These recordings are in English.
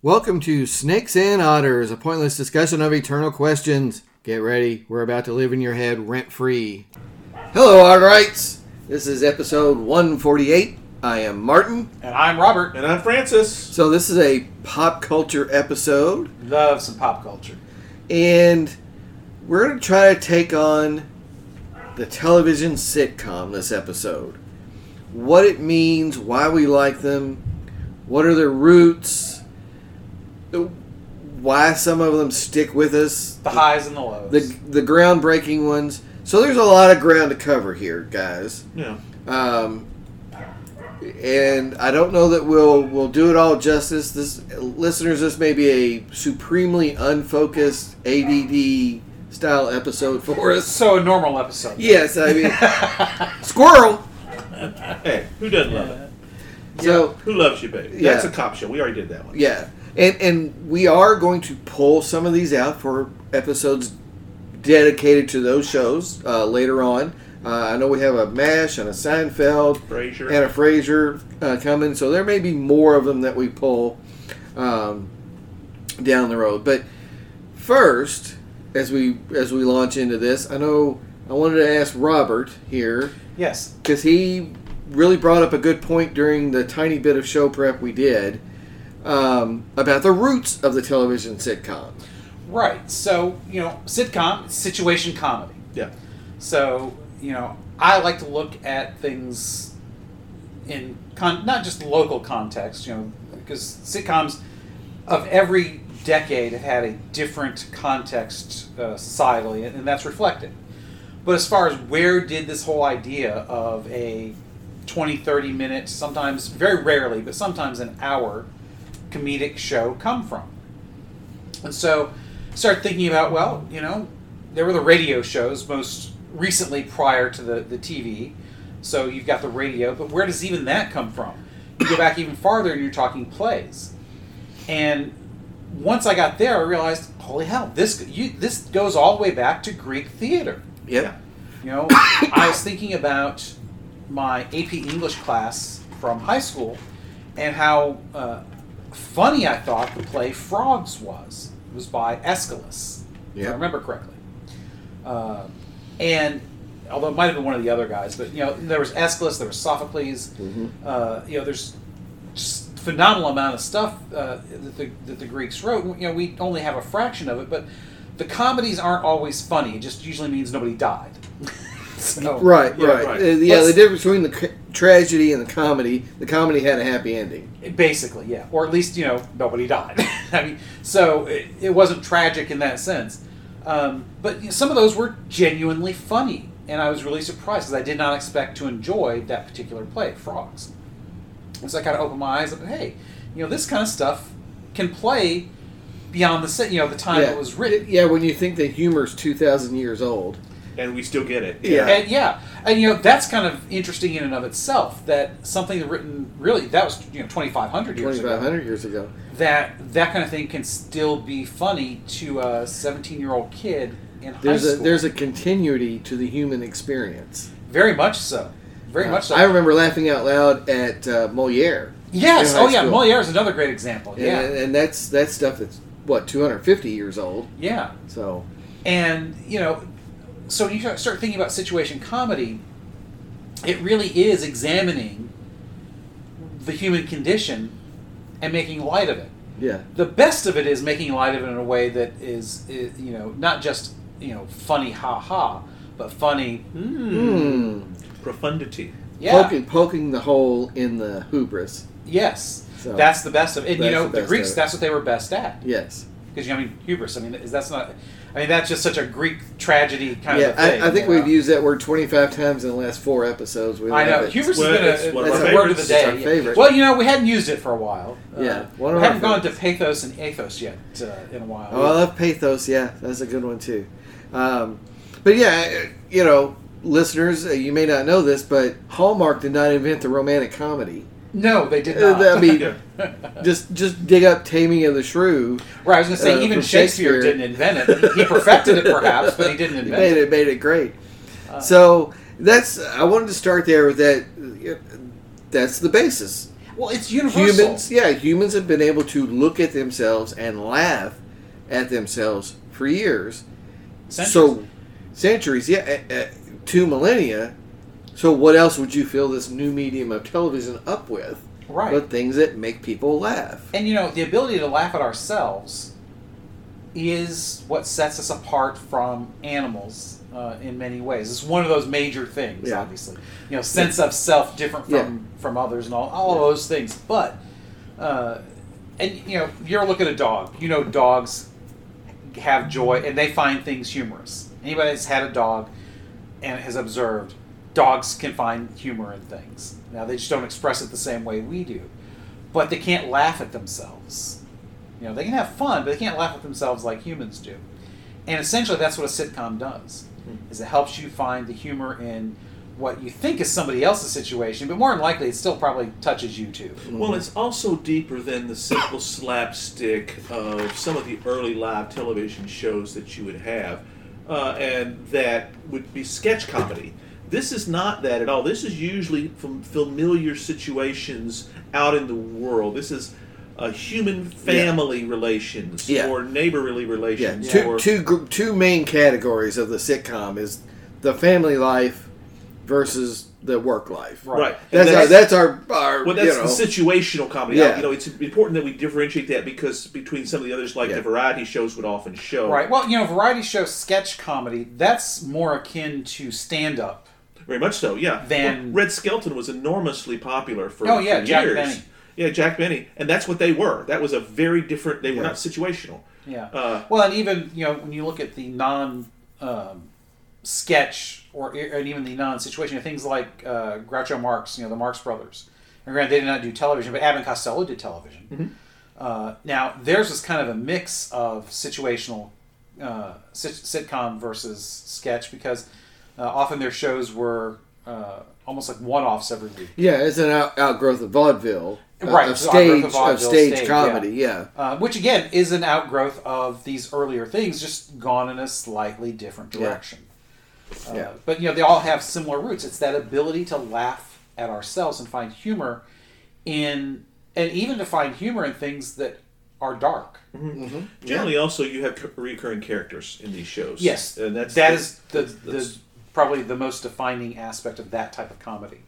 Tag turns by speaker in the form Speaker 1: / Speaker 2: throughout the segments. Speaker 1: Welcome to Snakes and Otters, a pointless discussion of eternal questions. Get ready, we're about to live in your head rent free. Hello, Otterites! This is episode 148. I am Martin.
Speaker 2: And I'm Robert.
Speaker 3: And I'm Francis.
Speaker 1: So, this is a pop culture episode,
Speaker 2: Love some pop culture.
Speaker 1: and we're going to try to take on the television sitcom this episode. What it means, why we like them, what are their roots, why some of them stick with us,
Speaker 2: The highs and the lows.
Speaker 1: the the groundbreaking ones. So there's a lot of ground to cover here, guys.
Speaker 3: Yeah.
Speaker 1: Um, and I don't know that we'll we'll do it all justice. This listeners, this may be a supremely unfocused ADD style episode for us.
Speaker 2: so a normal episode.
Speaker 1: Yes, I mean squirrel.
Speaker 3: Hey, who doesn't love it?
Speaker 1: So
Speaker 3: Who loves you, baby?
Speaker 1: Yeah.
Speaker 3: That's a cop show. We already did that one.
Speaker 1: yeah, and and we are going to pull some of these out for episodes dedicated to those shows uh, later on. Uh, I know we have a Mash and a Seinfeld.
Speaker 3: Frasier.
Speaker 1: Anna Fraser uh, coming. So there may be more of them that we pull um, down the road. But first, as we as we launch into this, I know I wanted to ask Robert here
Speaker 2: Yes.
Speaker 1: because he really brought up a good point during the tiny bit of show prep we did um, about the roots of the television sitcom.
Speaker 2: Right. So, you know, sitcom, it's situation comedy.
Speaker 3: yeah.
Speaker 2: So, you know, I like to look at things in con- not just local context, you know, because sitcoms of every decade have had a different context uh, societally, and, and that's reflected. But as far as where did this whole idea of a 20, 30 minute, sometimes, very rarely, but sometimes an hour comedic show come from? And so start thinking about, well, you know, there were the radio shows most recently prior to the, the TV. So you've got the radio, but where does even that come from? You go back even farther and you're talking plays. And once I got there, I realized, holy hell, this you, this goes all the way back to Greek theater.
Speaker 1: Yep.
Speaker 2: You know, I was thinking about my AP English class from high school and how uh, funny I thought the play Frogs was. It was by Aeschylus, if
Speaker 1: Yeah.
Speaker 2: I remember correctly. Uh, and although it might have been one of the other guys, but you know, there was Aeschylus, there was Sophocles. Uh, you know, there's just phenomenal amount of stuff uh, that, the, that the Greeks wrote. You know, we only have a fraction of it, but the comedies aren't always funny. It just usually means nobody died. so,
Speaker 1: Right,
Speaker 3: Yeah,
Speaker 1: right.
Speaker 3: right.
Speaker 1: Uh, yeah, the
Speaker 2: Let's-
Speaker 1: difference between the c- tragedy and the comedy. The comedy had a happy ending.
Speaker 2: Basically, yeah. Or at least, you know, nobody died. I mean, so it, it wasn't tragic in that sense. Um, but you know, some of those were genuinely funny. And I was really surprised because I did not expect to enjoy that particular play, Frogs. And so I kind of opened my eyes up, hey, you know, this kind of stuff can play beyond the, se- you know, the time
Speaker 1: yeah.
Speaker 2: it was written.
Speaker 1: Yeah, when you think that humor's 2,000 years old.
Speaker 3: And we still get it.
Speaker 1: Yeah.
Speaker 2: And yeah, and you know that's kind of interesting in and of itself. That something written really that was you know twenty five hundred years ago.
Speaker 1: 2,500 years ago.
Speaker 2: that that kind of thing can still be funny to a 17 year old kid in
Speaker 1: There's
Speaker 2: high
Speaker 1: a
Speaker 2: school.
Speaker 1: there's a continuity to the human experience.
Speaker 2: very much so, very much so.
Speaker 1: I remember laughing out loud at uh, Moliere.
Speaker 2: yes,
Speaker 1: in high
Speaker 2: oh yeah,
Speaker 1: school.
Speaker 2: Moliere is another great example.
Speaker 1: And,
Speaker 2: Yeah,
Speaker 1: and that's that's stuff that's what 250 years old.
Speaker 2: yeah,
Speaker 1: So
Speaker 2: and you know, so when you start thinking about situation comedy, it really is examining the human condition and making light of it.
Speaker 1: yeah,
Speaker 2: the best of it is making light of it in a way that is, i you know not just you know funny ha ha but funny hmm.
Speaker 1: Hmm.
Speaker 3: Profundity.
Speaker 1: Mm-hmm.
Speaker 2: yeah
Speaker 1: poking poking the hole in the hubris.
Speaker 2: yes
Speaker 1: So-
Speaker 2: that's the best of it and you
Speaker 1: That's
Speaker 2: know
Speaker 1: the
Speaker 2: the,
Speaker 1: best
Speaker 2: greeks
Speaker 1: of it.
Speaker 2: that's what they were best at
Speaker 1: Yes,
Speaker 2: because you know, i mean hubris i mean is that's not i mean that's just such a greek tragedy kind
Speaker 1: yeah.
Speaker 2: of thing
Speaker 1: I, I think
Speaker 2: you know?
Speaker 1: we've used that word 25 times in the last four episodes. We
Speaker 2: I know.
Speaker 1: love it.
Speaker 2: Hubris
Speaker 3: Well,
Speaker 2: has
Speaker 3: it's
Speaker 2: been a,
Speaker 3: one
Speaker 1: of
Speaker 2: it's
Speaker 1: our
Speaker 2: a word of the
Speaker 1: favorites. It's our
Speaker 2: day.
Speaker 1: favorite.
Speaker 2: Well, you know, we hadn't used it for a while. Uh,
Speaker 1: Yeah, one of
Speaker 2: we
Speaker 1: our
Speaker 2: haven't gone to pathos and athos yet uh, in a while.
Speaker 1: Oh, I love pathos. Yeah, that's a good one too. Um, but yeah, uh, you know, listeners, uh, you may not know this, but Hallmark did not invent the romantic comedy.
Speaker 2: no, they did
Speaker 1: Uh,
Speaker 2: not.
Speaker 1: I mean,
Speaker 3: Yeah.
Speaker 1: just just dig up Taming of the Shrew.
Speaker 2: Right, I was going to say,
Speaker 1: uh,
Speaker 2: even
Speaker 1: from Shakespeare.
Speaker 2: Shakespeare, didn't invent it. He perfected it, perhaps, but he didn't
Speaker 1: He
Speaker 2: invent
Speaker 1: made
Speaker 2: it.
Speaker 1: it made it great.
Speaker 2: Uh,
Speaker 1: so that's I wanted to start there with that. That's the basis.
Speaker 2: Well, it's universal.
Speaker 1: humans yeah humans have been able to look at themselves and laugh at themselves for years
Speaker 2: Centuries.
Speaker 1: so centuries yeah uh, uh, two millennia so what else would you fill this new medium of television up with
Speaker 2: right.
Speaker 1: but things that make people laugh
Speaker 2: And you know, the ability to laugh at ourselves is what sets us apart from animals uh, in many ways. It's one of those major things,
Speaker 1: Yeah.
Speaker 2: obviously. You know, sense of self different from from others and all, all of those things. But uh, and you know, you're looking at a dog. You know, dogs have joy and they find things humorous. Anybody that's had a dog and has observed, dogs can find humor in things. Now they just don't express it the same way we do, but they can't laugh at themselves. You know, they can have fun, but they can't laugh at themselves like humans do. And essentially, that's what a sitcom does: is it helps you find the humor in what you think is somebody else's situation, but more than likely, it still probably touches you too.
Speaker 3: Well, it's also deeper than the simple slapstick of some of the early live television shows that you would have, uh, and that would be sketch comedy. This is not that at all. This is usually from familiar situations out in the world. This is uh, human family relations
Speaker 1: Yeah.
Speaker 3: or neighborly
Speaker 1: yeah,
Speaker 3: relations.
Speaker 1: Two,
Speaker 3: Or,
Speaker 1: two gr- two main categories of the sitcom is the family life versus the work life
Speaker 2: Right.
Speaker 3: right. And
Speaker 1: that's, our, that's our, our
Speaker 3: Well, that's
Speaker 1: you know,
Speaker 3: the situational comedy.
Speaker 1: Yeah.
Speaker 3: You know, it's important that we differentiate that because between some of the others, like
Speaker 1: Yeah.
Speaker 3: the variety shows would often show.
Speaker 2: Right. Well, you know, variety show sketch comedy that's more akin to stand up.
Speaker 3: Very much so, yeah.
Speaker 2: Than-
Speaker 3: Red Skelton was enormously popular for,
Speaker 2: Oh, yeah,
Speaker 3: for
Speaker 2: Jack
Speaker 3: years.
Speaker 2: Benny.
Speaker 3: Yeah, Jack Benny. And that's what they were. That was a very different, they were
Speaker 1: Yeah.
Speaker 3: not situational.
Speaker 2: Yeah.
Speaker 3: Uh,
Speaker 2: well, and even you know when you look at the non um, sketch or and even the non situation things like uh, Groucho Marx, you know the Marx Brothers. And granted, they did not do television, but Abbott and Costello did television. Uh, now theirs was kind of a mix of situational uh, sit- sitcom versus sketch because uh, often their shows were uh, almost like one offs every week.
Speaker 1: Yeah, it's an out, outgrowth of vaudeville, uh,
Speaker 2: Right,
Speaker 1: Of
Speaker 2: it's an outgrowth
Speaker 1: stage
Speaker 2: of
Speaker 1: of,
Speaker 2: vaudeville,
Speaker 1: stage,
Speaker 2: stage,
Speaker 1: comedy. Yeah,
Speaker 2: uh, which again is an outgrowth of these earlier things, just gone in a slightly different
Speaker 1: Yeah.
Speaker 2: direction. Uh,
Speaker 1: Yeah.
Speaker 2: But you know, they all have similar roots. It's that ability to laugh at ourselves and find humor in, and even to find humor in things that are dark.
Speaker 3: Mm-hmm. Generally, also, you have c- recurring characters in these shows.
Speaker 2: Yes,
Speaker 3: And that's
Speaker 2: that is the, the
Speaker 3: that's-
Speaker 2: probably the most defining aspect of that type of comedy.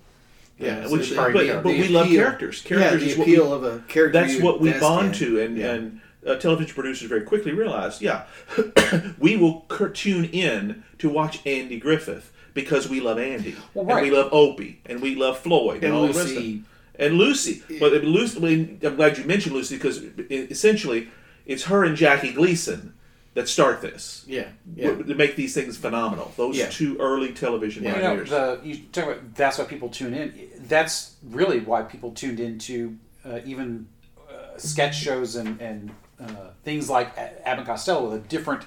Speaker 3: Yeah,
Speaker 1: It's-
Speaker 3: which,
Speaker 1: it's
Speaker 2: very
Speaker 3: but, but
Speaker 2: different.
Speaker 3: we
Speaker 1: The
Speaker 3: love
Speaker 1: appeal.
Speaker 3: characters. Characters
Speaker 1: yeah, the
Speaker 3: is what we-
Speaker 1: appeal of a character.
Speaker 3: that's
Speaker 1: you
Speaker 3: what we
Speaker 1: invest
Speaker 3: bond
Speaker 1: in.
Speaker 3: to, and
Speaker 1: Yeah.
Speaker 3: and uh, television producers very quickly realized, yeah, we will cur- tune in to watch Andy Griffith because we love Andy,
Speaker 2: Well,
Speaker 3: and we
Speaker 2: right.
Speaker 3: love Opie, and we love Floyd, and,
Speaker 1: And
Speaker 3: all the rest of
Speaker 1: Lucy.
Speaker 3: them. and Lucy. But if Lucy, I mean, I'm glad you mentioned Lucy because essentially it's her and Jackie Gleason that start this.
Speaker 1: yeah, yeah,
Speaker 3: w- To make these things phenomenal, those
Speaker 1: Yeah.
Speaker 3: two early television
Speaker 1: Yeah.
Speaker 2: You know,
Speaker 3: pioneers.
Speaker 2: the, you talk about that's why people tune in. That's really why people tuned into uh, even uh, sketch shows and and uh, things like A- Abbott and Costello with a different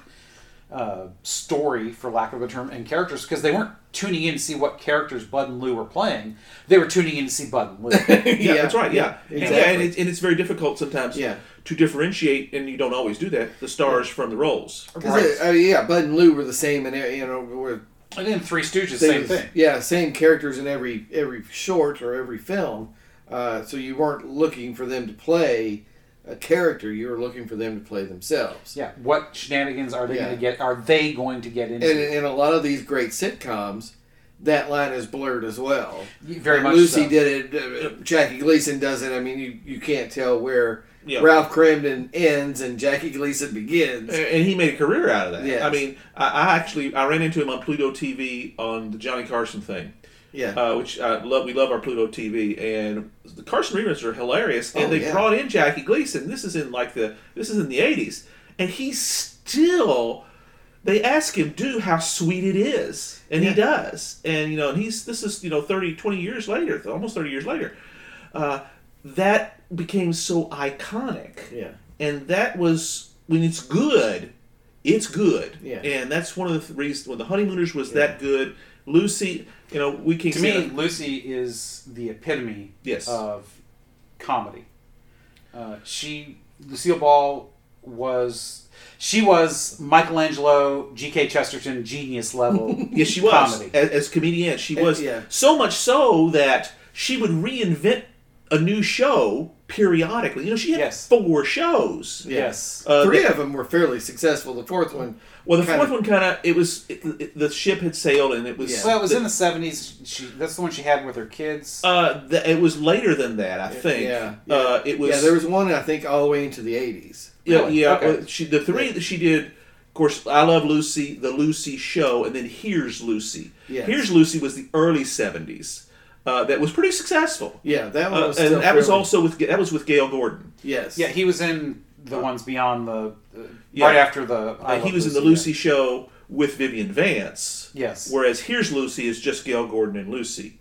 Speaker 2: uh, story, for lack of a term, and characters because they weren't tuning in to see what characters Bud and Lou were playing. They were tuning in to see Bud and Lou.
Speaker 3: yeah, that's right. Yeah, And-
Speaker 1: exactly.
Speaker 3: yeah, and, it, and it's very difficult sometimes
Speaker 1: Yeah.
Speaker 3: to differentiate, and you don't always do that. The stars from the roles.
Speaker 1: 'Cause they- I mean, yeah, Bud and Lou were the same, and you know, were
Speaker 2: and then Three Stooges,
Speaker 1: they
Speaker 2: same
Speaker 1: was-
Speaker 2: thing.
Speaker 1: Yeah, same characters in every every short or every film. Uh, so you weren't looking for them to play a character; you were looking for them to play themselves.
Speaker 2: Yeah, what shenanigans are they
Speaker 1: Yeah.
Speaker 2: going to get? Are they going to get
Speaker 1: And
Speaker 2: into?
Speaker 1: in a lot of these great sitcoms, that line is blurred as well.
Speaker 2: Very much.
Speaker 1: Lucy
Speaker 2: so.
Speaker 1: did it. uh, Jackie Gleason does it. I mean, you, you can't tell where
Speaker 3: Yeah.
Speaker 1: Ralph Cramden ends and Jackie Gleason begins.
Speaker 3: And- And he made a career out of that.
Speaker 1: Yes.
Speaker 3: I mean, I, I actually I ran into him on Pluto TV on the Johnny Carson thing,
Speaker 1: Yeah,
Speaker 3: uh, which I love. We love our Pluto TV, and the Carson reruns are hilarious. And
Speaker 1: Oh,
Speaker 3: they
Speaker 1: yeah.
Speaker 3: brought in Jackie Gleason. This is in like the this is in the eighties, and he still. They ask him, "Do how sweet it is," and he does. And you know, and he's this is you know 30, 20 years later, almost thirty years later. Uh, that became so iconic
Speaker 1: yeah,
Speaker 3: and that was when it's good, it's good.
Speaker 1: Yeah.
Speaker 3: And that's one of the th- reasons when the Honeymooners was that good. Lucy, you know, we can
Speaker 2: to me, Lucy is the epitome
Speaker 3: Yes.
Speaker 2: of comedy. Uh, she Lucille Ball was she was Michelangelo, G.K. Chesterton genius level.
Speaker 3: yes, she was
Speaker 2: comedy.
Speaker 3: as, as comedian. She was
Speaker 1: yeah.
Speaker 3: so much so that she would reinvent a new show periodically. You know, she had
Speaker 2: Yes.
Speaker 3: four shows.
Speaker 2: Yes.
Speaker 3: Uh,
Speaker 1: Three
Speaker 3: that-
Speaker 1: of them were fairly successful. The fourth one,
Speaker 3: well, the
Speaker 1: kinda-
Speaker 3: fourth one kind of it was it, it- the ship had sailed and it was
Speaker 2: Well, it was in the seventies. She that's the one she had with her kids.
Speaker 3: Uh, th- it was later than that, I think.
Speaker 1: yeah,
Speaker 3: Uh, it was.
Speaker 1: yeah, there was one I think all the way into the eighties.
Speaker 3: Yeah,
Speaker 2: Really?
Speaker 3: yeah.
Speaker 2: Okay.
Speaker 3: uh, She, the three that she did, of course, I Love Lucy, The Lucy Show, and then Here's Lucy.
Speaker 1: Yes.
Speaker 3: Here's Lucy was the early '70s. Uh, that was pretty successful.
Speaker 1: Yeah, that one
Speaker 3: Uh,
Speaker 1: was still
Speaker 3: and that was
Speaker 1: fairly-
Speaker 3: also with that was with Gail Gordon.
Speaker 1: yes,
Speaker 2: yeah, he was in the ones beyond the uh,
Speaker 3: Uh, Yeah.
Speaker 2: right after the. I
Speaker 3: Uh, he
Speaker 2: Love
Speaker 3: was in the
Speaker 2: yeah.
Speaker 3: Lucy Show with Vivian Vance.
Speaker 2: Yes.
Speaker 3: Whereas Here's Lucy is just Gail Gordon and Lucy.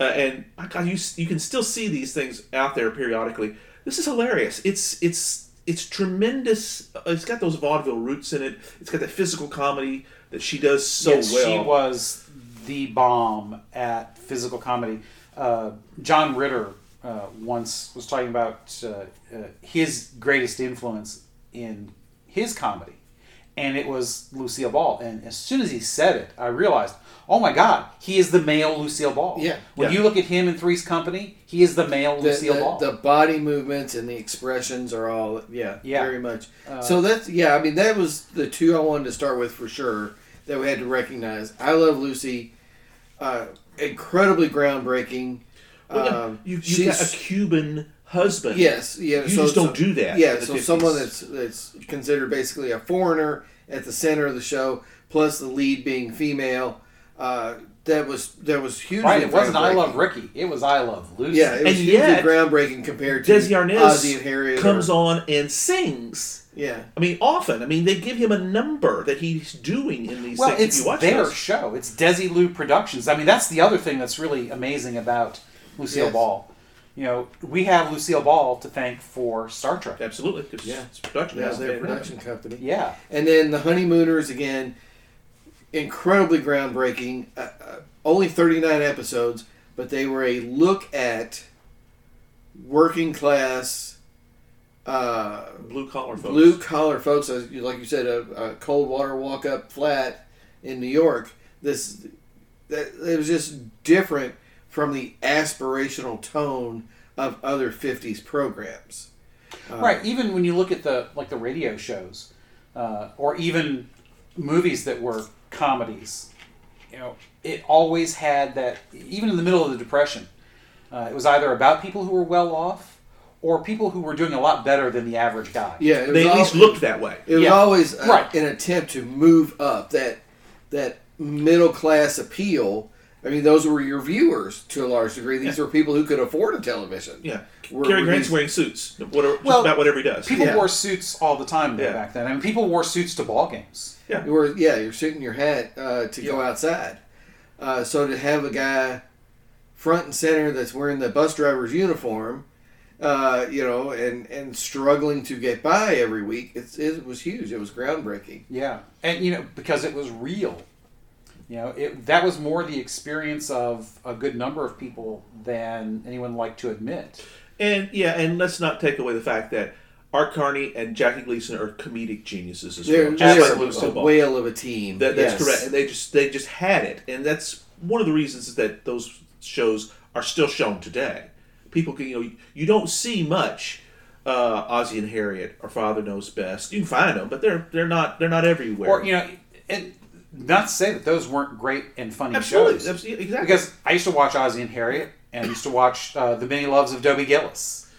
Speaker 3: Uh, and my God, you s- you can still see these things out there periodically. This is hilarious. It's it's it's tremendous. Uh, It's got those vaudeville roots in it. It's got that physical comedy that she does so
Speaker 2: Yes,
Speaker 3: well.
Speaker 2: she was the bomb at physical comedy. Uh, John Ritter uh, once was talking about uh, uh, his greatest influence in his comedy, and it was Lucille Ball. And as soon as he said it, I realized, oh my God, he is the male Lucille Ball.
Speaker 1: Yeah.
Speaker 2: When
Speaker 3: Yeah.
Speaker 2: you look at him in Three's Company, he is the male
Speaker 1: the,
Speaker 2: Lucille
Speaker 1: the-
Speaker 2: Ball.
Speaker 1: the body movements and the expressions are all yeah,
Speaker 2: Yeah. Uh,
Speaker 1: very much. so that's yeah, I mean that was the two I wanted to start with for sure that we had to recognize. I love Lucy, uh, incredibly groundbreaking.
Speaker 3: Well, yeah,
Speaker 1: um,
Speaker 3: you you
Speaker 1: she's-
Speaker 3: got a Cuban husband.
Speaker 1: yes, yeah.
Speaker 3: You
Speaker 1: so,
Speaker 3: just don't
Speaker 1: so-
Speaker 3: do that.
Speaker 1: Yeah,
Speaker 3: in the
Speaker 1: so
Speaker 3: 50s.
Speaker 1: someone that's that's considered basically a foreigner at the center of the show, plus the lead being female. Uh, that was that was hugely
Speaker 2: right? It wasn't I
Speaker 1: groundbreaking.
Speaker 2: Love Ricky. It was I Love Lucy.
Speaker 1: Yeah, it was
Speaker 3: And
Speaker 1: hugely
Speaker 3: yet,
Speaker 1: groundbreaking compared to
Speaker 3: Desi
Speaker 1: Ozzy and
Speaker 3: Arnaz
Speaker 1: Harriet.
Speaker 3: comes
Speaker 1: or,
Speaker 3: on and sings.
Speaker 1: Yeah,
Speaker 3: I mean, often. I mean, they give him a number that he's doing in these
Speaker 2: Well,
Speaker 3: things. if
Speaker 2: it's
Speaker 3: you watch
Speaker 2: their
Speaker 3: those.
Speaker 2: show. It's Desi Lou Productions. I mean, that's the other thing that's really amazing about Lucille
Speaker 1: Yes.
Speaker 2: Ball. You know, we have Lucille Ball to thank for Star Trek.
Speaker 3: Absolutely, 'cause
Speaker 1: Yeah.
Speaker 3: it's production. uh,
Speaker 1: that
Speaker 3: house,
Speaker 1: was their
Speaker 3: they-
Speaker 1: production company.
Speaker 2: Yeah,
Speaker 1: And then the Honeymooners again, incredibly groundbreaking. Uh, uh, only thirty nine episodes, but they were a look at working class. Uh,
Speaker 3: Blue collar folks.
Speaker 1: blue collar folks, as you- like you said, a, a cold water walk up flat in New York. This that it was just different from the aspirational tone of other '50s programs. Uh,
Speaker 2: right. Even when you look at the like the radio shows, uh, or even movies that were comedies, you know, it always had that. Even in the middle of the Depression, uh, it was either about people who were well off or people who were doing a lot better than the average guy.
Speaker 1: Yeah, it was
Speaker 3: They at
Speaker 1: al-
Speaker 3: least looked that way.
Speaker 1: It was
Speaker 2: Yeah.
Speaker 1: always a,
Speaker 2: Right.
Speaker 1: an attempt to move up that that middle class appeal. I mean, those were your viewers to a large degree. These were people who could afford a television.
Speaker 3: Yeah.
Speaker 1: Were-
Speaker 3: Cary
Speaker 1: were
Speaker 3: Grant's
Speaker 1: these-
Speaker 3: wearing suits. Whatever, just
Speaker 2: Well,
Speaker 3: about whatever he does.
Speaker 2: People
Speaker 1: Yeah.
Speaker 2: wore suits all the time though,
Speaker 3: Yeah.
Speaker 2: back then. I mean, people wore suits to ball games.
Speaker 3: yeah.
Speaker 1: You were yeah, you're shooting your hat uh, to go outside. Uh, so to have a guy front and center that's wearing the bus driver's uniform, uh, you know, and and struggling to get by every week, it's, it was huge. It was groundbreaking.
Speaker 2: Yeah, and you know because it was real. You know, it, that was more the experience of a good number of people than anyone liked to admit.
Speaker 3: And yeah, and let's not take away the fact that Art Carney and Jackie Gleason are comedic geniuses as
Speaker 1: They're,
Speaker 3: well.
Speaker 1: they're
Speaker 3: Just like Lou
Speaker 1: a
Speaker 3: Stillball.
Speaker 1: whale of a team.
Speaker 3: That, that's
Speaker 1: Yes.
Speaker 3: correct. And they just they just had it, and that's one of the reasons is that those shows are still shown today. People can you know you don't see much. Uh, Ozzy and Harriet, or Father Knows Best. You can find them, but they're they're not they're not everywhere.
Speaker 2: Or you know, and not to say that those weren't great and funny
Speaker 3: absolutely,
Speaker 2: shows.
Speaker 3: abs- exactly.
Speaker 2: Because I used to watch Ozzy and Harriet, and I used to watch uh, The Many Loves of Dobie Gillis.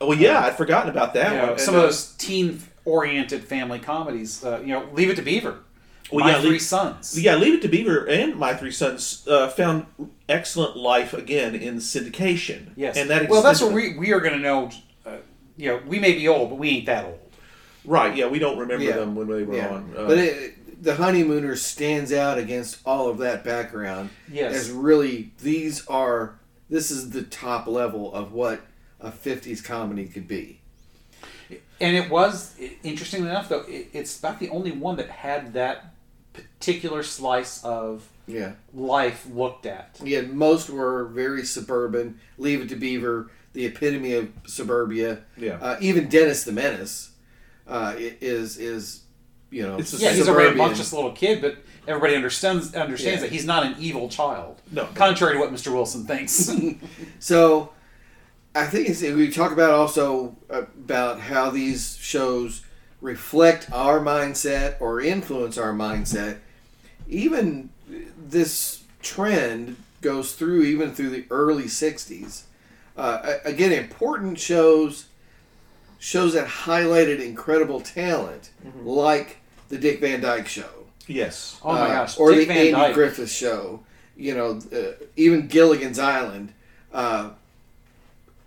Speaker 3: well, yeah, I'd forgotten about that
Speaker 2: You
Speaker 3: one.
Speaker 2: know,
Speaker 3: And,
Speaker 2: some of
Speaker 3: uh,
Speaker 2: those teen-oriented family comedies. Uh, you know, Leave It to Beaver,
Speaker 3: Well,
Speaker 2: My
Speaker 3: yeah,
Speaker 2: Three
Speaker 3: Leave-
Speaker 2: Sons.
Speaker 3: Yeah, Leave It to Beaver and My Three Sons uh, found excellent life again in syndication.
Speaker 2: Yes.
Speaker 3: and that
Speaker 2: well, that's
Speaker 3: extended-
Speaker 2: what we, we are going to know. Uh, you know, we may be old, but we ain't that old.
Speaker 3: right. Yeah, we don't remember
Speaker 1: Yeah.
Speaker 3: them when they were
Speaker 1: Yeah.
Speaker 3: on. Uh,
Speaker 1: but it, the honeymooner stands out against all of that background.
Speaker 2: Yes.
Speaker 1: as really these are this is the top level of what a '50s comedy could be.
Speaker 2: And it was i- interestingly enough, though, it, it's about the only one that had that particular slice of
Speaker 1: Yeah.
Speaker 2: life looked at.
Speaker 1: Yet most were very suburban. Leave It to Beaver, the epitome of suburbia.
Speaker 3: Yeah.
Speaker 1: Uh, even Dennis the Menace uh, i- is is you know
Speaker 3: It's a
Speaker 2: Yeah, he's a
Speaker 1: suburban.
Speaker 2: rambunctious little kid, but everybody understands understands
Speaker 1: Yeah.
Speaker 2: that he's not an evil child.
Speaker 3: No.
Speaker 2: Oh contrary to what Mr. Wilson thinks.
Speaker 1: So I think it's, we talk about also about how these shows reflect our mindset or influence our mindset. Even this trend goes through even through the early '60s. Uh, a- again, important shows shows that highlighted incredible talent, like the Dick Van Dyke Show.
Speaker 3: Yes.
Speaker 2: Oh my
Speaker 1: uh,
Speaker 2: gosh,
Speaker 1: or
Speaker 2: Dick
Speaker 1: the
Speaker 2: Van
Speaker 1: Andy
Speaker 2: Dyke.
Speaker 1: Griffith Show. You know, uh, even Gilligan's Island. Uh,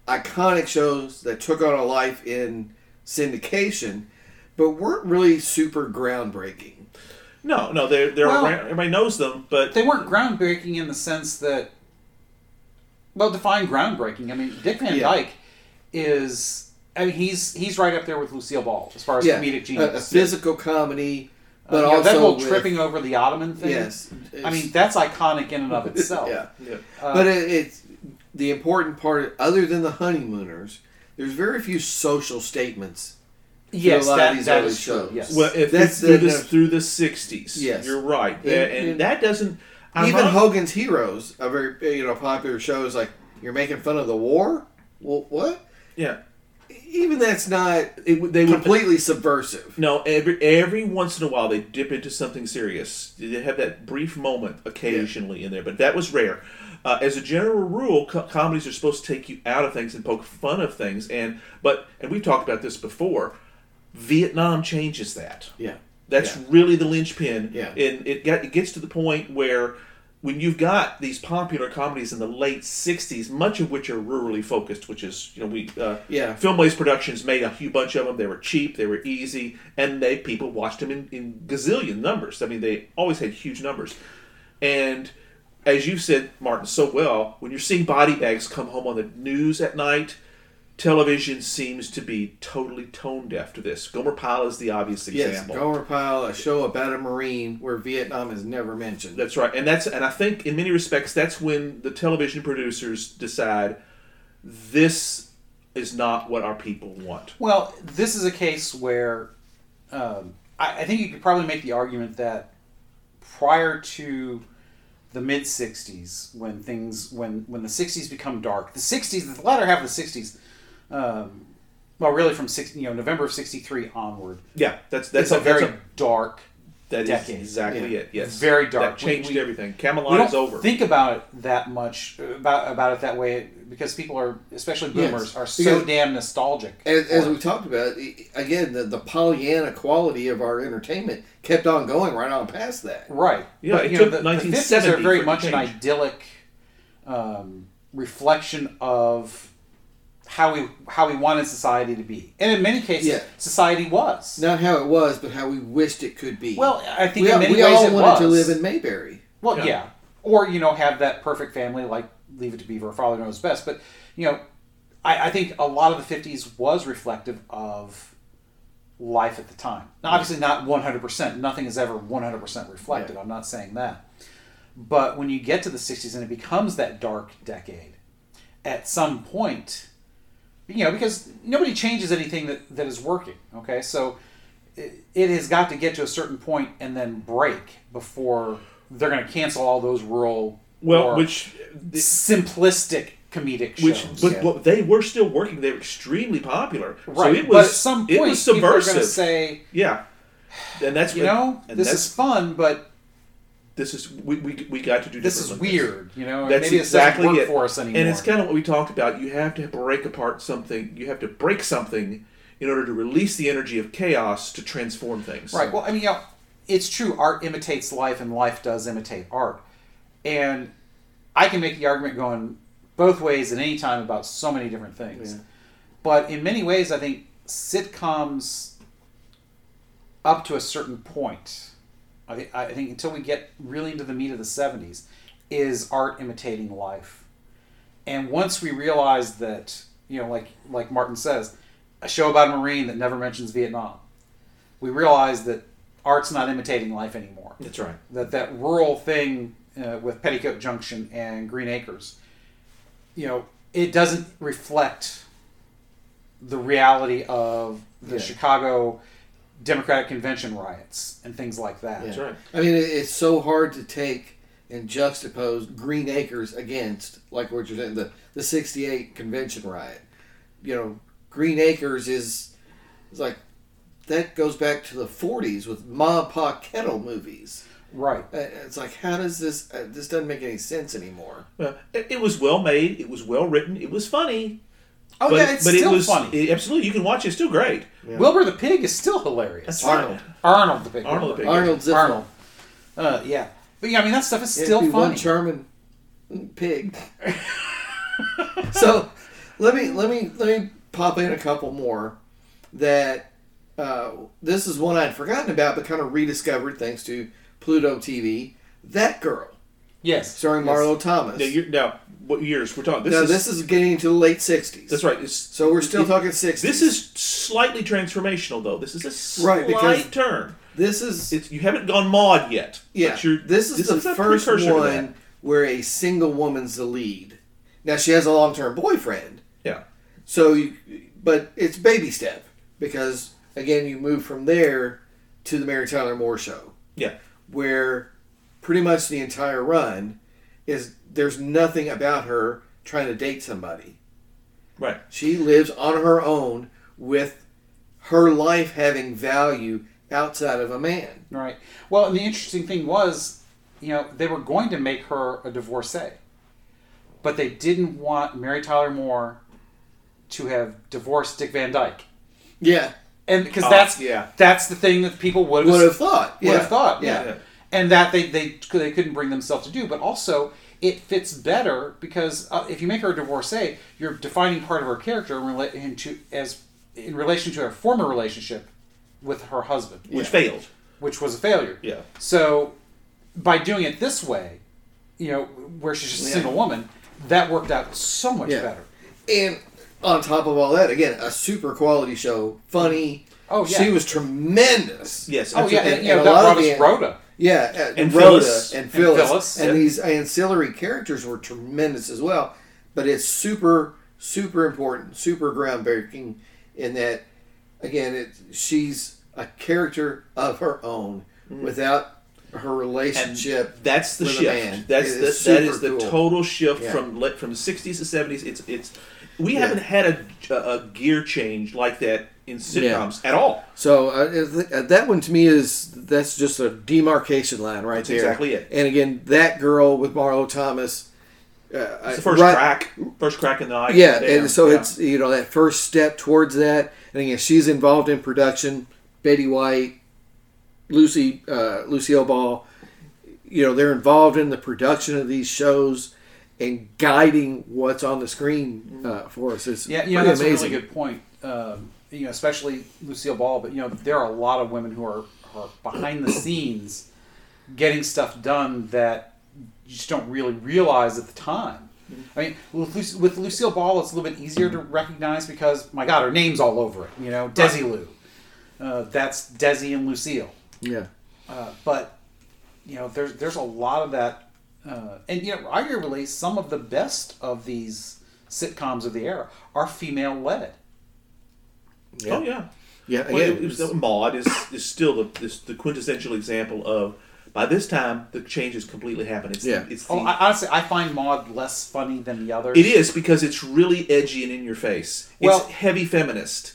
Speaker 1: iconic shows that took on a life in syndication, but weren't really super groundbreaking.
Speaker 3: No, no, they're, they're
Speaker 2: Well-
Speaker 3: around, everybody knows them, but
Speaker 2: They weren't groundbreaking in the sense that, well, define groundbreaking. I mean, Dick Van
Speaker 1: Yeah.
Speaker 2: Dyke is. I mean, he's he's right up there with Lucille Ball as far as comedic
Speaker 1: a, a
Speaker 2: genius.
Speaker 1: physical comedy, Uh, but
Speaker 2: You know,
Speaker 1: also
Speaker 2: that whole
Speaker 1: with-
Speaker 2: tripping over the ottoman thing.
Speaker 1: Yes,
Speaker 2: I mean that's iconic in and of itself.
Speaker 1: yeah.
Speaker 3: yeah.
Speaker 2: Uh,
Speaker 1: but it, it's the important part. Other than the honeymooners, there's very few social statements.
Speaker 2: yes,
Speaker 1: a lot of
Speaker 2: that,
Speaker 1: these
Speaker 2: that
Speaker 1: other
Speaker 2: is true.
Speaker 1: shows.
Speaker 2: Yes.
Speaker 3: Well, if
Speaker 1: That's
Speaker 3: it's through,
Speaker 1: the-
Speaker 3: this, through the 60s.
Speaker 1: Yes.
Speaker 3: You're right.
Speaker 1: In-
Speaker 3: and, and
Speaker 1: in-
Speaker 3: that doesn't.
Speaker 1: Even
Speaker 3: ironic-
Speaker 1: Hogan's Heroes, a very you know popular show, is like you're making fun of the war. Well, what?
Speaker 3: Yeah.
Speaker 1: Even that's not
Speaker 3: It, they would
Speaker 1: completely subversive.
Speaker 3: No, every every once in a while they dip into something serious. They have that brief moment occasionally in there, but that was rare. Uh, as a general rule, co- comedies are supposed to take you out of things and poke fun of things, and but and we've talked about this before. Vietnam changes that.
Speaker 1: Yeah,
Speaker 3: That's
Speaker 1: Yeah.
Speaker 3: really the linchpin.
Speaker 1: Yeah.
Speaker 3: And it got it gets to the point where when you've got these popular comedies in the late '60s, much of which are rurally focused, which is you know we uh,
Speaker 1: Yeah.
Speaker 3: Filmways Productions made a huge bunch of them. They were cheap, they were easy, and they people watched them in, in gazillion numbers. I mean, they always had huge numbers. And as you said, Martin, so well, when you're seeing body bags come home on the news at night. Television seems to be totally tone deaf to this. Gomer Pyle is the obvious
Speaker 1: yes.
Speaker 3: example.
Speaker 1: Gomer Pyle, a show about a Marine where Vietnam is never mentioned.
Speaker 3: That's right, and that's and I think in many respects that's when the television producers decide this is not what our people want.
Speaker 2: Well, this is a case where um, I, I think you could probably make the argument that prior to the mid '60s, when things when when the '60s become dark, the '60s, the latter half of the '60s, um, well, really from 60, you know November of '63 onward,
Speaker 3: Yeah, that's that's
Speaker 2: it's a very
Speaker 3: that's a,
Speaker 2: dark.
Speaker 3: that is
Speaker 2: decade.
Speaker 3: exactly
Speaker 1: Yeah.
Speaker 3: it. Yes,
Speaker 2: Very dark.
Speaker 3: That changed
Speaker 2: We- we-
Speaker 3: everything.
Speaker 2: we
Speaker 3: Camelot
Speaker 2: don't
Speaker 3: is over.
Speaker 2: think about it that much about about it that way because people are, especially
Speaker 1: Yes.
Speaker 2: boomers, are so
Speaker 1: Because-
Speaker 2: damn nostalgic.
Speaker 1: As, as
Speaker 2: for it.
Speaker 1: we talked about, i- again, the, the Pollyanna quality of our entertainment kept on going right on past that.
Speaker 2: Right.
Speaker 3: Yeah,
Speaker 2: but,
Speaker 3: it
Speaker 2: you know,
Speaker 3: took
Speaker 2: the, the 50s
Speaker 3: 1970
Speaker 2: are very
Speaker 3: for it to
Speaker 2: much an
Speaker 3: change.
Speaker 2: idyllic um, reflection of how we how we wanted society to be, and in many cases,
Speaker 1: Yeah.
Speaker 2: society was.
Speaker 1: Not how it was, but how we wished it could be.
Speaker 2: Well, I think
Speaker 1: we,
Speaker 2: in many
Speaker 1: we
Speaker 2: ways
Speaker 1: all
Speaker 2: it
Speaker 1: wanted
Speaker 2: was.
Speaker 1: to live in Mayberry.
Speaker 2: well,
Speaker 3: Yeah.
Speaker 2: yeah. or you know, have that perfect family like Leave It to Beaver, Father Knows Best. But you know, I, I think a lot of the '50s was reflective of life at the time. Now, obviously, not 100%. Nothing is ever 100% reflected. I'm not saying that. But when you get to the 60s and it becomes that dark decade, at some point, you know, because nobody changes anything that, that is working, okay? So it, it has got to get to a certain point and then break before they're going to cancel all those rural
Speaker 3: well,
Speaker 2: or
Speaker 3: which
Speaker 2: simplistic comedic
Speaker 3: which
Speaker 2: shows.
Speaker 3: but
Speaker 1: yeah.
Speaker 3: what- they were still working. They were extremely popular. So
Speaker 2: right.
Speaker 3: it was
Speaker 2: but at some point,
Speaker 3: it was
Speaker 2: people are going
Speaker 3: subversive.
Speaker 2: to say,
Speaker 3: yeah, and that's
Speaker 2: you
Speaker 3: when-
Speaker 2: know,
Speaker 3: and
Speaker 2: this
Speaker 3: that's,
Speaker 2: is fun, but
Speaker 3: this is we, we, we got to do
Speaker 2: this is
Speaker 3: different things.
Speaker 2: weird, you know. and
Speaker 3: That's
Speaker 2: maybe
Speaker 3: exactly
Speaker 2: this doesn't work
Speaker 3: it.
Speaker 2: for us anymore.
Speaker 3: And it's kind of what we talked about. You have to break apart something. You have to break something in order to release the energy of chaos to transform things.
Speaker 2: right. Well, I mean, you know, it's true. Art imitates life, and life does imitate art. And I can make the argument going both ways at any time about so many different things.
Speaker 1: Yeah.
Speaker 2: But in many ways, I think sitcoms up to a certain point. I, thi- I think until we get really into the meat of the '70s, is art imitating life. And once we realize that, you know, like like Martin says, a show about a Marine that never mentions Vietnam, we realize that art's not imitating life anymore.
Speaker 3: That's right.
Speaker 2: That that rural thing uh, with Petticoat Junction and Green Acres, you know, it doesn't reflect the reality of the
Speaker 1: Yeah.
Speaker 2: Chicago Democratic Convention riots and things like that.
Speaker 1: Yeah.
Speaker 3: That's right.
Speaker 1: I mean, it, it's so hard to take and juxtapose Green Acres against, like what you're saying, the, the 68 convention riot. You know, Green Acres is, is like, that goes back to the 40s with Ma and Pa Kettle movies.
Speaker 2: Right.
Speaker 1: Uh, It's like, how does this, uh, this doesn't make any sense anymore.
Speaker 3: Uh, it, it was well made. It was well written. It was funny.
Speaker 2: Oh
Speaker 3: but,
Speaker 2: yeah, it's
Speaker 3: but
Speaker 2: still
Speaker 3: it was,
Speaker 2: funny.
Speaker 3: it- absolutely, you can watch it. It's still great.
Speaker 1: Yeah.
Speaker 2: Wilbur the Pig is still hilarious.
Speaker 3: That's
Speaker 1: Arnold.
Speaker 3: right.
Speaker 2: Arnold the Pig.
Speaker 3: Arnold the Pig.
Speaker 1: Arnold Ziffel.
Speaker 2: Arnold. Uh, yeah. But yeah, I mean that stuff is
Speaker 1: It'd
Speaker 2: still
Speaker 1: be
Speaker 2: funny.
Speaker 1: One charming pig. so let me let me let me pop in a couple more that uh, this is one I'd forgotten about but kind of rediscovered thanks to Pluto TV. That girl
Speaker 2: yes.
Speaker 1: starring
Speaker 2: Yes.
Speaker 1: Marlo Thomas.
Speaker 3: Now, you're, now, what years we're talking? This
Speaker 1: now
Speaker 3: is
Speaker 1: this is getting into the late sixties.
Speaker 3: that's right. It's,
Speaker 1: So we're still
Speaker 3: it-
Speaker 1: talking sixties.
Speaker 3: This is slightly transformational, though. This is a slight
Speaker 1: Right, because-
Speaker 3: turn.
Speaker 1: this is
Speaker 3: It's, you haven't gone mod yet.
Speaker 1: Yeah,
Speaker 3: but you're,
Speaker 1: this is the
Speaker 3: a
Speaker 1: first
Speaker 3: precursor to that.
Speaker 1: one where a single woman's the lead. Now she has a long-term boyfriend.
Speaker 3: Yeah.
Speaker 1: So, you, but it's baby step because again, you move from there to the Mary Tyler Moore show,
Speaker 3: Yeah.
Speaker 1: where pretty much the entire run is there's nothing about her trying to date somebody.
Speaker 3: Right.
Speaker 1: She lives on her own with her life having value outside of a man.
Speaker 2: Right. Well, and the interesting thing was, you know, they were going to make her a divorcee, but they didn't want Mary Tyler Moore to have divorced Dick Van Dyke,
Speaker 1: Yeah,
Speaker 2: and because
Speaker 3: Oh,
Speaker 2: that's
Speaker 3: yeah.
Speaker 2: that's the thing that people would
Speaker 1: would
Speaker 2: have
Speaker 1: have thought.
Speaker 2: would have thought, yeah.
Speaker 3: Yeah.
Speaker 2: And that they, they they couldn't bring themselves to do, but also it fits better because uh, if you make her a divorcee, you're defining part of her character in, rela- in to, as in relation to her former relationship with her husband,
Speaker 3: Which failed.
Speaker 2: which was a failure.
Speaker 3: Yeah.
Speaker 2: So by doing it this way, you know, where she's just a
Speaker 1: Yeah.
Speaker 2: single woman, that worked out so much
Speaker 1: Yeah.
Speaker 2: better.
Speaker 1: And on top of all that, again, a super quality show, funny.
Speaker 2: Oh, yeah.
Speaker 1: she was tremendous.
Speaker 3: Yes.
Speaker 2: Oh yeah,
Speaker 3: absolutely.
Speaker 2: and,
Speaker 1: and-
Speaker 2: you know,
Speaker 1: and a
Speaker 2: that
Speaker 1: lot of
Speaker 2: brought us
Speaker 1: the-
Speaker 2: Rhoda.
Speaker 1: Yeah,
Speaker 3: And
Speaker 1: and Rhoda
Speaker 3: Phyllis.
Speaker 1: and
Speaker 2: And
Speaker 1: Phyllis, and,
Speaker 2: Phyllis, yeah.
Speaker 1: these ancillary characters were tremendous as well. But it's super, super important, super groundbreaking in that, again, it she's a character of her own without her relationship.
Speaker 3: That's the
Speaker 1: with a man.
Speaker 3: shift. That's
Speaker 1: It
Speaker 3: the,
Speaker 1: is
Speaker 3: that is the
Speaker 1: super cool.
Speaker 3: total shift
Speaker 1: Yeah.
Speaker 3: from le- from sixties to seventies. It's it's we
Speaker 1: Yeah.
Speaker 3: haven't had a, a, a gear change like that in sitcoms at all.
Speaker 1: So uh, I thi- uh, that one to me is that's just a demarcation line right
Speaker 3: That's
Speaker 1: there.
Speaker 3: exactly it.
Speaker 1: And again, that girl with Marlo Thomas. Uh,
Speaker 3: It's
Speaker 1: I-
Speaker 3: the first
Speaker 1: right-
Speaker 3: crack, first crack in the eye.
Speaker 1: Yeah,
Speaker 3: Damn.
Speaker 1: and so
Speaker 3: Yeah.
Speaker 1: it's you know that first step towards that, and again, she's involved in production. Betty White, Lucy, uh, Lucille Ball, you know they're involved in the production of these shows and guiding what's on the screen uh, for us. It's
Speaker 2: Yeah, you know,
Speaker 1: pretty
Speaker 2: that's
Speaker 1: amazing.
Speaker 2: a really good point. Um, you know, especially Lucille Ball, but you know, there are a lot of women who are, who are behind the scenes getting stuff done that you just don't really realize at the time. I mean, with, Luc- with Lucille Ball, it's a little bit easier to recognize because my God, her name's all over it. You know, Desi Lou. Uh, that's Desi and Lucille.
Speaker 1: Yeah,
Speaker 2: Uh, but you know, there's there's a lot of that, uh, and you know, arguably some of the best of these sitcoms of the era are female led.
Speaker 1: yeah,
Speaker 3: oh yeah.
Speaker 1: yeah.
Speaker 3: Well,
Speaker 1: again,
Speaker 3: it was, Maud is, is still the, is the quintessential example of by this time the change has completely happened. It's
Speaker 1: Yeah.
Speaker 3: the, it's the,
Speaker 2: Oh, I, honestly, I find Maud less funny than the others.
Speaker 3: it is because it's really edgy and in your face. It's
Speaker 2: Well-
Speaker 3: heavy feminist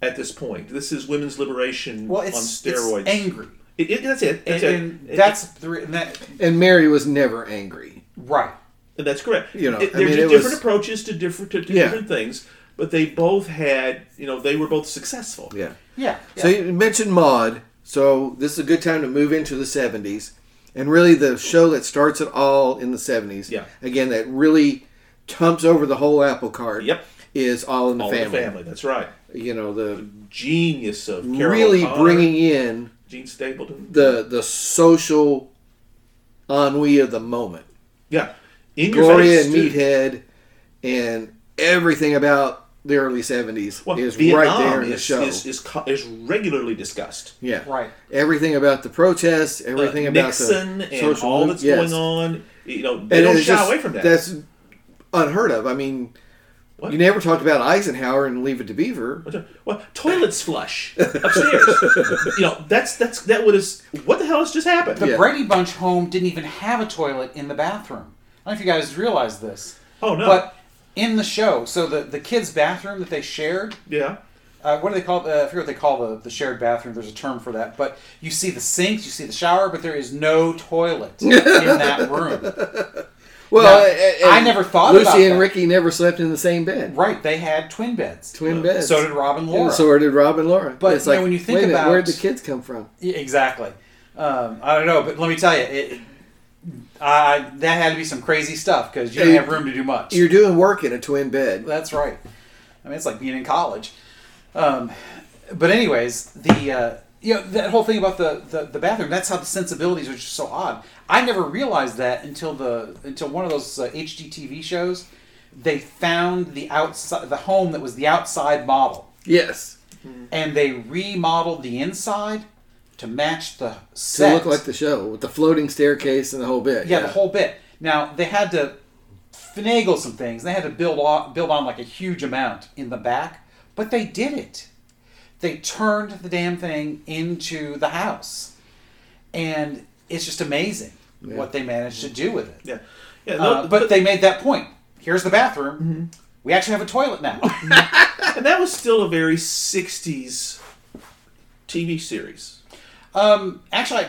Speaker 3: at this point. This is women's liberation
Speaker 2: Well, it's,
Speaker 3: on steroids.
Speaker 2: it's angry,
Speaker 3: It- it- that's it.
Speaker 2: and,
Speaker 3: That's
Speaker 2: and
Speaker 3: it. It-
Speaker 2: that's the re- and that,
Speaker 1: and Mary was never angry.
Speaker 2: right.
Speaker 3: and that's correct.
Speaker 1: You know,
Speaker 3: It-
Speaker 1: I
Speaker 3: they're
Speaker 1: mean,
Speaker 3: just
Speaker 1: it
Speaker 3: different
Speaker 1: was-
Speaker 3: approaches to different to, to
Speaker 1: Yeah.
Speaker 3: different things, but they both had you know they were both successful.
Speaker 1: Yeah.
Speaker 2: Yeah.
Speaker 1: So you mentioned Maud. So this is a good time to move into the 70s. And really the show that starts it all in the 70s.
Speaker 3: Yeah.
Speaker 1: Again, that really tumps over the whole apple cart.
Speaker 3: Yep.
Speaker 1: Is All in the,
Speaker 3: All in
Speaker 1: family.
Speaker 3: the family. That's right.
Speaker 1: You know, the
Speaker 3: Genius of Carol
Speaker 1: really
Speaker 3: O'Connor,
Speaker 1: bringing in
Speaker 3: Gene Stapleton.
Speaker 1: the the social ennui of the moment.
Speaker 3: yeah, in your
Speaker 1: Gloria
Speaker 3: face,
Speaker 1: and
Speaker 3: too.
Speaker 1: Meathead and everything about the early 70s
Speaker 3: Well,
Speaker 1: is
Speaker 3: Vietnam
Speaker 1: right there in the
Speaker 3: is,
Speaker 1: show.
Speaker 3: Is, is, co- is regularly discussed.
Speaker 1: yeah.
Speaker 2: Right.
Speaker 1: Everything about the protests, everything
Speaker 3: Uh,
Speaker 1: about
Speaker 3: Nixon
Speaker 1: the
Speaker 3: and
Speaker 1: social
Speaker 3: all
Speaker 1: move-
Speaker 3: that's
Speaker 1: yes.
Speaker 3: going on. You know,
Speaker 1: And
Speaker 3: they don't
Speaker 1: it's
Speaker 3: shy
Speaker 1: just-
Speaker 3: away from that.
Speaker 1: That's unheard of. I mean,
Speaker 3: What?
Speaker 1: You never talked about Eisenhower and Leave It to Beaver.
Speaker 3: Well, toilets flush upstairs. you know, that's that's that would is what the hell has just happened?
Speaker 2: The
Speaker 1: Yeah.
Speaker 2: Brady Bunch home didn't even have a toilet in the bathroom. I don't know if you guys realize this.
Speaker 3: Oh no.
Speaker 2: But in the show, so the, the kids' bathroom that they shared,
Speaker 3: yeah.
Speaker 2: uh, what do they call? Uh, I forget what they call the, the shared bathroom. There's a term for that. But you see the sinks, you see the shower, but there is no toilet in that room.
Speaker 1: Well,
Speaker 2: No,
Speaker 1: a- a-
Speaker 2: I
Speaker 1: and
Speaker 2: never thought
Speaker 1: Lucy
Speaker 2: about
Speaker 1: and
Speaker 2: that.
Speaker 1: Ricky never slept in the same bed.
Speaker 2: Right? They had twin beds. Uh,
Speaker 1: Twin beds.
Speaker 2: So did Rob and Laura.
Speaker 1: And so did Rob and Laura.
Speaker 2: But,
Speaker 1: it's
Speaker 2: you know,
Speaker 1: like,
Speaker 2: when you think
Speaker 1: wait a minute,
Speaker 2: about-
Speaker 1: where'd the kids come from?
Speaker 2: Yeah, exactly. Um, I don't know, but let me tell you, it, I, that had to be some crazy stuff because you
Speaker 1: Hey,
Speaker 2: didn't have room to do much.
Speaker 1: You're doing work in a twin bed.
Speaker 2: That's right. I mean, it's like being in college. Um, but anyways, the uh, you know that whole thing about the, the the bathroom. That's how the sensibilities are just so odd. I never realized that until the until one of those uh, HGTV shows. They found the outside the home that was the outside model,
Speaker 1: Yes.
Speaker 2: and they remodeled the inside to match the
Speaker 1: To
Speaker 2: set
Speaker 1: look like the show with the floating staircase and the whole bit.
Speaker 2: yeah, the whole bit. Now they had to finagle some things. They had to build on build on like a huge amount in the back, but they did it. They turned the damn thing into the house, and it's just amazing what they managed to do with it.
Speaker 3: Yeah. Yeah.
Speaker 2: Uh,
Speaker 3: no,
Speaker 2: but, they made that point. Here's the bathroom. We actually have a toilet now.
Speaker 3: and that was still a very '60s TV series
Speaker 2: um, actually,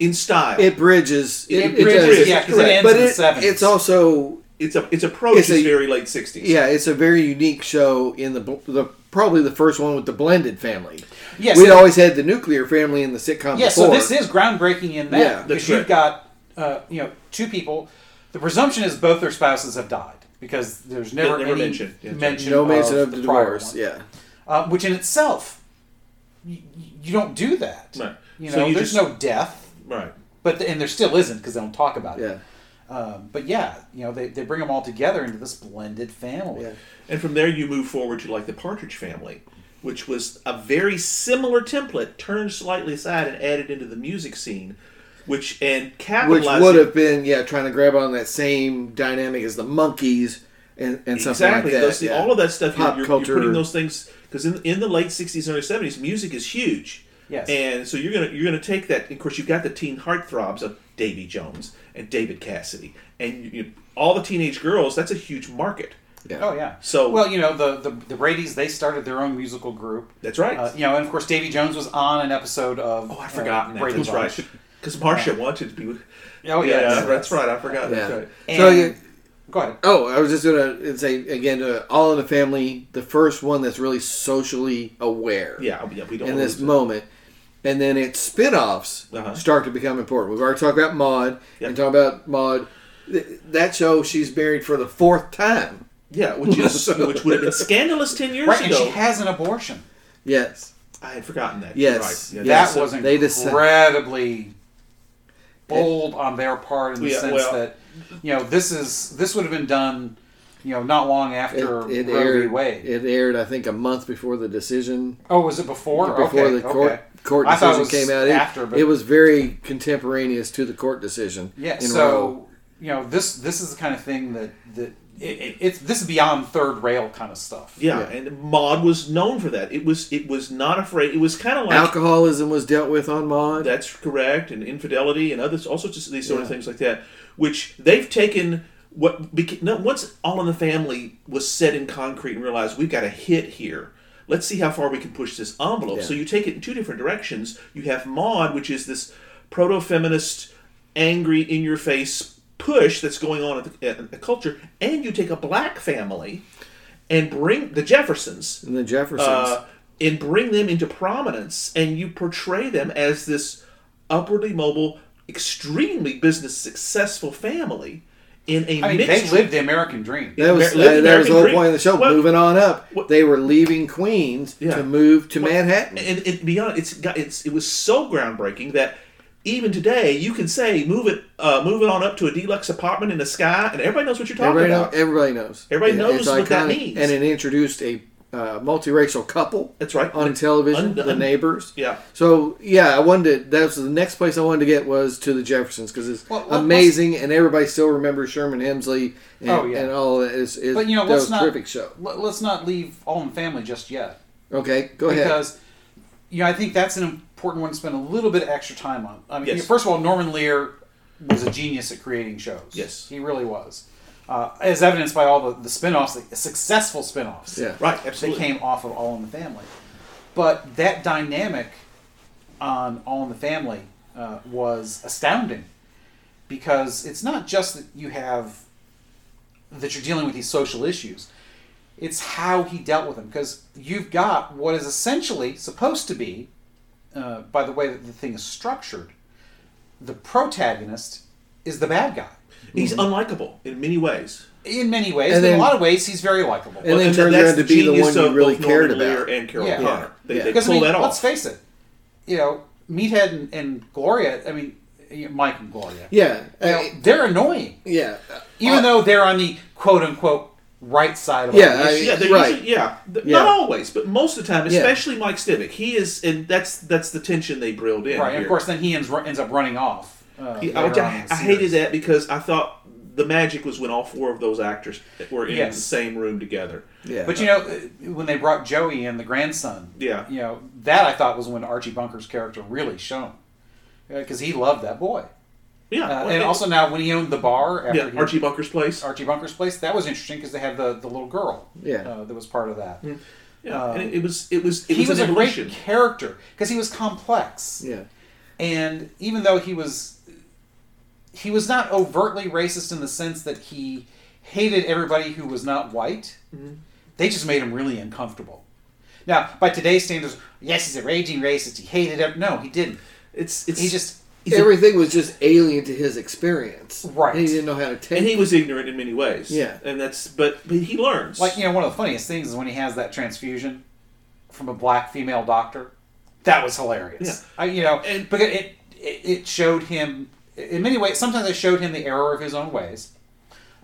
Speaker 3: in style.
Speaker 1: It bridges.
Speaker 2: it, bridges,
Speaker 1: does.
Speaker 2: yeah, because it
Speaker 3: correct.
Speaker 2: ends
Speaker 1: But
Speaker 2: in the
Speaker 1: it,
Speaker 2: seventies.
Speaker 1: it's also
Speaker 3: it's a its approach
Speaker 1: It's a-
Speaker 3: is very late '60s.
Speaker 1: yeah, it's a very unique show in the bl- the probably the first one with the blended family.
Speaker 2: Yes.
Speaker 1: we'd always had the nuclear family in the sitcom.
Speaker 2: Yeah,
Speaker 1: before.
Speaker 2: so this is groundbreaking in that
Speaker 1: Yeah, that's
Speaker 2: because you've
Speaker 3: right.
Speaker 2: got uh, you know two people. The presumption is both their spouses have died because there's never,
Speaker 3: never
Speaker 2: any
Speaker 3: mentioned. Yeah, that's right.
Speaker 2: mention
Speaker 1: no mention of, the
Speaker 2: prior
Speaker 1: divorce.
Speaker 2: one.
Speaker 1: Yeah,
Speaker 2: Uh, which in itself, you, you don't do that.
Speaker 3: Right.
Speaker 2: You know,
Speaker 3: So you
Speaker 2: there's
Speaker 3: just-
Speaker 2: no death,
Speaker 3: Right.
Speaker 2: but th- and there still isn't because they don't talk about it.
Speaker 1: yeah.
Speaker 2: Um, but yeah, you know, they, they bring them all together into this blended family.
Speaker 1: Yeah.
Speaker 3: And from there, you move forward to like the Partridge Family, which was a very similar template turned slightly aside and added into the music scene, which and
Speaker 1: Which
Speaker 3: capitalized
Speaker 1: would have been yeah trying to grab on that same dynamic as the monkeys and, and something
Speaker 3: exactly
Speaker 1: like that.
Speaker 3: those,
Speaker 1: yeah.
Speaker 3: all of that stuff. You're,
Speaker 1: Pop
Speaker 3: you're,
Speaker 1: culture.
Speaker 3: you're putting those things because in, in the late '60s and early '70s, music is huge.
Speaker 2: Yes.
Speaker 3: And so you're gonna you're gonna take that. Of course, you've got the teen heartthrobs of Davy Jones and David Cassidy, and you, you, all the teenage girls. That's a huge market.
Speaker 1: Yeah.
Speaker 2: Oh yeah.
Speaker 3: So-
Speaker 2: well, you know, the, the the Brady's they started their own musical group.
Speaker 3: That's right.
Speaker 2: Uh, you know, and of course, Davy Jones was on an episode of.
Speaker 3: oh, I
Speaker 2: uh,
Speaker 3: forgot. that.
Speaker 2: Brady
Speaker 3: That's
Speaker 2: Bunch.
Speaker 3: right. Because Marcia wanted to be. with-
Speaker 2: Oh, yeah, that's-
Speaker 3: that's right. I forgot. That's
Speaker 1: Yeah.
Speaker 3: right.
Speaker 1: So
Speaker 2: And-
Speaker 1: you,
Speaker 2: Go ahead.
Speaker 1: Oh, I was just gonna say again, uh, All in the Family, the first one that's really socially aware.
Speaker 3: Yeah, oh, yeah, we don't.
Speaker 1: in
Speaker 3: wanna
Speaker 1: this
Speaker 3: lose it.
Speaker 1: moment, and then its spin-offs
Speaker 3: Uh-huh.
Speaker 1: start to become important. We've already talked about Maud
Speaker 3: Yep.
Speaker 1: and talked about Maud. Th- That show she's married for the fourth time.
Speaker 3: yeah, which is which would have been scandalous ten years
Speaker 2: Right, and
Speaker 3: ago.
Speaker 2: she has an abortion.
Speaker 1: Yes,
Speaker 3: I had forgotten that. You're
Speaker 1: Yes.
Speaker 3: right.
Speaker 1: Yeah,
Speaker 2: that
Speaker 1: so
Speaker 2: was
Speaker 1: they decide-
Speaker 2: incredibly bold on their part in the
Speaker 3: Yeah,
Speaker 2: sense
Speaker 3: well-
Speaker 2: that you know this is this would have been done, you know, not long
Speaker 1: it,
Speaker 2: after
Speaker 1: it
Speaker 2: Roe v.
Speaker 1: aired.
Speaker 2: Wade.
Speaker 1: It aired, I think, a month before the decision.
Speaker 2: oh, was it before?
Speaker 1: Before
Speaker 2: okay,
Speaker 1: the court
Speaker 2: okay.
Speaker 1: court
Speaker 2: I thought it
Speaker 1: decision
Speaker 2: was
Speaker 1: came out, It-
Speaker 2: after,
Speaker 1: it,
Speaker 2: but
Speaker 1: was very contemporaneous to the court decision.
Speaker 2: Yeah.
Speaker 1: in
Speaker 2: so
Speaker 1: Roe.
Speaker 2: you know this this is the kind of thing that that it, it, it's this is beyond third rail kind of stuff.
Speaker 3: Yeah,
Speaker 1: Yeah.
Speaker 3: and Maud was known for that. It was it was not afraid. It was kind of like
Speaker 1: alcoholism was dealt with on Maud.
Speaker 3: that's correct, and infidelity, and others, all sorts of these sort of things like that, which they've taken. What beca- no, once All in the Family was set in concrete and realized we've got a hit here. Let's see how far we can push this envelope.
Speaker 1: Yeah.
Speaker 3: So you take it in two different directions. You have Maud, which is this proto-feminist, angry, in-your-face push that's going on at the, at the culture, and you take a black family and bring the Jeffersons
Speaker 1: and the Jeffersons.
Speaker 3: uh, and bring them into prominence, and you portray them as this upwardly mobile, extremely business successful family in a
Speaker 2: I mean,
Speaker 3: mixed.
Speaker 2: they lived the American dream.
Speaker 1: That was
Speaker 3: Amer- living
Speaker 1: uh, that was the
Speaker 3: American
Speaker 1: whole
Speaker 3: dream.
Speaker 1: point of the show.
Speaker 3: What-
Speaker 1: moving on up,
Speaker 3: what-
Speaker 1: they were leaving Queens
Speaker 3: Yeah.
Speaker 1: to move to Manhattan.
Speaker 3: and, and beyond, it's got it's it was so groundbreaking that even today you can say move it uh, move it on up to a deluxe apartment in the sky, and everybody knows what you're talking
Speaker 1: everybody, know,
Speaker 3: about.
Speaker 1: everybody knows.
Speaker 3: Everybody knows
Speaker 1: it's
Speaker 3: what that
Speaker 1: iconic,
Speaker 3: means.
Speaker 1: And it introduced a uh, multiracial couple
Speaker 3: That's right.
Speaker 1: on television,
Speaker 3: Undone.
Speaker 1: The Neighbors.
Speaker 3: yeah.
Speaker 1: So yeah, I wanted to, that was the next place I wanted to get was to the Jeffersons because it's
Speaker 2: Well, what-
Speaker 1: amazing and everybody still remembers Sherman Hemsley and,
Speaker 2: Oh, yeah.
Speaker 1: and all that. It's, it's,
Speaker 2: But, you know,
Speaker 1: that
Speaker 2: let's
Speaker 1: was a
Speaker 2: not-
Speaker 1: terrific show.
Speaker 2: Let- Let's not leave All in the Family just yet.
Speaker 1: Okay, go ahead.
Speaker 2: because you know I think that's an important one to spend a little bit of extra time on. I mean,
Speaker 3: Yes.
Speaker 2: first of all, Norman Lear was a genius at creating shows.
Speaker 3: Yes.
Speaker 2: he really was, uh, as evidenced by all the, the spin-offs, the successful spin-offs
Speaker 1: Yeah.
Speaker 3: Right.
Speaker 2: that
Speaker 3: Absolutely.
Speaker 2: came off of All in the Family. But that dynamic on All in the Family uh, was astounding because it's not just that you have that you're dealing with these social issues. It's how he dealt with them because you've got what is essentially supposed to be, uh, by the way that the thing is structured, the protagonist is the bad guy.
Speaker 3: He's
Speaker 1: Mm-hmm.
Speaker 3: unlikable in many ways.
Speaker 2: In many ways,
Speaker 1: And
Speaker 2: but in
Speaker 1: then-
Speaker 2: a lot of ways, he's very likable.
Speaker 1: And then
Speaker 3: th-
Speaker 1: turns around
Speaker 3: that's
Speaker 1: to be the
Speaker 3: genius
Speaker 1: one you
Speaker 3: of
Speaker 1: really
Speaker 3: both
Speaker 1: cared
Speaker 3: Norman Lear
Speaker 1: about.
Speaker 3: and Carol
Speaker 2: Yeah.
Speaker 3: Connor. They,
Speaker 1: Yeah.
Speaker 3: they
Speaker 2: Because
Speaker 3: pull
Speaker 2: I mean,
Speaker 3: that off.
Speaker 2: let's face it, you know, Meathead and, and Gloria. I mean, you know, Mike and Gloria.
Speaker 1: Yeah,
Speaker 2: You know,
Speaker 1: I-
Speaker 2: they're annoying,
Speaker 1: yeah,
Speaker 2: even
Speaker 1: Uh,
Speaker 2: though they're on the quote unquote right side of
Speaker 1: Yeah,
Speaker 2: the
Speaker 1: I-
Speaker 2: issue.
Speaker 3: yeah, they're
Speaker 1: Right.
Speaker 3: usually, yeah, Th-
Speaker 1: Yeah.
Speaker 3: Not always, but most of the time,
Speaker 1: Yeah.
Speaker 3: especially Mike Stivic. He is, and that's that's the tension they drilled in.
Speaker 2: right. And
Speaker 3: here.
Speaker 2: of course, then he ends, ru- ends up running off. Uh,
Speaker 3: He-
Speaker 2: later
Speaker 3: I,
Speaker 2: on
Speaker 3: I,
Speaker 2: in the
Speaker 3: I hated
Speaker 2: series.
Speaker 3: that because I thought the magic was when all four of those actors were in
Speaker 2: Yes.
Speaker 3: the same room together.
Speaker 1: yeah.
Speaker 2: But you know, uh, when they brought Joey in, the grandson,
Speaker 3: Yeah.
Speaker 2: you know, that I thought was when Archie Bunker's character really shone, because he loved that boy.
Speaker 3: Yeah,
Speaker 2: Uh,
Speaker 3: well,
Speaker 2: and
Speaker 3: it-
Speaker 2: also now when he owned the bar after
Speaker 3: yeah,
Speaker 2: he
Speaker 3: Archie Bunker's place.
Speaker 2: Archie Bunker's place. That was interesting because they had the, the little girl
Speaker 1: Yeah.
Speaker 2: uh, that was part of that.
Speaker 3: Yeah,
Speaker 2: um,
Speaker 3: and it, it was it was Mm. it
Speaker 2: He
Speaker 3: was,
Speaker 2: was a
Speaker 3: an
Speaker 2: great
Speaker 3: evolution.
Speaker 2: character because he was complex.
Speaker 1: yeah,
Speaker 2: And even though he was he was not overtly racist in the sense that he hated everybody who was not white.
Speaker 3: Mm-hmm.
Speaker 2: They just made him really uncomfortable. Now, by today's standards, yes, he's a raging racist. He hated ev- no, he didn't.
Speaker 3: It's it's
Speaker 2: He just
Speaker 3: he's a-
Speaker 1: everything was just alien to his experience.
Speaker 2: Right.
Speaker 1: he didn't know how to take.
Speaker 3: and he was ignorant in many ways.
Speaker 1: Yeah.
Speaker 3: and that's but but he learns.
Speaker 2: Like you know, one of the funniest things is when he has that transfusion from a black female doctor. That was hilarious. I, you know,
Speaker 3: And-
Speaker 2: because it, it it showed him in many ways. Sometimes it showed him the error of his own ways.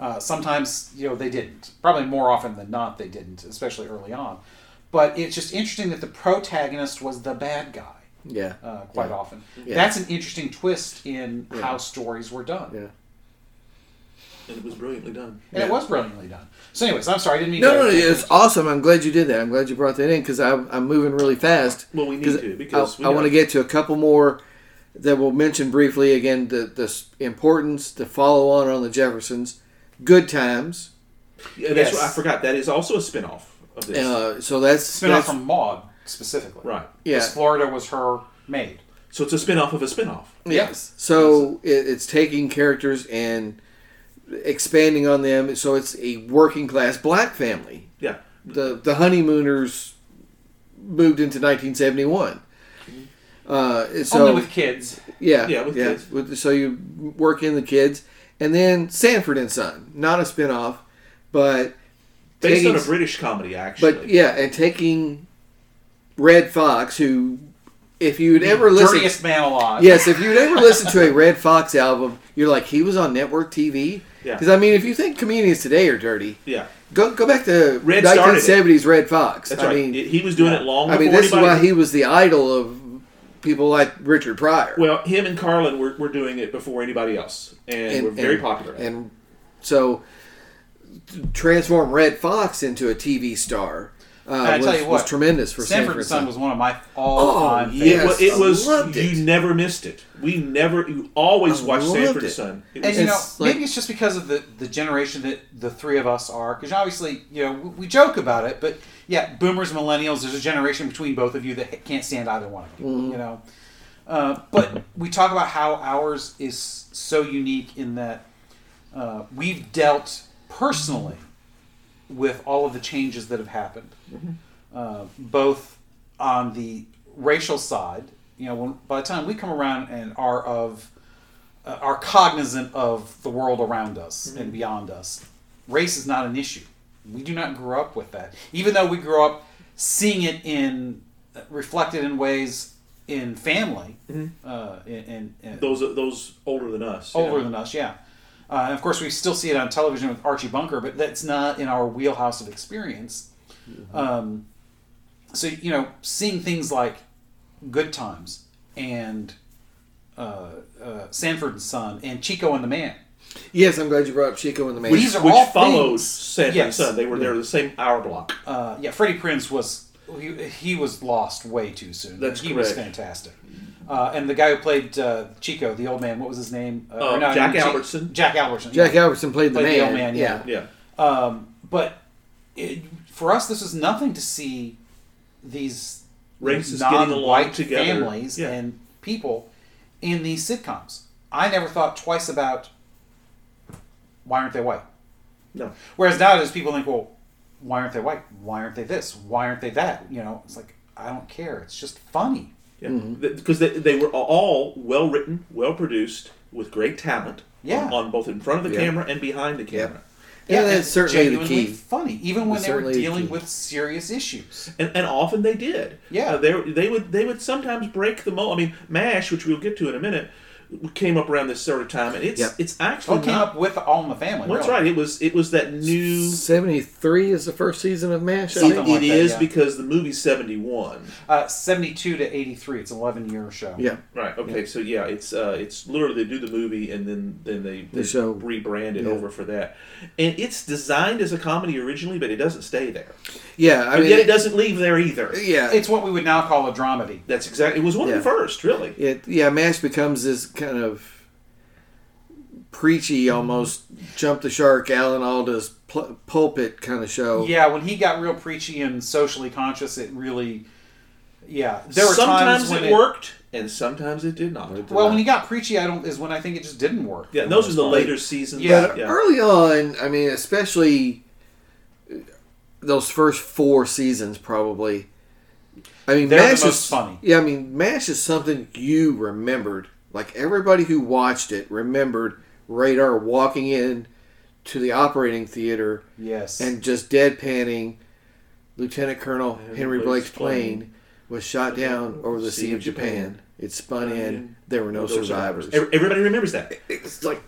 Speaker 2: Uh, sometimes you know they didn't. Probably more often than not they didn't, especially early on. But it's just interesting that the protagonist was the bad guy
Speaker 1: yeah,
Speaker 2: uh, quite
Speaker 1: Yeah.
Speaker 2: often.
Speaker 1: Yeah.
Speaker 2: That's an interesting twist in
Speaker 1: Yeah.
Speaker 2: how stories were done,
Speaker 1: yeah.
Speaker 3: and it was brilliantly done.
Speaker 2: and it
Speaker 1: Yeah.
Speaker 2: was brilliantly done. So, anyways, I'm sorry I didn't mean
Speaker 1: No,
Speaker 2: to.
Speaker 1: no, no, it's awesome. I'm glad you did that. I'm glad you brought that in because I'm, I'm moving really fast.
Speaker 3: Well, we need
Speaker 1: 'Cause
Speaker 3: to, because
Speaker 1: I,
Speaker 3: we
Speaker 1: I want to
Speaker 3: gotta-
Speaker 1: get to a couple more that we'll mention briefly. Again, the the s- importance, the follow on on the Jeffersons, good times.
Speaker 3: Yeah, that's
Speaker 2: Yes.
Speaker 3: what I forgot. That is also a spinoff of this.
Speaker 1: Uh, so that's
Speaker 2: spin-off
Speaker 1: that's-
Speaker 2: from Maud specifically.
Speaker 3: right.
Speaker 1: Yeah.
Speaker 2: Because Florida was her maid.
Speaker 3: So it's a spinoff of a spinoff.
Speaker 1: Yes. So it, it's taking characters and expanding on them. So it's a working class black family.
Speaker 3: Yeah.
Speaker 1: The the honeymooners moved into 1971. Uh, so
Speaker 2: Only with kids.
Speaker 1: yeah,
Speaker 3: Yeah, with kids.
Speaker 1: With, so you work in the kids, and then Sanford and Son, not a spinoff, but
Speaker 3: Based
Speaker 1: taking-
Speaker 3: on a British comedy, actually.
Speaker 1: but yeah, and taking Red Fox, who if you'd ever listened
Speaker 2: Dirtiest man alive.
Speaker 1: Yes, if you'd ever listened to a Red Fox album, you're like, he was on network TV.
Speaker 3: Yeah.
Speaker 1: Because I mean, if you think comedians today are dirty,
Speaker 3: Yeah.
Speaker 1: go go back to
Speaker 3: Red started it.
Speaker 1: 1970s Red Fox.
Speaker 3: That's
Speaker 1: I
Speaker 3: right.
Speaker 1: mean,
Speaker 3: It- he was doing it long
Speaker 1: I mean,
Speaker 3: before
Speaker 1: this is
Speaker 3: anybody-
Speaker 1: why he was the idol of people like Richard Pryor.
Speaker 3: Well, him and Carlin were, were doing it before anybody else, and, were very popular. at it.
Speaker 1: And so, t- transform Red Fox into a TV star
Speaker 2: And
Speaker 1: uh,
Speaker 2: I
Speaker 1: was,
Speaker 2: tell you
Speaker 1: was
Speaker 2: what,
Speaker 1: tremendous for
Speaker 2: Sanford and Son was one of my all-time
Speaker 1: Oh,
Speaker 3: it
Speaker 1: yes.
Speaker 2: favorites.
Speaker 3: was, it
Speaker 1: I
Speaker 3: was-
Speaker 1: loved it.
Speaker 3: you never missed it. We never, you always
Speaker 1: I
Speaker 3: watched
Speaker 1: loved
Speaker 3: Sanford
Speaker 1: it.
Speaker 3: and Son. It
Speaker 2: And
Speaker 3: was-
Speaker 2: you know,
Speaker 1: It's like-
Speaker 2: maybe it's just because of the, the generation that the three of us are. Because obviously, you know, we, we joke about it, but yeah, boomers, millennials. There's a generation between both of you that can't stand either one of you. You know, uh, but we talk about how ours is so unique in that uh, we've dealt personally with all of the changes that have happened, uh, both on the racial side. You know, when, by the time we come around and are of uh, are cognizant of the world around us and beyond us. Race is not an issue. We do not grow up with that. Even though we grow up seeing it in uh, reflected in ways in family, uh, in, in, in
Speaker 3: those those older than us. you
Speaker 2: older
Speaker 3: know.
Speaker 2: than us, yeah. Uh, and of course, we still see it on television with Archie Bunker, but that's not in our wheelhouse of experience.
Speaker 3: Mm-hmm.
Speaker 2: Um, so you know, seeing things like Good Times and uh, uh, Sanford and Son and Chico and the Man.
Speaker 1: Yes, I'm glad you brought up Chico and the Man.
Speaker 2: These are
Speaker 3: Which
Speaker 2: all
Speaker 3: follows
Speaker 2: things-
Speaker 3: Sanford
Speaker 2: Yes.
Speaker 3: and Son. They were there the same hour block.
Speaker 2: uh, yeah, Freddie Prinz was he, he was lost way too soon.
Speaker 3: That's
Speaker 2: he was
Speaker 3: correct.
Speaker 2: fantastic. Uh, and the guy who played uh, Chico, the old man, what was his name? Uh,
Speaker 3: Uh,
Speaker 2: no,
Speaker 3: Jack
Speaker 2: Chi-
Speaker 3: Albertson.
Speaker 2: Jack Albertson.
Speaker 1: Jack
Speaker 2: yeah.
Speaker 1: Albertson played the
Speaker 2: Played the
Speaker 1: man.
Speaker 2: old man, yeah.
Speaker 3: Yeah.
Speaker 2: Um, but it, for us, this was nothing to see these
Speaker 3: Races
Speaker 2: non-white
Speaker 3: getting along together.
Speaker 2: families
Speaker 3: Yeah.
Speaker 2: and people in these sitcoms. I never thought twice about why aren't they white.
Speaker 3: No.
Speaker 2: Whereas nowadays people think, well, why aren't they white? Why aren't they this? Why aren't they that? You know, it's like I don't care. It's just funny.
Speaker 3: Yeah.
Speaker 1: Mm-hmm.
Speaker 3: Because they, they were all well written, well produced, with great talent.
Speaker 2: Yeah.
Speaker 3: On, on both in front of the
Speaker 1: Yeah.
Speaker 3: camera and behind the camera.
Speaker 1: Yeah,
Speaker 2: and
Speaker 1: that's certainly the
Speaker 2: genuinely
Speaker 1: key.
Speaker 2: Funny, even when
Speaker 1: That's
Speaker 2: they were
Speaker 1: certainly the
Speaker 2: dealing
Speaker 1: key.
Speaker 2: with serious issues.
Speaker 3: and, and often they did.
Speaker 2: Yeah.
Speaker 3: Uh, they they would they would sometimes break the mold. I mean, Mash, which we'll get to in a minute, came up around this sort of time, and it's
Speaker 1: Yep.
Speaker 3: it's
Speaker 2: Oh,
Speaker 3: actually
Speaker 2: it came
Speaker 3: not-
Speaker 2: up with All in the Family.
Speaker 3: Well, that's
Speaker 2: really.
Speaker 3: right. It was it was that new.
Speaker 1: Seventy three is the first season of Mash. I
Speaker 2: Something
Speaker 3: It-
Speaker 1: think.
Speaker 2: like
Speaker 3: it
Speaker 2: that,
Speaker 3: is
Speaker 2: yeah.
Speaker 3: because the movie's seventy one.
Speaker 2: Uh, Seventy-two to eighty-three. It's an eleven-year show.
Speaker 1: Yeah,
Speaker 3: Right. Okay. So yeah, it's uh, it's literally they do the movie and then then they, they
Speaker 1: show-
Speaker 3: rebrand it
Speaker 1: yeah.
Speaker 3: over for that, and it's designed as a comedy originally, but it doesn't stay there.
Speaker 1: yeah. I
Speaker 3: And
Speaker 1: mean,
Speaker 3: yet it doesn't leave there either.
Speaker 1: Yeah,
Speaker 2: It's what we would now call a dramedy.
Speaker 3: That's exactly. It was one of
Speaker 1: Yeah.
Speaker 3: the first, really.
Speaker 1: it yeah mash becomes this kind of
Speaker 2: Mm-hmm.
Speaker 1: preachy almost jump the shark alan alda's pul- pulpit kind of show
Speaker 2: Yeah, when he got real preachy and socially conscious, it really, yeah. There were
Speaker 3: sometimes
Speaker 2: times when
Speaker 3: it worked, and sometimes it did not.
Speaker 2: Well, when he got preachy, I don't is when I think it just didn't work.
Speaker 3: Yeah, and those are the
Speaker 2: Right.
Speaker 3: later seasons.
Speaker 2: Yeah.
Speaker 1: But early on i mean especially those first four seasons probably i mean
Speaker 2: They're the
Speaker 1: mash
Speaker 2: most
Speaker 1: is
Speaker 2: funny.
Speaker 1: yeah i mean mash is something you remembered like everybody who watched it remembered radar walking in to the operating theater
Speaker 2: Yes.
Speaker 1: and just deadpanning Lieutenant Colonel Henry Blake's
Speaker 3: Blake's plane
Speaker 1: plane was shot down over the Sea of Japan. It spun in. There were no
Speaker 3: Those are-
Speaker 1: survivors.
Speaker 3: ev- Everybody remembers that,
Speaker 1: It's like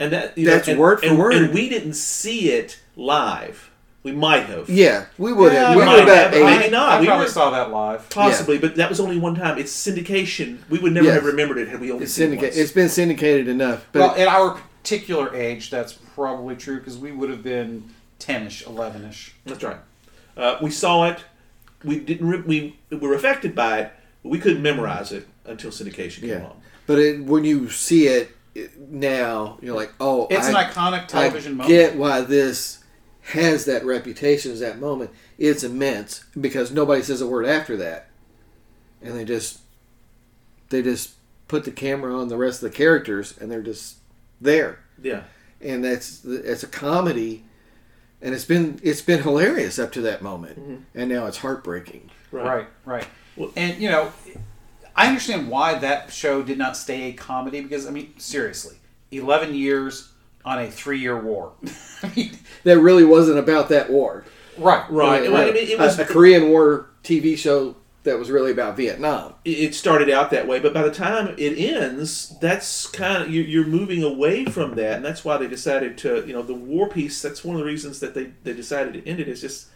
Speaker 3: and that you
Speaker 1: That's
Speaker 3: know, and-
Speaker 1: word for
Speaker 3: and-
Speaker 1: word.
Speaker 3: And we didn't see it live. We might have,
Speaker 1: yeah, we would
Speaker 2: Yeah,
Speaker 1: have. We
Speaker 2: we
Speaker 1: were
Speaker 2: might
Speaker 1: about
Speaker 3: have,
Speaker 1: eight.
Speaker 2: I,
Speaker 3: Maybe not.
Speaker 2: I
Speaker 3: We
Speaker 2: probably
Speaker 3: were-
Speaker 2: saw that live.
Speaker 3: possibly, but that was only one time. It's syndication. We would never
Speaker 1: Yes.
Speaker 3: have remembered it had we only
Speaker 1: It's
Speaker 3: seen
Speaker 1: syndicated.
Speaker 3: it
Speaker 1: It's
Speaker 3: once.
Speaker 1: been syndicated enough. But
Speaker 2: well, at our particular age, that's probably true because we would have been ten-ish, eleven-ish.
Speaker 3: That's right. Uh, we saw it. We didn't. Re- we, we were affected by it, but we couldn't memorize it until syndication came
Speaker 1: yeah,
Speaker 3: along.
Speaker 1: but it, when you see it it- now, you're like, oh,
Speaker 2: It's
Speaker 1: I-
Speaker 2: an iconic television
Speaker 1: I
Speaker 2: moment.
Speaker 1: get why this has that reputation as that moment. It's immense because nobody says a word after that, and they just they just put the camera on the rest of the characters, and they're just there.
Speaker 3: Yeah,
Speaker 1: And that's it's a comedy, and it's been it's been hilarious up to that moment, and now it's heartbreaking.
Speaker 2: Right, right.
Speaker 3: Well-
Speaker 2: and you know, I understand why that show did not stay a comedy because I mean, seriously, eleven years on a three-year war. I mean,
Speaker 1: That really wasn't about that war.
Speaker 2: right,
Speaker 3: Right.
Speaker 1: It,
Speaker 3: Well, I mean, it was.
Speaker 1: a, a Korean War TV show that was really about Vietnam.
Speaker 3: it- it started out that way, but by the time it ends, that's kind of you, you're moving away from that, and that's why they decided to, you know, the war piece. That's one of the reasons that they they decided to end it. Is just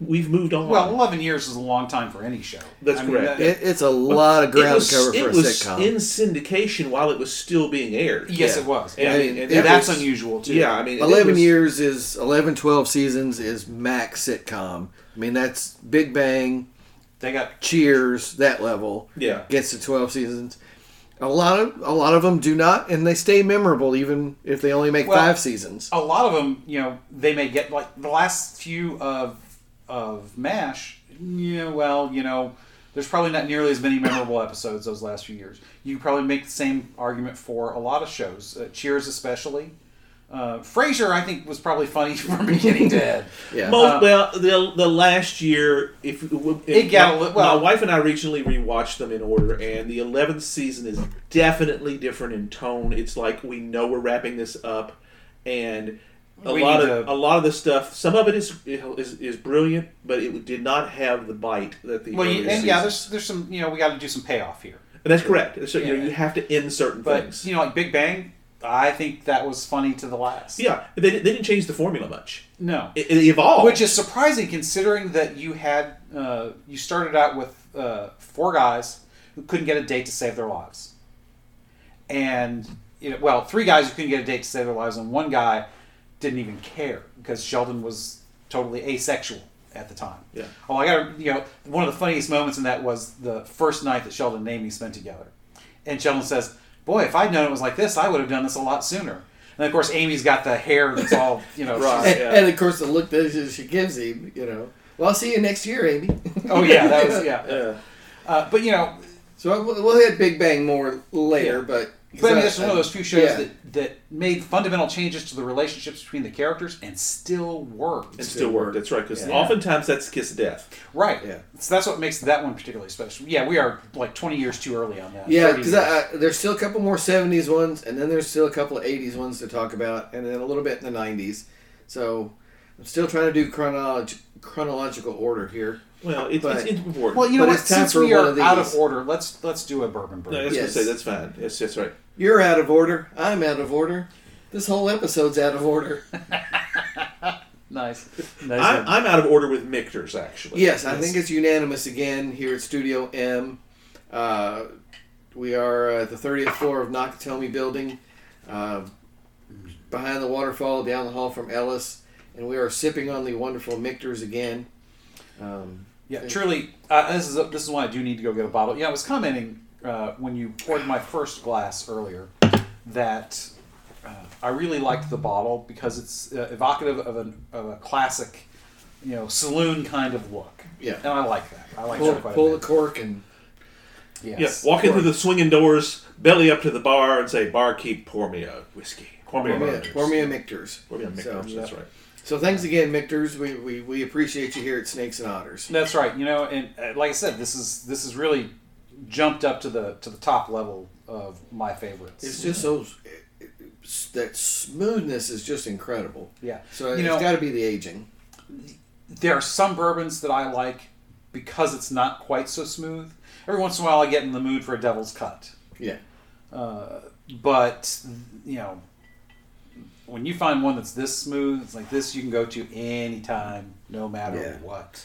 Speaker 3: we've moved on.
Speaker 2: Well, eleven years is a long time for any show.
Speaker 3: That's
Speaker 2: I mean,
Speaker 3: correct.
Speaker 2: that-
Speaker 1: It, it's a lot of
Speaker 3: It
Speaker 1: ground
Speaker 3: was-
Speaker 1: cover for
Speaker 3: it
Speaker 1: a
Speaker 3: was
Speaker 1: sitcom.
Speaker 3: in syndication while it was still being aired.
Speaker 2: yes,
Speaker 1: yeah.
Speaker 2: it was.
Speaker 3: And,
Speaker 1: I mean,
Speaker 3: and
Speaker 1: it
Speaker 3: that
Speaker 2: that's
Speaker 3: was-
Speaker 2: unusual too.
Speaker 3: Yeah, I mean, it
Speaker 1: 11
Speaker 3: was-
Speaker 1: years is 11 12 seasons is max sitcom i mean that's big bang
Speaker 2: they got
Speaker 1: cheers that level
Speaker 3: Yeah,
Speaker 1: gets to 12 seasons a lot of a lot of them do not and they stay memorable even if they only make
Speaker 2: Well-
Speaker 1: five seasons
Speaker 2: a lot of them, you know, they may get like the last few of of Mash. Yeah, well, you know, there's probably not nearly as many memorable episodes those last few years. You could probably make the same argument for a lot of shows, uh, Cheers especially. Uh, Frasier, I think, was probably funny from beginning to end.
Speaker 1: yeah
Speaker 3: Most, well, the the last year, if, if
Speaker 2: It got a
Speaker 3: my,
Speaker 2: li- well-
Speaker 3: my wife and I originally rewatched them in order, and the eleventh season is definitely different in tone. It's like we know we're wrapping this up, and a
Speaker 2: We
Speaker 3: lot
Speaker 2: need
Speaker 3: of
Speaker 2: to-
Speaker 3: a lot of the stuff. Some of it is is, is brilliant, but it did not have the bite that the
Speaker 2: Well,
Speaker 3: earlier
Speaker 2: you, and yeah,
Speaker 3: seasons-
Speaker 2: there's there's some you know we got to do some payoff here,
Speaker 3: and that's correct. So you, know,
Speaker 2: Yeah.
Speaker 3: you have to end certain
Speaker 2: but
Speaker 3: things.
Speaker 2: you know like Big Bang, I think that was funny to the last.
Speaker 3: Yeah, they, they didn't change the formula much.
Speaker 2: No.
Speaker 3: It, it evolved.
Speaker 2: Which is surprising considering that you had uh, you started out with uh, four guys who couldn't get a date to save their lives, and you know, well, three guys who couldn't get a date to save their lives, and one guy didn't even care because Sheldon was totally asexual at the time.
Speaker 3: Yeah.
Speaker 2: Oh, I got to you know one of the funniest moments in that was the first night that Sheldon and Amy spent together, and Sheldon says, "Boy, if I'd known it was like this, I would have done this a lot sooner." And of course, Amy's got the hair that's all you know.
Speaker 3: Right.
Speaker 2: she's-
Speaker 1: And,
Speaker 3: Yeah.
Speaker 1: and of course, the look that she gives him, you know. Well, I'll see you next year, Amy.
Speaker 2: Oh yeah, that was yeah.
Speaker 3: Yeah.
Speaker 2: Uh, but you know,
Speaker 1: So I- we'll, we'll hit Big Bang more later,
Speaker 2: Yeah.
Speaker 1: but.
Speaker 2: but I mean, that's one of those few shows
Speaker 1: yeah.
Speaker 2: that that made fundamental changes to the relationships between the characters and still worked.
Speaker 3: It still worked. That's right, because
Speaker 1: Yeah.
Speaker 3: oftentimes that's the kiss of death.
Speaker 2: right.
Speaker 1: Yeah.
Speaker 2: So that's what makes that one particularly special. Yeah, we are like twenty years too early on that.
Speaker 1: Yeah,
Speaker 2: 30
Speaker 1: because
Speaker 2: years.
Speaker 1: there's still a couple more 70s ones, and then there's still a couple of 80s ones to talk about, and then a little bit in the 90s. So I'm still trying to do chronolog- chronological order here.
Speaker 3: Well, it,
Speaker 1: But-
Speaker 3: it's, it's important.
Speaker 2: well, you know
Speaker 1: but
Speaker 2: what?
Speaker 1: it's time
Speaker 2: Since
Speaker 1: for
Speaker 2: we
Speaker 1: one
Speaker 2: are
Speaker 1: of
Speaker 2: out of
Speaker 1: these.
Speaker 2: order, let's let's do a bourbon
Speaker 3: no, I
Speaker 2: brew.
Speaker 1: yes.
Speaker 3: was going to say that's fine. Yes, that's right.
Speaker 1: You're out of order. I'm out of order. This whole episode's out of order.
Speaker 2: nice.
Speaker 3: I'm, I'm out of order with Mictors, actually.
Speaker 1: Yes, I think it's unanimous again here at Studio M. Uh, we are uh, at the 30th floor of Nakatomi Building, uh, behind the waterfall, down the hall from Ellis, and we are sipping on the wonderful Mictors again. Um,
Speaker 2: Yeah, truly, uh, this is this is why I do need to go get a bottle. Yeah, I was commenting uh, when you poured my first glass earlier that uh, I really liked the bottle because it's uh, evocative of, an, of a classic, you know, saloon kind of look.
Speaker 1: Yeah.
Speaker 2: and I like that. I like
Speaker 1: pull,
Speaker 2: that quite
Speaker 1: pull
Speaker 2: a
Speaker 1: the
Speaker 2: bit.
Speaker 1: cork and
Speaker 2: Yes.
Speaker 3: Yeah, walk in through the swinging doors, belly up to the bar, and say, "Barkeep, pour me a whiskey. Pour me a
Speaker 1: pour me a,
Speaker 3: Mictors.
Speaker 1: pour me a Mictors.
Speaker 3: Pour me a Mictors."
Speaker 1: So,
Speaker 3: That's right.
Speaker 1: so thanks again, Mictors. We, we, we appreciate you here at Snakes and Otters.
Speaker 2: That's right. You know, and uh, like I said, this is this is really jumped up to the to the top level of my favorites.
Speaker 1: It's just so that smoothness is just incredible.
Speaker 2: yeah.
Speaker 1: So
Speaker 2: you
Speaker 1: it's
Speaker 2: know,
Speaker 1: got to be the aging.
Speaker 2: there are some bourbons that I like because it's not quite so smooth. Every once in a while, I get in the mood for a devil's cut,
Speaker 1: Yeah.
Speaker 2: uh, but you know, when you find one that's this smooth, it's like this you can go to anytime, no matter
Speaker 1: Yeah.
Speaker 2: what.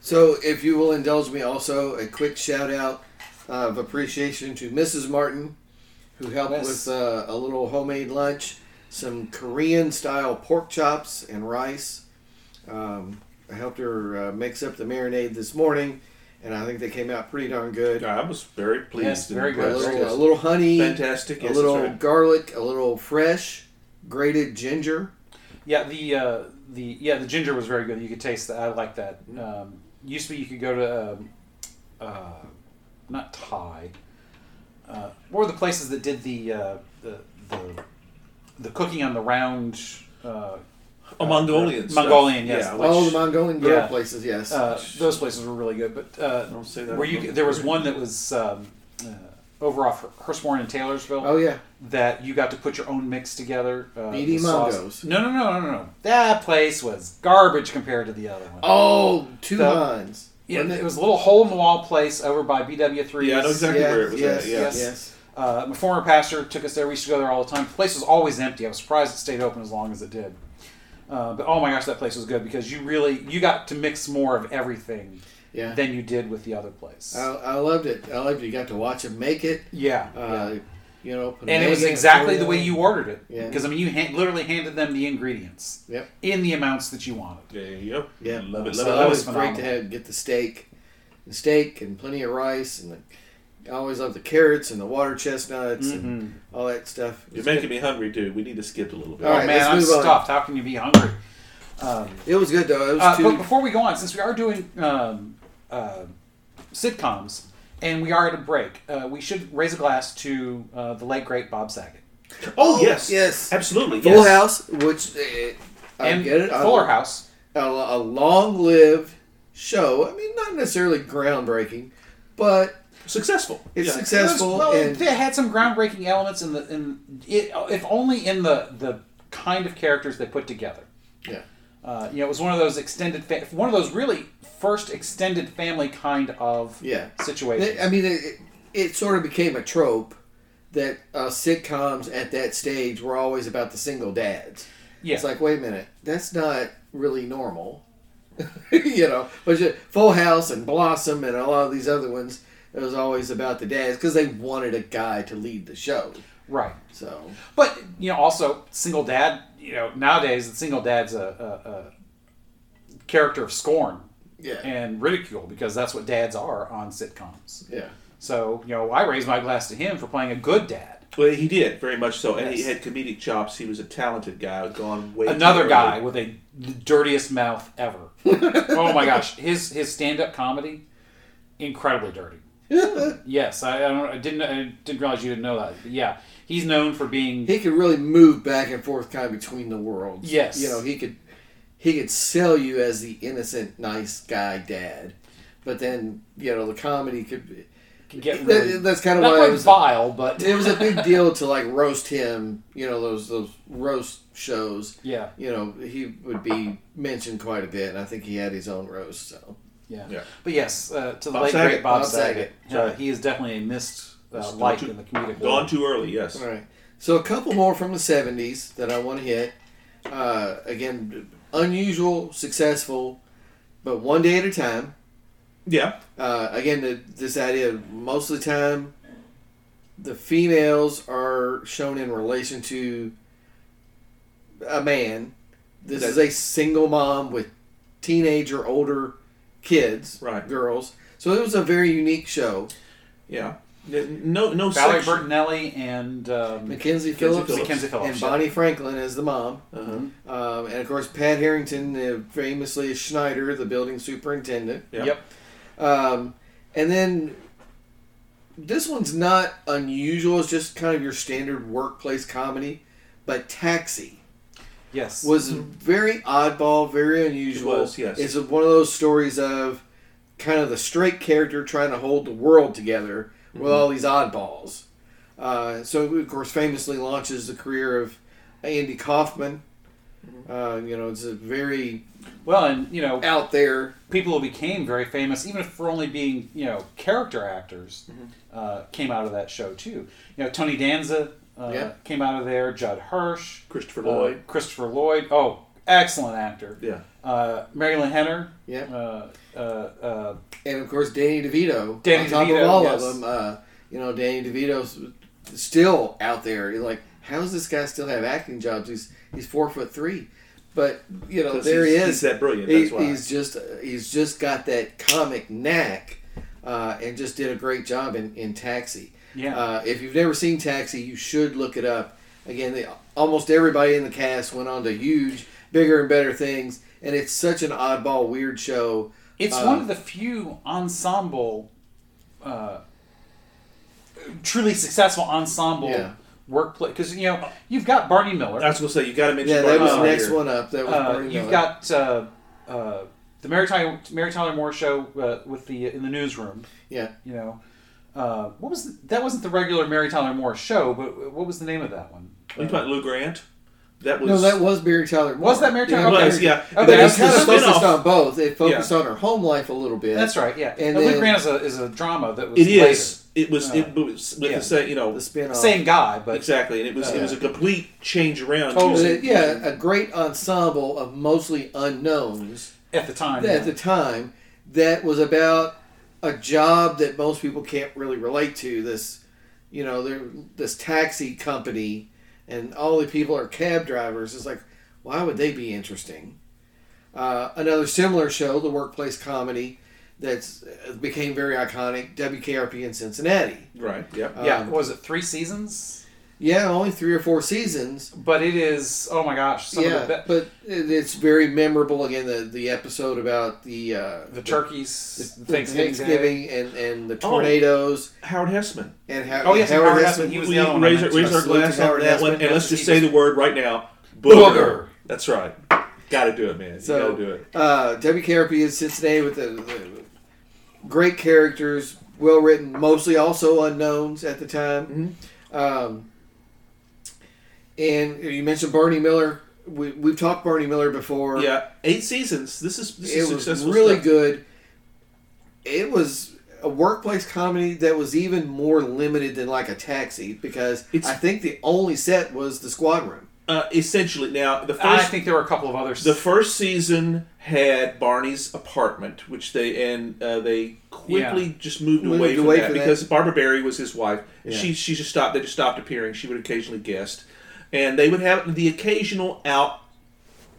Speaker 1: So, if you will indulge me, also a quick shout out of appreciation to Mrs. Martin, who helped
Speaker 2: Yes.
Speaker 1: with uh, a little homemade lunch, some Korean style pork chops and rice. Um, I helped her uh, mix up the marinade this morning, and I think they came out pretty darn good.
Speaker 3: I was very pleased.
Speaker 2: Yes,
Speaker 3: and
Speaker 2: very
Speaker 1: A
Speaker 2: good.
Speaker 3: impressed.
Speaker 1: little, a little honey,
Speaker 3: Fantastic.
Speaker 1: a
Speaker 3: yes,
Speaker 1: little
Speaker 3: that's right.
Speaker 1: garlic, a little fresh grated ginger.
Speaker 2: Yeah, the uh, the yeah the ginger was very good. You could taste that. I like that. Um, used to be you could go to um, uh, not Thai. Uh, what were the places that did the uh, the, the the cooking on the round? Uh,
Speaker 3: Oh, Mongolian. stuff.
Speaker 2: Mongolian, yes.
Speaker 3: Yeah,
Speaker 2: Oh,
Speaker 3: which-
Speaker 1: All the Mongolian grill
Speaker 2: yeah.
Speaker 1: places, yes.
Speaker 2: uh, those places were really good, but uh,
Speaker 3: Don't say that.
Speaker 2: where you there was one that was um, uh, over off Hurstmoor in Taylorsville
Speaker 1: oh, yeah.
Speaker 2: that you got to put your own mix together. Uh,
Speaker 1: BD
Speaker 2: the sauce-
Speaker 1: Mongo's.
Speaker 2: No, no, no, no, no, no. That place was garbage compared to the other one.
Speaker 1: Oh, two
Speaker 2: The-
Speaker 1: Hans.
Speaker 2: Yeah,
Speaker 1: Wasn't
Speaker 2: it was a little hole in the wall place over by BW3.
Speaker 3: Yeah, I know exactly
Speaker 1: Yes,
Speaker 3: where it was
Speaker 1: yes,
Speaker 3: at.
Speaker 1: yes,
Speaker 3: Yes.
Speaker 1: yes.
Speaker 2: Uh, my former pastor took us there. We used to go there all the time. The place was always empty. I was surprised it stayed open as long as it did. Uh, but oh my gosh, that place was good because you really you got to mix more of everything
Speaker 1: Yeah.
Speaker 2: than you did with the other place.
Speaker 1: I, I loved it. I loved it. You got to watch him make it.
Speaker 2: yeah, yeah.
Speaker 1: Uh, You know,
Speaker 2: and it was
Speaker 1: Panega,
Speaker 2: exactly the
Speaker 1: Oreo.
Speaker 2: way you ordered it.
Speaker 1: Yeah.
Speaker 2: Because I mean, you hand, literally handed them the ingredients
Speaker 1: Yep.
Speaker 2: in the amounts that you wanted.
Speaker 3: There you go.
Speaker 1: Yeah.
Speaker 3: Love it. Love
Speaker 1: So
Speaker 3: it.
Speaker 2: that
Speaker 1: that
Speaker 3: Love
Speaker 1: was
Speaker 3: it.
Speaker 2: was
Speaker 1: great to
Speaker 2: phenomenal.
Speaker 1: have get the steak, the steak and plenty of rice and. The, I always love the carrots and the water chestnuts and
Speaker 2: Mm-hmm.
Speaker 1: all that stuff. It
Speaker 3: You're
Speaker 1: was
Speaker 3: making
Speaker 1: good.
Speaker 3: me hungry, dude. We need to skip a little bit.
Speaker 1: All
Speaker 2: Oh
Speaker 1: right,
Speaker 2: man,
Speaker 1: let's
Speaker 2: I'm
Speaker 1: move on.
Speaker 2: stuffed. How can you be hungry? Um,
Speaker 1: It was good though. It was
Speaker 2: Uh,
Speaker 1: two.
Speaker 2: but before we go on, since we are doing um, uh, sitcoms and we are at a break, uh, we should raise a glass to uh, the late great Bob Saget
Speaker 3: Oh, yes.
Speaker 1: yes.
Speaker 3: Absolutely.
Speaker 1: Full
Speaker 3: yes.
Speaker 1: House, which eh, I
Speaker 2: and
Speaker 1: get it. I-
Speaker 2: Fuller House.
Speaker 1: a, a long-lived show. I mean, not necessarily groundbreaking, but
Speaker 3: Successful.
Speaker 1: It's
Speaker 3: Yeah.
Speaker 1: success- Successful
Speaker 2: It was- well,
Speaker 1: and-
Speaker 2: they had some groundbreaking elements in the in it, if only in the the kind of characters they put together.
Speaker 1: yeah.
Speaker 2: Uh, you know, it was one of those extended, fa- one of those really first extended family kind of
Speaker 1: Yeah.
Speaker 2: situations.
Speaker 1: I mean, it, it sort of became a trope that uh, sitcoms at that stage were always about the single dads.
Speaker 2: Yeah.
Speaker 1: It's like, wait a minute, that's not really normal. you know, but you- Full House and Blossom and a lot of these other ones, it was always about the dads because they wanted a guy to lead the show.
Speaker 2: right.
Speaker 1: So
Speaker 2: But you know, also single dad. You know, nowadays the single dad's a, a, a character of scorn
Speaker 1: yeah,
Speaker 2: and ridicule because that's what dads are on sitcoms.
Speaker 1: yeah,
Speaker 2: So you know, I raise my glass to him for playing a good dad.
Speaker 3: Well, he did very much so, and he
Speaker 2: Yes.
Speaker 3: had comedic chops. He was a talented guy. Gone way
Speaker 2: Another
Speaker 3: too
Speaker 2: guy
Speaker 3: early.
Speaker 2: with a the dirtiest mouth ever. oh my gosh, his his stand up comedy incredibly dirty. yes, I, I, don't, I didn't I didn't realize you didn't know that. But yeah, he's known for being
Speaker 1: he could really move back and forth kind of between the worlds.
Speaker 2: Yes.
Speaker 1: you know, he could he could sell you as the innocent, nice guy dad, but then you know the comedy could be.
Speaker 2: can get
Speaker 1: That-
Speaker 2: really,
Speaker 1: that's kind of
Speaker 2: not
Speaker 1: why
Speaker 2: quite
Speaker 1: it was-
Speaker 2: vile, but
Speaker 1: It was a big deal to like roast him. You know those those roast shows.
Speaker 2: yeah,
Speaker 1: You know he would be mentioned quite a bit, and I think he had his own roast. So
Speaker 2: yeah,
Speaker 3: Yeah.
Speaker 2: But yes, uh, to the
Speaker 3: Bob
Speaker 2: late
Speaker 3: Saget.
Speaker 2: great Bob,
Speaker 1: Bob
Speaker 2: Saget,
Speaker 1: Saget.
Speaker 2: uh, he is definitely a missed uh,
Speaker 3: Gone
Speaker 2: light
Speaker 3: too-
Speaker 2: in the comedic
Speaker 3: Gone
Speaker 2: world.
Speaker 3: too early. Yes.
Speaker 1: all right, so a couple more from the seventies that I want to hit. Uh, again, unusual, successful, but one day at a time.
Speaker 3: Yeah.
Speaker 1: uh, again the, this idea of most of the time the females are shown in relation to a man this is a single mom with teenage or older kids
Speaker 3: Right.
Speaker 1: girls so it was a very unique show
Speaker 3: Yeah. No. No.
Speaker 2: Valerie
Speaker 3: section-
Speaker 2: Bertinelli and um,
Speaker 1: mackenzie phillips,
Speaker 3: Phillips.
Speaker 2: Mackenzie Phillips,
Speaker 1: and
Speaker 2: yeah.
Speaker 1: bonnie franklin as the mom
Speaker 3: Uh-huh.
Speaker 1: um, and of course pat harrington uh, famously as schneider the building superintendent
Speaker 3: Yeah.
Speaker 2: Yep.
Speaker 1: Um, and then this one's not unusual. It's just kind of your standard workplace comedy. But Taxi
Speaker 2: Yes.
Speaker 1: was very oddball, very unusual.
Speaker 3: Mm-hmm. It was, yes.
Speaker 1: It's one of those stories of kind of the straight character trying to hold the world together
Speaker 3: Mm-hmm.
Speaker 1: with all these oddballs. Uh, so, of course, famously launches the career of Andy Kaufman.
Speaker 3: Mm-hmm.
Speaker 1: Uh, you know, it's a very
Speaker 2: well, and you know,
Speaker 1: out there.
Speaker 2: people who became very famous, even if for only being you know character actors, uh, came out of that show too. You know, Tony Danza uh,
Speaker 1: Yeah.
Speaker 2: came out of there. Judd Hirsch,
Speaker 3: Christopher
Speaker 2: uh,
Speaker 3: Lloyd.
Speaker 2: Christopher Lloyd. Oh, excellent actor.
Speaker 3: Yeah.
Speaker 2: Uh, Marilyn Henner.
Speaker 1: Yeah.
Speaker 2: Uh, uh, uh,
Speaker 1: and of course Danny DeVito.
Speaker 2: Danny
Speaker 1: on top
Speaker 2: DeVito,
Speaker 1: of all
Speaker 2: yes.
Speaker 1: of them, uh, you know, Danny DeVito's still out there. You're like, how does this guy still have acting jobs? He's he's four foot three, but you know,
Speaker 3: 'Cause
Speaker 1: there he
Speaker 3: he's-
Speaker 1: is.
Speaker 3: He's that brilliant.
Speaker 1: He-
Speaker 3: That's why.
Speaker 1: he's just he's just got that comic knack, uh, and just did a great job in in Taxi.
Speaker 2: yeah.
Speaker 1: Uh, if you've never seen Taxi, you should look it up. Again, they, almost everybody in the cast went on to huge, bigger and better things, and it's such an oddball, weird show.
Speaker 2: It's
Speaker 1: Uh,
Speaker 2: one of the few ensemble, uh, truly successful ensemble
Speaker 1: Yeah.
Speaker 2: workplace. Because you know you've got Barney Miller.
Speaker 3: I was gonna say you got to mention.
Speaker 1: Yeah, that was the
Speaker 3: Barney
Speaker 1: next
Speaker 3: here.
Speaker 1: one up. That was
Speaker 2: Uh,
Speaker 1: Barney
Speaker 2: you've
Speaker 1: Miller.
Speaker 2: got uh, uh, the Mary Tyler, Mary Tyler Moore show uh, with the in the newsroom.
Speaker 1: Yeah.
Speaker 2: You know, uh, what was the, that? Wasn't the regular Mary Tyler Moore show? But what was the name of that one?
Speaker 3: Are you
Speaker 2: Uh,
Speaker 3: talking Lou Grant? That was.
Speaker 1: No, that was Barry Tyler. Moore.
Speaker 2: Was that Mary Tyler?
Speaker 1: Yeah, it
Speaker 2: Okay.
Speaker 3: was, yeah.
Speaker 2: Okay,
Speaker 1: But it
Speaker 3: That
Speaker 2: that's,
Speaker 3: was
Speaker 1: kind
Speaker 3: the
Speaker 1: of focused
Speaker 3: spin-off.
Speaker 1: on both. It focused on her home life a little bit.
Speaker 2: that's right. Yeah.
Speaker 1: And
Speaker 2: Now, Luke
Speaker 1: then-
Speaker 2: Grant is a, is a drama that was
Speaker 3: It
Speaker 2: later.
Speaker 3: is. It was. it was with
Speaker 2: yeah.
Speaker 3: the same. You know.
Speaker 1: Uh, The spin off.
Speaker 2: same guy, but
Speaker 3: Exactly, and it was.
Speaker 1: Yeah.
Speaker 3: it was a complete change around.
Speaker 2: Totally.
Speaker 3: It was-
Speaker 1: yeah, a great ensemble of mostly unknowns
Speaker 2: at the time,
Speaker 1: at the time that was about a job that most people can't really relate to. This, you know, they're- this taxi company, and all the people are cab drivers. It's like, why would they be interesting? Uh, another similar show, the workplace comedy, that's uh, became very iconic. WKRP in Cincinnati.
Speaker 3: Right. Yeah.
Speaker 2: yeah.
Speaker 1: Um,
Speaker 2: what was it three seasons?
Speaker 1: yeah, only three or four seasons.
Speaker 2: But it is. Oh my gosh! Some
Speaker 1: yeah,
Speaker 2: of the, be-
Speaker 1: but it, it's very memorable. Again, the the episode about the uh,
Speaker 2: the turkeys,
Speaker 1: the
Speaker 2: the Thanksgiving, Day.
Speaker 1: Thanksgiving and, and the tornadoes
Speaker 3: Howard Hessman.
Speaker 1: and how
Speaker 2: Oh, yes, and Howard Hessman, he was
Speaker 3: We
Speaker 2: the other one I
Speaker 3: raise, our,
Speaker 2: mentioned.
Speaker 3: raise our
Speaker 1: Salute
Speaker 3: glass
Speaker 1: to
Speaker 3: on
Speaker 1: Howard
Speaker 3: that
Speaker 1: Hessman.
Speaker 3: one, and let's
Speaker 2: Yes,
Speaker 3: just
Speaker 2: he
Speaker 3: say
Speaker 2: did.
Speaker 3: the word right now.
Speaker 2: Booger.
Speaker 3: Booger. That's right. Got to do it, man. you
Speaker 1: So-
Speaker 3: got to do it.
Speaker 1: uh, WKRP in Cincinnati with the, the great characters, well written, mostly also unknowns at the time.
Speaker 2: Mm-hmm.
Speaker 1: Um, and you mentioned Barney Miller. We, we've talked Barney Miller before.
Speaker 3: Yeah, eight seasons. This is this
Speaker 1: it
Speaker 3: is
Speaker 1: was
Speaker 3: successful.
Speaker 1: really
Speaker 3: stuff.
Speaker 1: good. It was a workplace comedy that was even more limited than like a taxi because
Speaker 3: It's-
Speaker 1: I think the only set was the squad room.
Speaker 3: Uh, essentially, now the first
Speaker 2: I think there were a couple of others.
Speaker 3: The first season had Barney's apartment, which they and uh, they quickly just moved,
Speaker 1: Moved
Speaker 3: away from
Speaker 1: away
Speaker 3: that
Speaker 1: from that.
Speaker 3: because Barbara Barry was his wife.
Speaker 1: Yeah.
Speaker 3: She she just stopped. They just stopped appearing. She would occasionally guest, and they would have the occasional out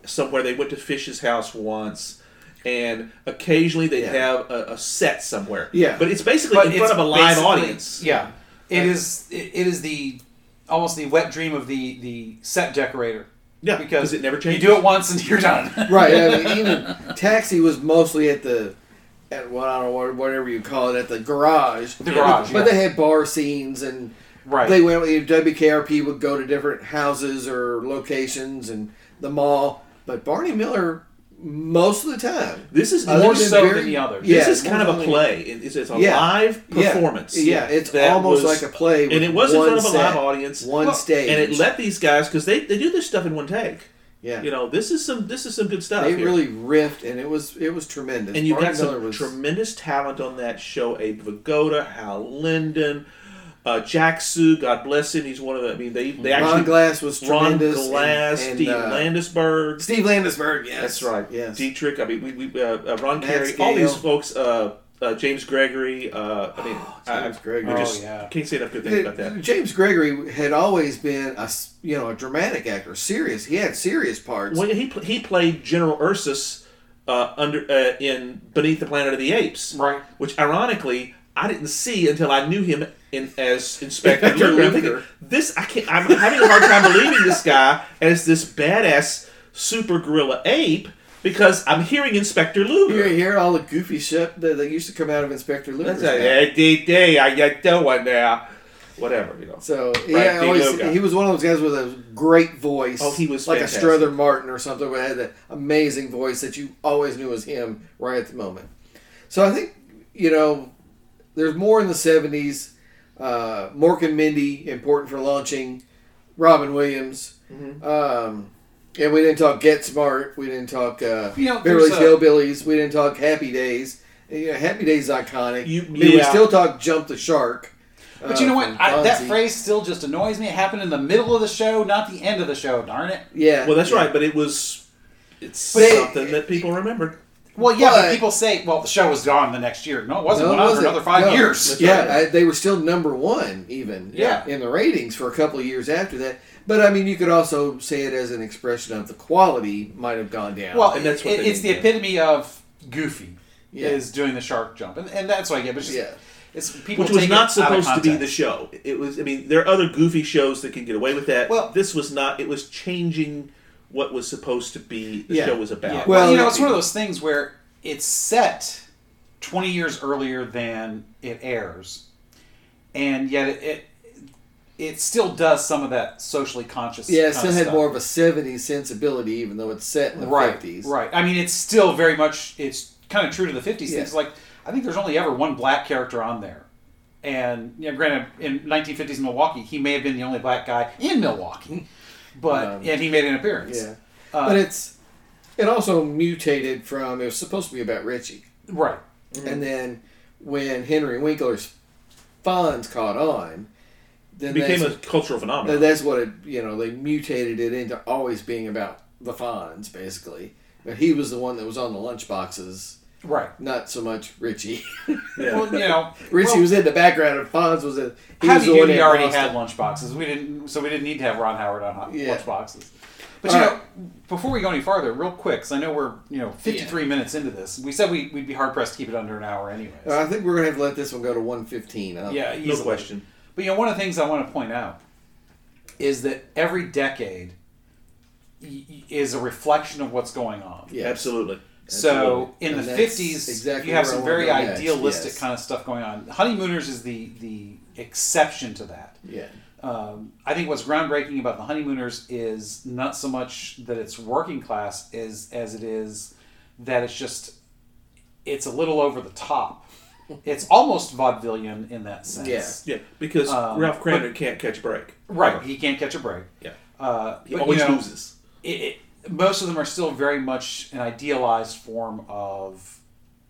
Speaker 3: somewhere. They went to Fish's house once. And occasionally they would
Speaker 1: Yeah.
Speaker 3: have a, a set somewhere.
Speaker 1: Yeah.
Speaker 3: but it's basically
Speaker 2: But
Speaker 3: in
Speaker 2: it's
Speaker 3: front of a live
Speaker 2: basically-
Speaker 3: audience.
Speaker 2: Yeah, it is. It, it is the almost the wet dream of the the set decorator.
Speaker 3: Yeah,
Speaker 2: because
Speaker 3: it never
Speaker 2: You
Speaker 3: changes.
Speaker 2: do it once and you're done.
Speaker 1: Right. I mean, even taxi was mostly at the at what I don't know whatever you call it at the garage.
Speaker 2: The garage,
Speaker 1: But,
Speaker 2: yeah.
Speaker 1: they had bar scenes and
Speaker 2: Right.
Speaker 1: They went. WKRP would go to different houses or locations and the mall. But Barney Miller, most of the time,
Speaker 3: This is
Speaker 1: Other
Speaker 3: more
Speaker 1: than
Speaker 3: so
Speaker 1: very-
Speaker 2: than the others.
Speaker 1: Yeah,
Speaker 3: this is
Speaker 1: more
Speaker 3: kind of a
Speaker 1: than-
Speaker 3: play. It- It's, it's a
Speaker 1: Yeah.
Speaker 3: live
Speaker 1: Yeah.
Speaker 3: performance.
Speaker 1: Yeah, it's
Speaker 3: that
Speaker 1: almost
Speaker 3: was-
Speaker 1: like a play, with
Speaker 3: and it was in
Speaker 1: one
Speaker 3: front of a live
Speaker 1: set,
Speaker 3: audience,
Speaker 1: one
Speaker 2: Well,
Speaker 1: stage,
Speaker 3: and it let these guys because they, they do this stuff in one take.
Speaker 1: yeah.
Speaker 3: You know, this is some this is some good stuff.
Speaker 1: they
Speaker 3: here.
Speaker 1: really riffed, and it was it was tremendous.
Speaker 3: and you've
Speaker 1: Barney
Speaker 3: got some
Speaker 1: Miller was-
Speaker 3: tremendous talent on that show. Abe Vigoda, Hal Linden, uh, Jack Sue, God bless him. He's one of the. I mean, they they
Speaker 1: Ron
Speaker 3: actually
Speaker 1: Glass was
Speaker 3: Ron
Speaker 1: tremendous. and-
Speaker 3: Glass,
Speaker 1: and,
Speaker 3: Steve
Speaker 1: uh,
Speaker 3: Landisberg.
Speaker 1: Steve Landisberg. Yes,
Speaker 3: That's right.
Speaker 1: Yes,
Speaker 3: Dietrich. I mean, we, we uh, uh, Ron
Speaker 1: Matt
Speaker 3: Carey. All these
Speaker 1: Scale.
Speaker 3: folks. Uh, uh, James Gregory. Uh, I mean, I-
Speaker 1: James
Speaker 3: I,
Speaker 1: Gregory.
Speaker 3: I just
Speaker 2: Oh, yeah.
Speaker 3: can't say enough good things about
Speaker 1: Uh,
Speaker 3: that.
Speaker 1: James Gregory had always been a s- you know a dramatic actor, serious. He had serious parts.
Speaker 3: Well, he pl- he played General Ursus uh, under uh, in Beneath the Planet of the Apes,
Speaker 2: Right.
Speaker 3: Which ironically I didn't see until I knew him in, as Inspector
Speaker 1: Inspector
Speaker 3: Luger. I'm
Speaker 1: Luger.
Speaker 3: thinking, this I can't. I'm having a hard time believing this guy as this badass super gorilla ape because I'm hearing Inspector
Speaker 1: You
Speaker 3: Luger.
Speaker 1: hear all the goofy shit that, that used to come out of Inspector Luger's
Speaker 3: That's
Speaker 1: mouth.
Speaker 3: a day day. I get that one now. Whatever you know.
Speaker 1: So
Speaker 3: Right,
Speaker 1: yeah,
Speaker 3: the
Speaker 1: always,
Speaker 3: logo.
Speaker 1: he was one of those guys with a great voice.
Speaker 3: Oh, he was
Speaker 1: like
Speaker 3: fantastic.
Speaker 1: a Strother Martin or something, but had that amazing voice that you always knew was him right at the moment. So I think you know, there's more in the '70s. Uh, Mork and Mindy important for launching. Robin Williams.
Speaker 2: Mm-hmm.
Speaker 1: Um, and we didn't talk Get Smart. We didn't talk uh,
Speaker 2: You know,
Speaker 1: Beverly
Speaker 2: there's a-
Speaker 1: Hillbillies. We didn't talk Happy Days. You know, Happy Days is iconic.
Speaker 3: You-
Speaker 1: I mean, We
Speaker 3: yeah.
Speaker 1: still talk Jump the Shark.
Speaker 2: But
Speaker 1: uh,
Speaker 2: you know what?
Speaker 1: from
Speaker 2: I, that
Speaker 1: Fonzie.
Speaker 2: phrase still just annoys me. It happened in the middle of the show, not the end of the show. Darn it.
Speaker 1: Yeah.
Speaker 3: Well, that's
Speaker 1: yeah.
Speaker 3: right, but it was it's
Speaker 1: But it-
Speaker 3: something that people remembered.
Speaker 2: Well, yeah, but,
Speaker 1: But-
Speaker 2: people say, "Well, the show was gone the next year." No, it wasn't.
Speaker 1: No,
Speaker 2: went
Speaker 1: it
Speaker 2: on for
Speaker 1: wasn't.
Speaker 2: another five
Speaker 1: No.
Speaker 2: years.
Speaker 1: Yeah, I, they were still number one, even
Speaker 2: Yeah.
Speaker 1: in the ratings for a couple of years after that. But I mean, you could also say it as an expression of the quality might have gone down.
Speaker 2: Well,
Speaker 3: And that's what
Speaker 2: it-
Speaker 3: they
Speaker 2: it's the
Speaker 3: did.
Speaker 2: epitome of goofy
Speaker 1: Yeah.
Speaker 2: is doing the shark jump, and, and that's what I get. But it's just,
Speaker 1: Yeah.
Speaker 2: it's people
Speaker 3: Which was
Speaker 2: take
Speaker 3: not
Speaker 2: it out of
Speaker 3: supposed to be the
Speaker 2: context.
Speaker 3: show. It was. I mean, there are other goofy shows that can get away with that.
Speaker 2: Well-
Speaker 3: this was not. It was changing what was supposed to be the
Speaker 1: Yeah.
Speaker 3: show was about.
Speaker 2: Yeah. Well,
Speaker 1: Well,
Speaker 2: you
Speaker 1: yeah.
Speaker 2: know, it's one of those things where it's set 20 years earlier than it airs, and yet it it, it still does some of that socially conscious.
Speaker 1: yeah, it
Speaker 2: kind
Speaker 1: still
Speaker 2: of
Speaker 1: had
Speaker 2: stuff.
Speaker 1: more of a '70s sensibility, even though it's set in the
Speaker 2: right,
Speaker 1: '50s.
Speaker 2: right. I mean, it's still very much it's kind of true to the 50s. things.
Speaker 1: Yeah.
Speaker 2: It's like I think there's only ever one black character on there. And you know, granted, in 1950s Milwaukee, he may have been the only black guy in Milwaukee, but
Speaker 1: Um,
Speaker 2: and he made an appearance.
Speaker 1: Yeah,
Speaker 2: Uh,
Speaker 1: but it's it also mutated from it was supposed to be about Richie,
Speaker 2: right.
Speaker 1: and then when Henry Winkler's Fonz caught on, then
Speaker 3: it became
Speaker 1: that's-
Speaker 3: a cultural
Speaker 1: Uh,
Speaker 3: phenomenon.
Speaker 1: That's what it, you know, they mutated it into always being about the Fonz, basically. But he was the one that was on the lunchboxes,
Speaker 2: Right.
Speaker 1: not so much Richie.
Speaker 3: Yeah.
Speaker 2: Well, you know,
Speaker 1: Richie
Speaker 2: well,
Speaker 1: was in the background, and Fonz was in. He
Speaker 2: Howdy
Speaker 1: was the
Speaker 2: Doody
Speaker 1: one that
Speaker 2: already
Speaker 1: lost
Speaker 2: had
Speaker 1: it.
Speaker 2: lunchboxes. We didn't, so we didn't need to have Ron Howard on hot
Speaker 1: Yeah.
Speaker 2: lunchboxes. But
Speaker 1: All
Speaker 2: you
Speaker 1: right.
Speaker 2: know, before we go any farther, real quick, because I know we're you know 53 minutes into this, we said we, we'd be hard pressed to keep it under an hour, anyways.
Speaker 1: Uh, I think we're gonna have to let this one go to one fifteen.
Speaker 2: yeah,
Speaker 3: no
Speaker 2: easily.
Speaker 3: question.
Speaker 2: But you know, one of the things I want to point out is that every decade y- y- is a reflection of what's going on.
Speaker 1: yeah,
Speaker 3: Absolutely.
Speaker 2: So in
Speaker 1: And
Speaker 2: the
Speaker 1: that's
Speaker 2: fifties,
Speaker 1: exactly
Speaker 2: you have
Speaker 1: where I
Speaker 2: some
Speaker 1: wanna
Speaker 2: very
Speaker 1: go next,
Speaker 2: idealistic
Speaker 1: yes.
Speaker 2: kind of stuff going on. Honeymooners is the the exception to that.
Speaker 1: Yeah,
Speaker 2: Um, I think what's groundbreaking about the Honeymooners is not so much that it's working class is as it is that it's just it's a little over the top. It's almost vaudevillian in that sense.
Speaker 1: Yeah.
Speaker 3: yeah, because
Speaker 2: Um,
Speaker 3: Ralph Craner can't catch a break.
Speaker 2: Right. He can't catch a break.
Speaker 3: Yeah,
Speaker 2: Uh,
Speaker 3: he
Speaker 2: but,
Speaker 3: always
Speaker 2: you know,
Speaker 3: loses.
Speaker 2: it, it, most of them are still very much an idealized form of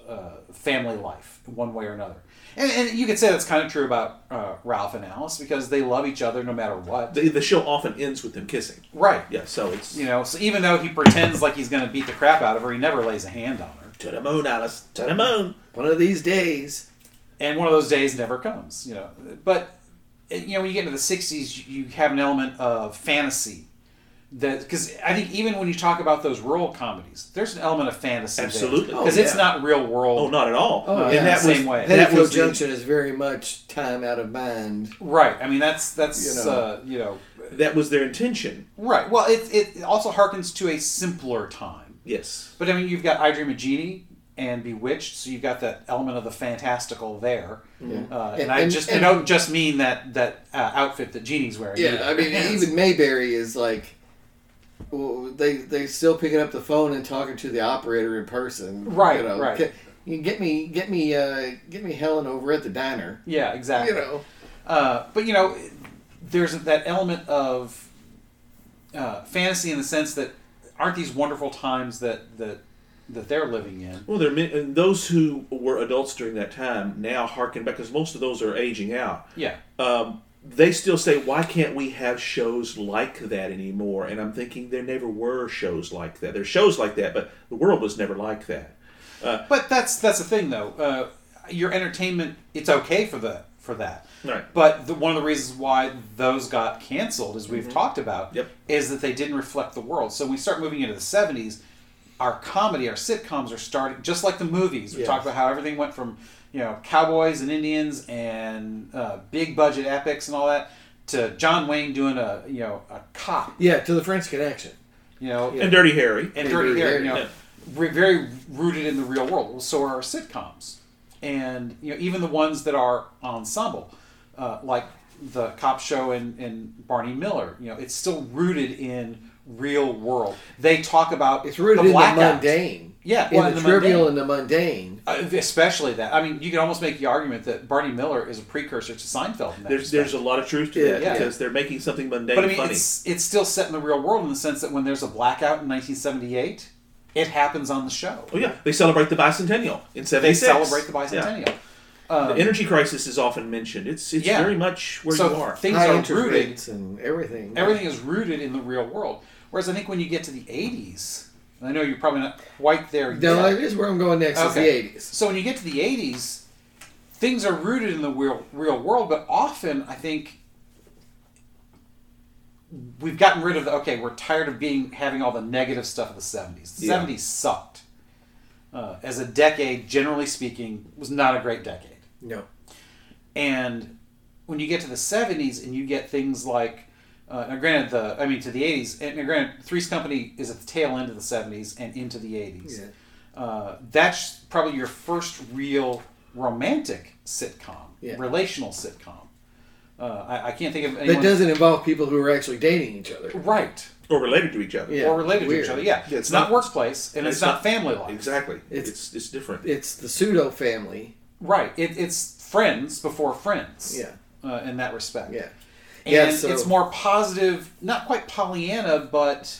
Speaker 2: uh, uh, family life, one way or another. And, and you could say that's kind of true about uh, Ralph and Alice because they love each other no matter what.
Speaker 3: The, the show often ends with them kissing.
Speaker 2: right.
Speaker 3: Yeah, so it's
Speaker 2: You know, so even though he pretends like he's going to beat the crap out of her, he never lays a hand on her.
Speaker 3: to the moon, Alice. To the moon.
Speaker 1: One of these days.
Speaker 2: And one of those days never comes, you know. But eh, you know, when you get into the '60s, you you have an element of fantasy. That because I think even when you talk about those rural comedies, there's an element of fantasy.
Speaker 3: Absolutely.
Speaker 1: Oh,
Speaker 2: because it's
Speaker 1: yeah.
Speaker 2: not real world.
Speaker 3: Oh, not at all.
Speaker 1: Oh,
Speaker 3: And
Speaker 1: yeah.
Speaker 3: that
Speaker 2: Same
Speaker 3: was-
Speaker 2: way.
Speaker 3: That
Speaker 1: Penfield
Speaker 3: was the-
Speaker 1: Junction is very much time out of mind.
Speaker 2: Right. I mean, that's that's
Speaker 1: You know.
Speaker 2: uh, you know
Speaker 3: that was their intention.
Speaker 2: right. Well, it it also harkens to a simpler time.
Speaker 3: Yes.
Speaker 2: But I mean, you've got I Dream of Genie and Bewitched, so you've got that element of the fantastical there. Uh, and,
Speaker 1: And-
Speaker 2: I
Speaker 1: and-
Speaker 2: just
Speaker 1: and-
Speaker 2: I don't just mean that that uh, outfit that Jeannie's wearing.
Speaker 1: Yeah,
Speaker 2: either.
Speaker 1: I mean, even Mayberry is like, well, they they still picking up the phone and talking to the operator in person.
Speaker 2: Right,
Speaker 1: you know.
Speaker 2: right.
Speaker 1: Get, you get me, get me, uh, get me Helen over at the diner.
Speaker 2: yeah, exactly.
Speaker 1: You know,
Speaker 2: Uh, but you know, there's that element of uh, fantasy in the sense that aren't these wonderful times that that that they're living in.
Speaker 3: Well, there are many, and those who were adults during that time now harken back because most of those are aging out.
Speaker 2: Yeah.
Speaker 3: Um, they still say, "Why can't we have shows like that anymore?" And I'm thinking there never were shows like that. There's shows like that, but the world was never like that.
Speaker 2: But that's that's the thing, though. Uh, your entertainment, it's okay for the for that.
Speaker 3: Right.
Speaker 2: But the, one of the reasons why those got canceled, as we've talked about,
Speaker 3: Mm-hmm. Yep.
Speaker 2: is that they didn't reflect the world. So when we start moving into the seventies, our comedy, our sitcoms are starting just like the movies. We
Speaker 1: Yes.
Speaker 2: talked about how everything went from you know cowboys and Indians and uh, big budget epics and all that to John Wayne doing a you know a cop.
Speaker 1: yeah, to the French Connection.
Speaker 2: You know,
Speaker 3: And Dirty Harry.
Speaker 2: and
Speaker 1: Hey,
Speaker 2: dirty
Speaker 1: Dirty
Speaker 2: hair,
Speaker 1: Harry,
Speaker 2: you know,
Speaker 3: yeah.
Speaker 2: re- very rooted in the real world. Well, so are our sitcoms, and you know even the ones that are ensemble, uh, like the cop show and, and Barney Miller. You know, it's still rooted in real world. They talk about
Speaker 1: It's rooted in the
Speaker 2: blackouts.
Speaker 1: mundane.
Speaker 2: Yeah,
Speaker 1: in
Speaker 2: well,
Speaker 1: the,
Speaker 2: in the
Speaker 1: trivial and the mundane.
Speaker 2: Uh, especially that. I mean, you can almost make the argument that Barney Miller is a precursor to Seinfeld. In that
Speaker 3: There's there's a
Speaker 2: respect.
Speaker 3: lot of truth to that
Speaker 1: Yeah.
Speaker 3: because they're making something mundane
Speaker 2: but I mean,
Speaker 3: funny.
Speaker 2: it's it's still set in the real world in the sense that when there's a blackout in 1978, it happens on the show.
Speaker 3: Oh yeah, they celebrate the bicentennial in
Speaker 2: They
Speaker 3: '76.
Speaker 2: celebrate the
Speaker 3: Yeah.
Speaker 2: bicentennial.
Speaker 3: The energy crisis is often mentioned. It's it's
Speaker 2: Yeah.
Speaker 3: very much where
Speaker 2: so
Speaker 3: you are.
Speaker 2: things
Speaker 1: High
Speaker 2: are
Speaker 1: interest
Speaker 2: rooted.
Speaker 1: rates and everything.
Speaker 2: Everything is rooted in the real world. Whereas I think when you get to the '80s, and I know you're probably not quite there
Speaker 1: No,
Speaker 2: yet.
Speaker 1: here's where I'm going next.
Speaker 2: Okay.
Speaker 1: Is
Speaker 2: So when you get to the '80s, things are rooted in the real real world, but often I think we've gotten rid of the okay. We're tired of being having all the negative stuff of the '70s. The
Speaker 3: Yeah.
Speaker 2: '70s sucked. Uh, as a decade, generally speaking, was not a great decade.
Speaker 1: the '80s.
Speaker 2: And when you get to the '70s and you get things like, uh, now granted, the I mean to the '80s, and now granted, Three's Company is at the tail end of the '70s and into the '80s.
Speaker 1: No.
Speaker 2: Uh, that's probably your first real romantic sitcom,
Speaker 1: Yeah.
Speaker 2: relational sitcom. Uh, I, I can't think of
Speaker 1: Yeah.
Speaker 2: anyone
Speaker 1: That doesn't involve people who are actually dating each other.
Speaker 2: right
Speaker 3: or related to each other.
Speaker 1: Yeah.
Speaker 2: or related
Speaker 1: weird.
Speaker 2: to each other. Yeah,
Speaker 3: Yeah,
Speaker 2: it's, not, workplace and it's,
Speaker 3: it's
Speaker 2: not,
Speaker 3: not-
Speaker 2: family life.
Speaker 3: Exactly.
Speaker 1: It's-
Speaker 3: It's it's, different.
Speaker 1: It's the pseudo family.
Speaker 2: Right. It, it's friends before friends.
Speaker 1: Yeah.
Speaker 2: Uh, in that respect.
Speaker 1: Yeah.
Speaker 2: and
Speaker 1: Yeah, so-
Speaker 2: it's more positive not quite pollyanna but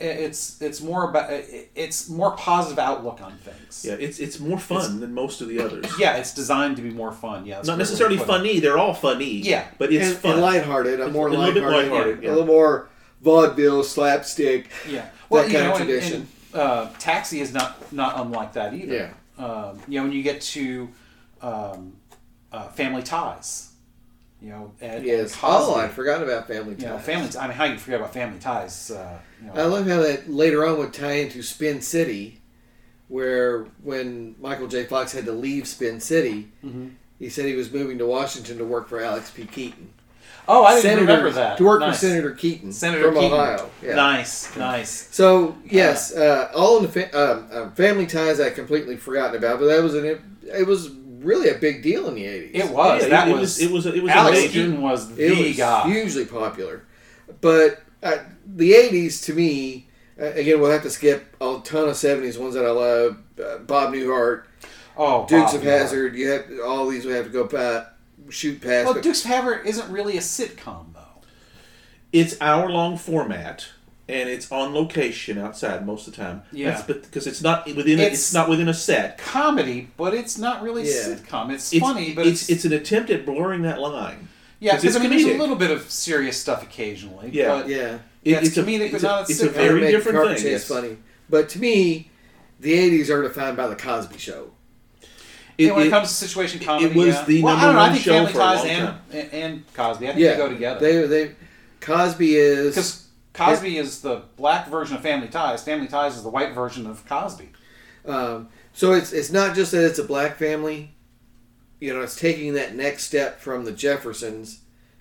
Speaker 2: i- it's it's more about i- it's more positive outlook on things
Speaker 3: yeah, it's it's more fun than most of the others.
Speaker 2: Yeah, it's designed to be more fun yeah that's a
Speaker 3: Not
Speaker 2: great way to
Speaker 3: necessarily
Speaker 2: put it.
Speaker 3: funny. They're all funny.
Speaker 2: Yeah.
Speaker 3: but it's
Speaker 1: and,
Speaker 3: fun.
Speaker 1: and lighthearted. I'm more
Speaker 3: A little bit
Speaker 1: lighthearted.
Speaker 3: lighthearted, yeah.
Speaker 1: A little more vaudeville slapstick.
Speaker 2: yeah
Speaker 1: that kind of tradition.
Speaker 2: And, uh, taxi is not not unlike that either yeah um, you know when you get to um, uh, family ties you know and,
Speaker 1: Yes.
Speaker 2: and Cosby,
Speaker 1: Oh, I forgot about Family Ties.
Speaker 2: you know family i mean how you forget about family ties uh, you know,
Speaker 1: I love how that later on would tie into Spin City, where when Michael J. Fox had to leave Spin City,
Speaker 2: Mm-hmm.
Speaker 1: he said he was moving to Washington to work for Alex P. Keaton.
Speaker 2: oh i didn't remember that
Speaker 1: To work
Speaker 2: Nice.
Speaker 1: for Senator Keaton
Speaker 2: Senator
Speaker 1: from
Speaker 2: Keaton.
Speaker 1: Ohio. Yeah.
Speaker 2: Nice, nice.
Speaker 1: So yes, uh, all in the fa- um, um, Family Ties I completely forgotten about, but that was an it was really a big deal in the eighties.
Speaker 2: It was.
Speaker 3: Oh, Yeah,
Speaker 2: Oh, that
Speaker 3: it- it
Speaker 2: was.
Speaker 3: was- it was a- it was a
Speaker 2: Alex
Speaker 3: major-
Speaker 2: Keaton was the
Speaker 1: it was
Speaker 2: guy.
Speaker 1: hugely popular. But uh, the '80s to me, uh, again, we'll have to skip a ton of '70s ones that I love. Uh, Bob Newhart,
Speaker 2: Oh,
Speaker 1: Dukes
Speaker 2: Bob,
Speaker 1: of
Speaker 2: yeah.
Speaker 1: Hazard. You have all these. We have to go past, shoot past.
Speaker 2: Well,
Speaker 1: but
Speaker 2: Dukes of Hazard isn't really a sitcom though.
Speaker 3: It's hour long format and it's on location outside most of the time.
Speaker 2: Yeah.
Speaker 3: That's because it's not within it's,
Speaker 2: It's-
Speaker 3: not within a set.
Speaker 2: comedy, but it's not really
Speaker 1: Yeah.
Speaker 2: sitcom. It's,
Speaker 3: It's,
Speaker 2: funny, but
Speaker 3: it's, it's an attempt at blurring that line.
Speaker 2: yeah,
Speaker 3: 'cause
Speaker 2: because I
Speaker 3: it's
Speaker 2: mean, there's a
Speaker 3: comedic.
Speaker 2: little bit of serious stuff occasionally.
Speaker 3: Yeah.
Speaker 2: but
Speaker 1: Yeah.
Speaker 2: Yeah, it's comedic, but
Speaker 3: it's
Speaker 2: not a
Speaker 3: a, it's a
Speaker 2: sitcom.
Speaker 1: Or
Speaker 3: very
Speaker 1: make
Speaker 3: different
Speaker 1: carpet
Speaker 3: thing.
Speaker 1: chase
Speaker 3: yes.
Speaker 1: funny. But to me, the 80s are defined by the Cosby Show.
Speaker 3: It-
Speaker 2: and when it,
Speaker 3: it-
Speaker 2: comes to situation comedy,
Speaker 3: was
Speaker 2: yeah.
Speaker 3: the
Speaker 2: well, I
Speaker 3: number
Speaker 2: don't know,
Speaker 3: one
Speaker 2: I think
Speaker 3: show
Speaker 2: Family
Speaker 3: for a
Speaker 2: Ties
Speaker 3: long
Speaker 2: and,
Speaker 3: time.
Speaker 2: and and Cosby. I think
Speaker 1: yeah.
Speaker 2: they go
Speaker 1: They,
Speaker 2: together
Speaker 1: they, Cosby is.
Speaker 2: because Cosby is the black version of Family Ties. Family Ties is the white version of Cosby.
Speaker 1: Um, so it's it's not just that it's a black family, you know, it's taking that next step from the Jeffersons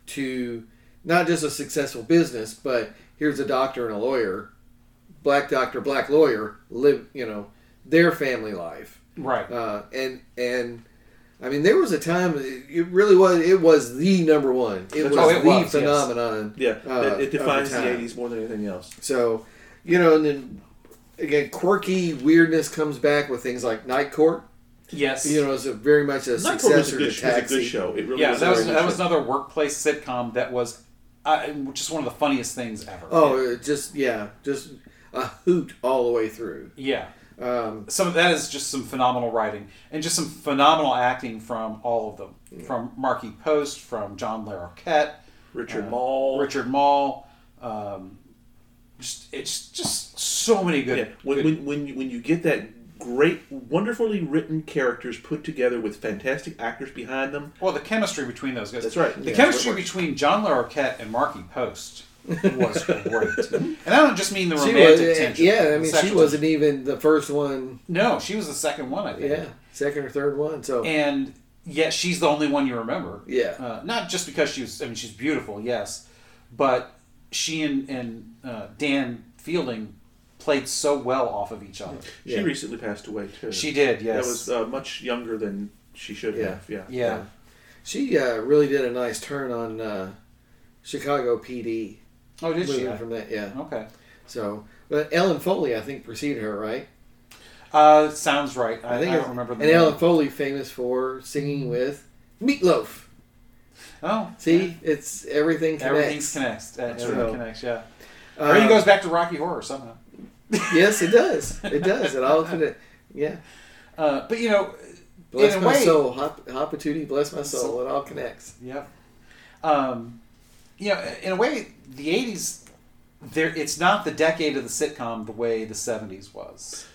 Speaker 1: to not just a successful business, but here's a doctor and a lawyer, black doctor, black lawyer, live, you know, their family life,
Speaker 2: Right.
Speaker 1: uh, and and. I mean, there was a time it really was. It was the number one. It was
Speaker 2: Oh, it
Speaker 1: the
Speaker 2: was, yes.
Speaker 1: phenomenon.
Speaker 3: Yeah,
Speaker 1: uh,
Speaker 3: that-
Speaker 1: of
Speaker 3: it defines the,
Speaker 1: time.
Speaker 3: 80s more than anything else.
Speaker 1: So, you know, and then again, quirky weirdness comes back with things like Night Court.
Speaker 2: yes.
Speaker 1: You know, it's a very much a
Speaker 3: Night Court was a
Speaker 1: successor
Speaker 3: good,
Speaker 1: to
Speaker 3: was a
Speaker 1: Taxi.
Speaker 3: good show. It really
Speaker 2: yeah,
Speaker 3: was.
Speaker 2: that
Speaker 3: a
Speaker 2: was
Speaker 3: very
Speaker 2: that
Speaker 3: good
Speaker 2: was
Speaker 3: show.
Speaker 2: another workplace sitcom that was uh, just one of the funniest things ever.
Speaker 1: Oh, it just yeah, just a hoot all the way through.
Speaker 2: yeah.
Speaker 1: Um,
Speaker 2: some of that is just some phenomenal writing and just some phenomenal acting from all of them from Marky Post, from John Larroquette,
Speaker 3: Richard
Speaker 2: uh,
Speaker 3: Mall.
Speaker 2: Richard Mall. Um, just it's just so many good.
Speaker 3: Yeah, when,
Speaker 2: good-
Speaker 3: when, when, you, when you get that great, wonderfully written characters put together with fantastic actors behind them,
Speaker 2: well, the chemistry between those guys.
Speaker 3: That's right.
Speaker 2: The
Speaker 3: Yeah,
Speaker 2: chemistry
Speaker 3: it works.
Speaker 2: between John Larroquette and Marky Post was great, and I don't just mean the
Speaker 1: she
Speaker 2: romantic
Speaker 1: was,
Speaker 2: tension.
Speaker 1: yeah, I
Speaker 2: the
Speaker 1: mean, she
Speaker 2: sexual
Speaker 1: wasn't even the first one.
Speaker 2: tension. No, she was the second one. I think.
Speaker 1: Yeah, second or third one. So
Speaker 2: and yet she's the only one you remember.
Speaker 1: Yeah.
Speaker 2: Uh, not just because she was, I mean, she's beautiful, yes, but she and, and uh, Dan Fielding played so well off of each other.
Speaker 3: she
Speaker 1: Yeah.
Speaker 3: recently passed away, too.
Speaker 2: She did, yes.
Speaker 3: That was uh, much younger than she should
Speaker 1: Yeah.
Speaker 3: have. Yeah.
Speaker 2: yeah.
Speaker 1: she uh, really did a nice turn on uh, Chicago PD.
Speaker 2: Oh, did she?
Speaker 1: moving from that, yeah.
Speaker 2: Okay.
Speaker 1: So, but Ellen Foley, I think, preceded her, right?
Speaker 2: Uh, sounds right. I,
Speaker 1: I think
Speaker 2: I
Speaker 1: it's-
Speaker 2: don't remember the
Speaker 1: And
Speaker 2: name. Mm-hmm.
Speaker 1: Ellen Foley, famous for singing with Meatloaf.
Speaker 2: Oh,
Speaker 1: See, it's everything connects.
Speaker 2: everything's connects. Uh, everything
Speaker 1: right.
Speaker 2: connects. Yeah.
Speaker 1: Uh,
Speaker 2: or he goes back to Rocky Horror somehow.
Speaker 1: yes, it does. It does. It all connects. Yeah.
Speaker 2: Uh, but you know,
Speaker 1: Bless
Speaker 2: in a
Speaker 1: my
Speaker 2: way,
Speaker 1: soul, Hop, Hoppatootie, bless my soul. It all connects.
Speaker 2: Yep. Um, you know, in a way, the '80s, there it's not the decade of the sitcom the way the '70s was.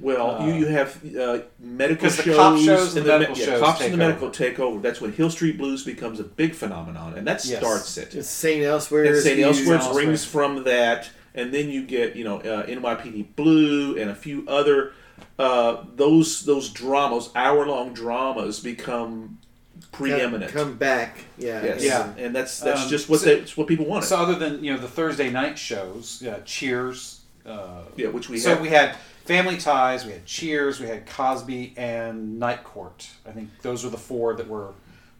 Speaker 3: Well,
Speaker 2: Uh,
Speaker 3: you, you have uh, medical
Speaker 2: 'cause
Speaker 3: shows,
Speaker 2: the cop shows and the medical
Speaker 3: yeah,
Speaker 2: shows
Speaker 3: cops
Speaker 2: take
Speaker 3: and the medical take over. That's when Hill Street Blues becomes a big phenomenon, and that
Speaker 2: Yes.
Speaker 3: starts it.
Speaker 1: It's St. Elsewhere.
Speaker 3: and
Speaker 1: is
Speaker 3: St.
Speaker 1: huge.
Speaker 3: Elsewhere's
Speaker 2: Elsewhere.
Speaker 3: rings from that, and then you get you know uh, NYPD Blue and a few other uh, those those dramas, hour long dramas become
Speaker 1: Come-
Speaker 3: preeminent.
Speaker 1: Come, back. Yeah.
Speaker 3: yes,
Speaker 2: Yeah.
Speaker 3: and that's that's
Speaker 2: Um,
Speaker 3: just what
Speaker 2: so-
Speaker 3: they, it's what people wanted.
Speaker 2: So other than you know the Thursday night shows, uh, Cheers. Uh,
Speaker 3: yeah, which we
Speaker 2: so
Speaker 3: have.
Speaker 2: we had Family Ties, we had Cheers, we had Cosby and Night Court. I think those were the four that were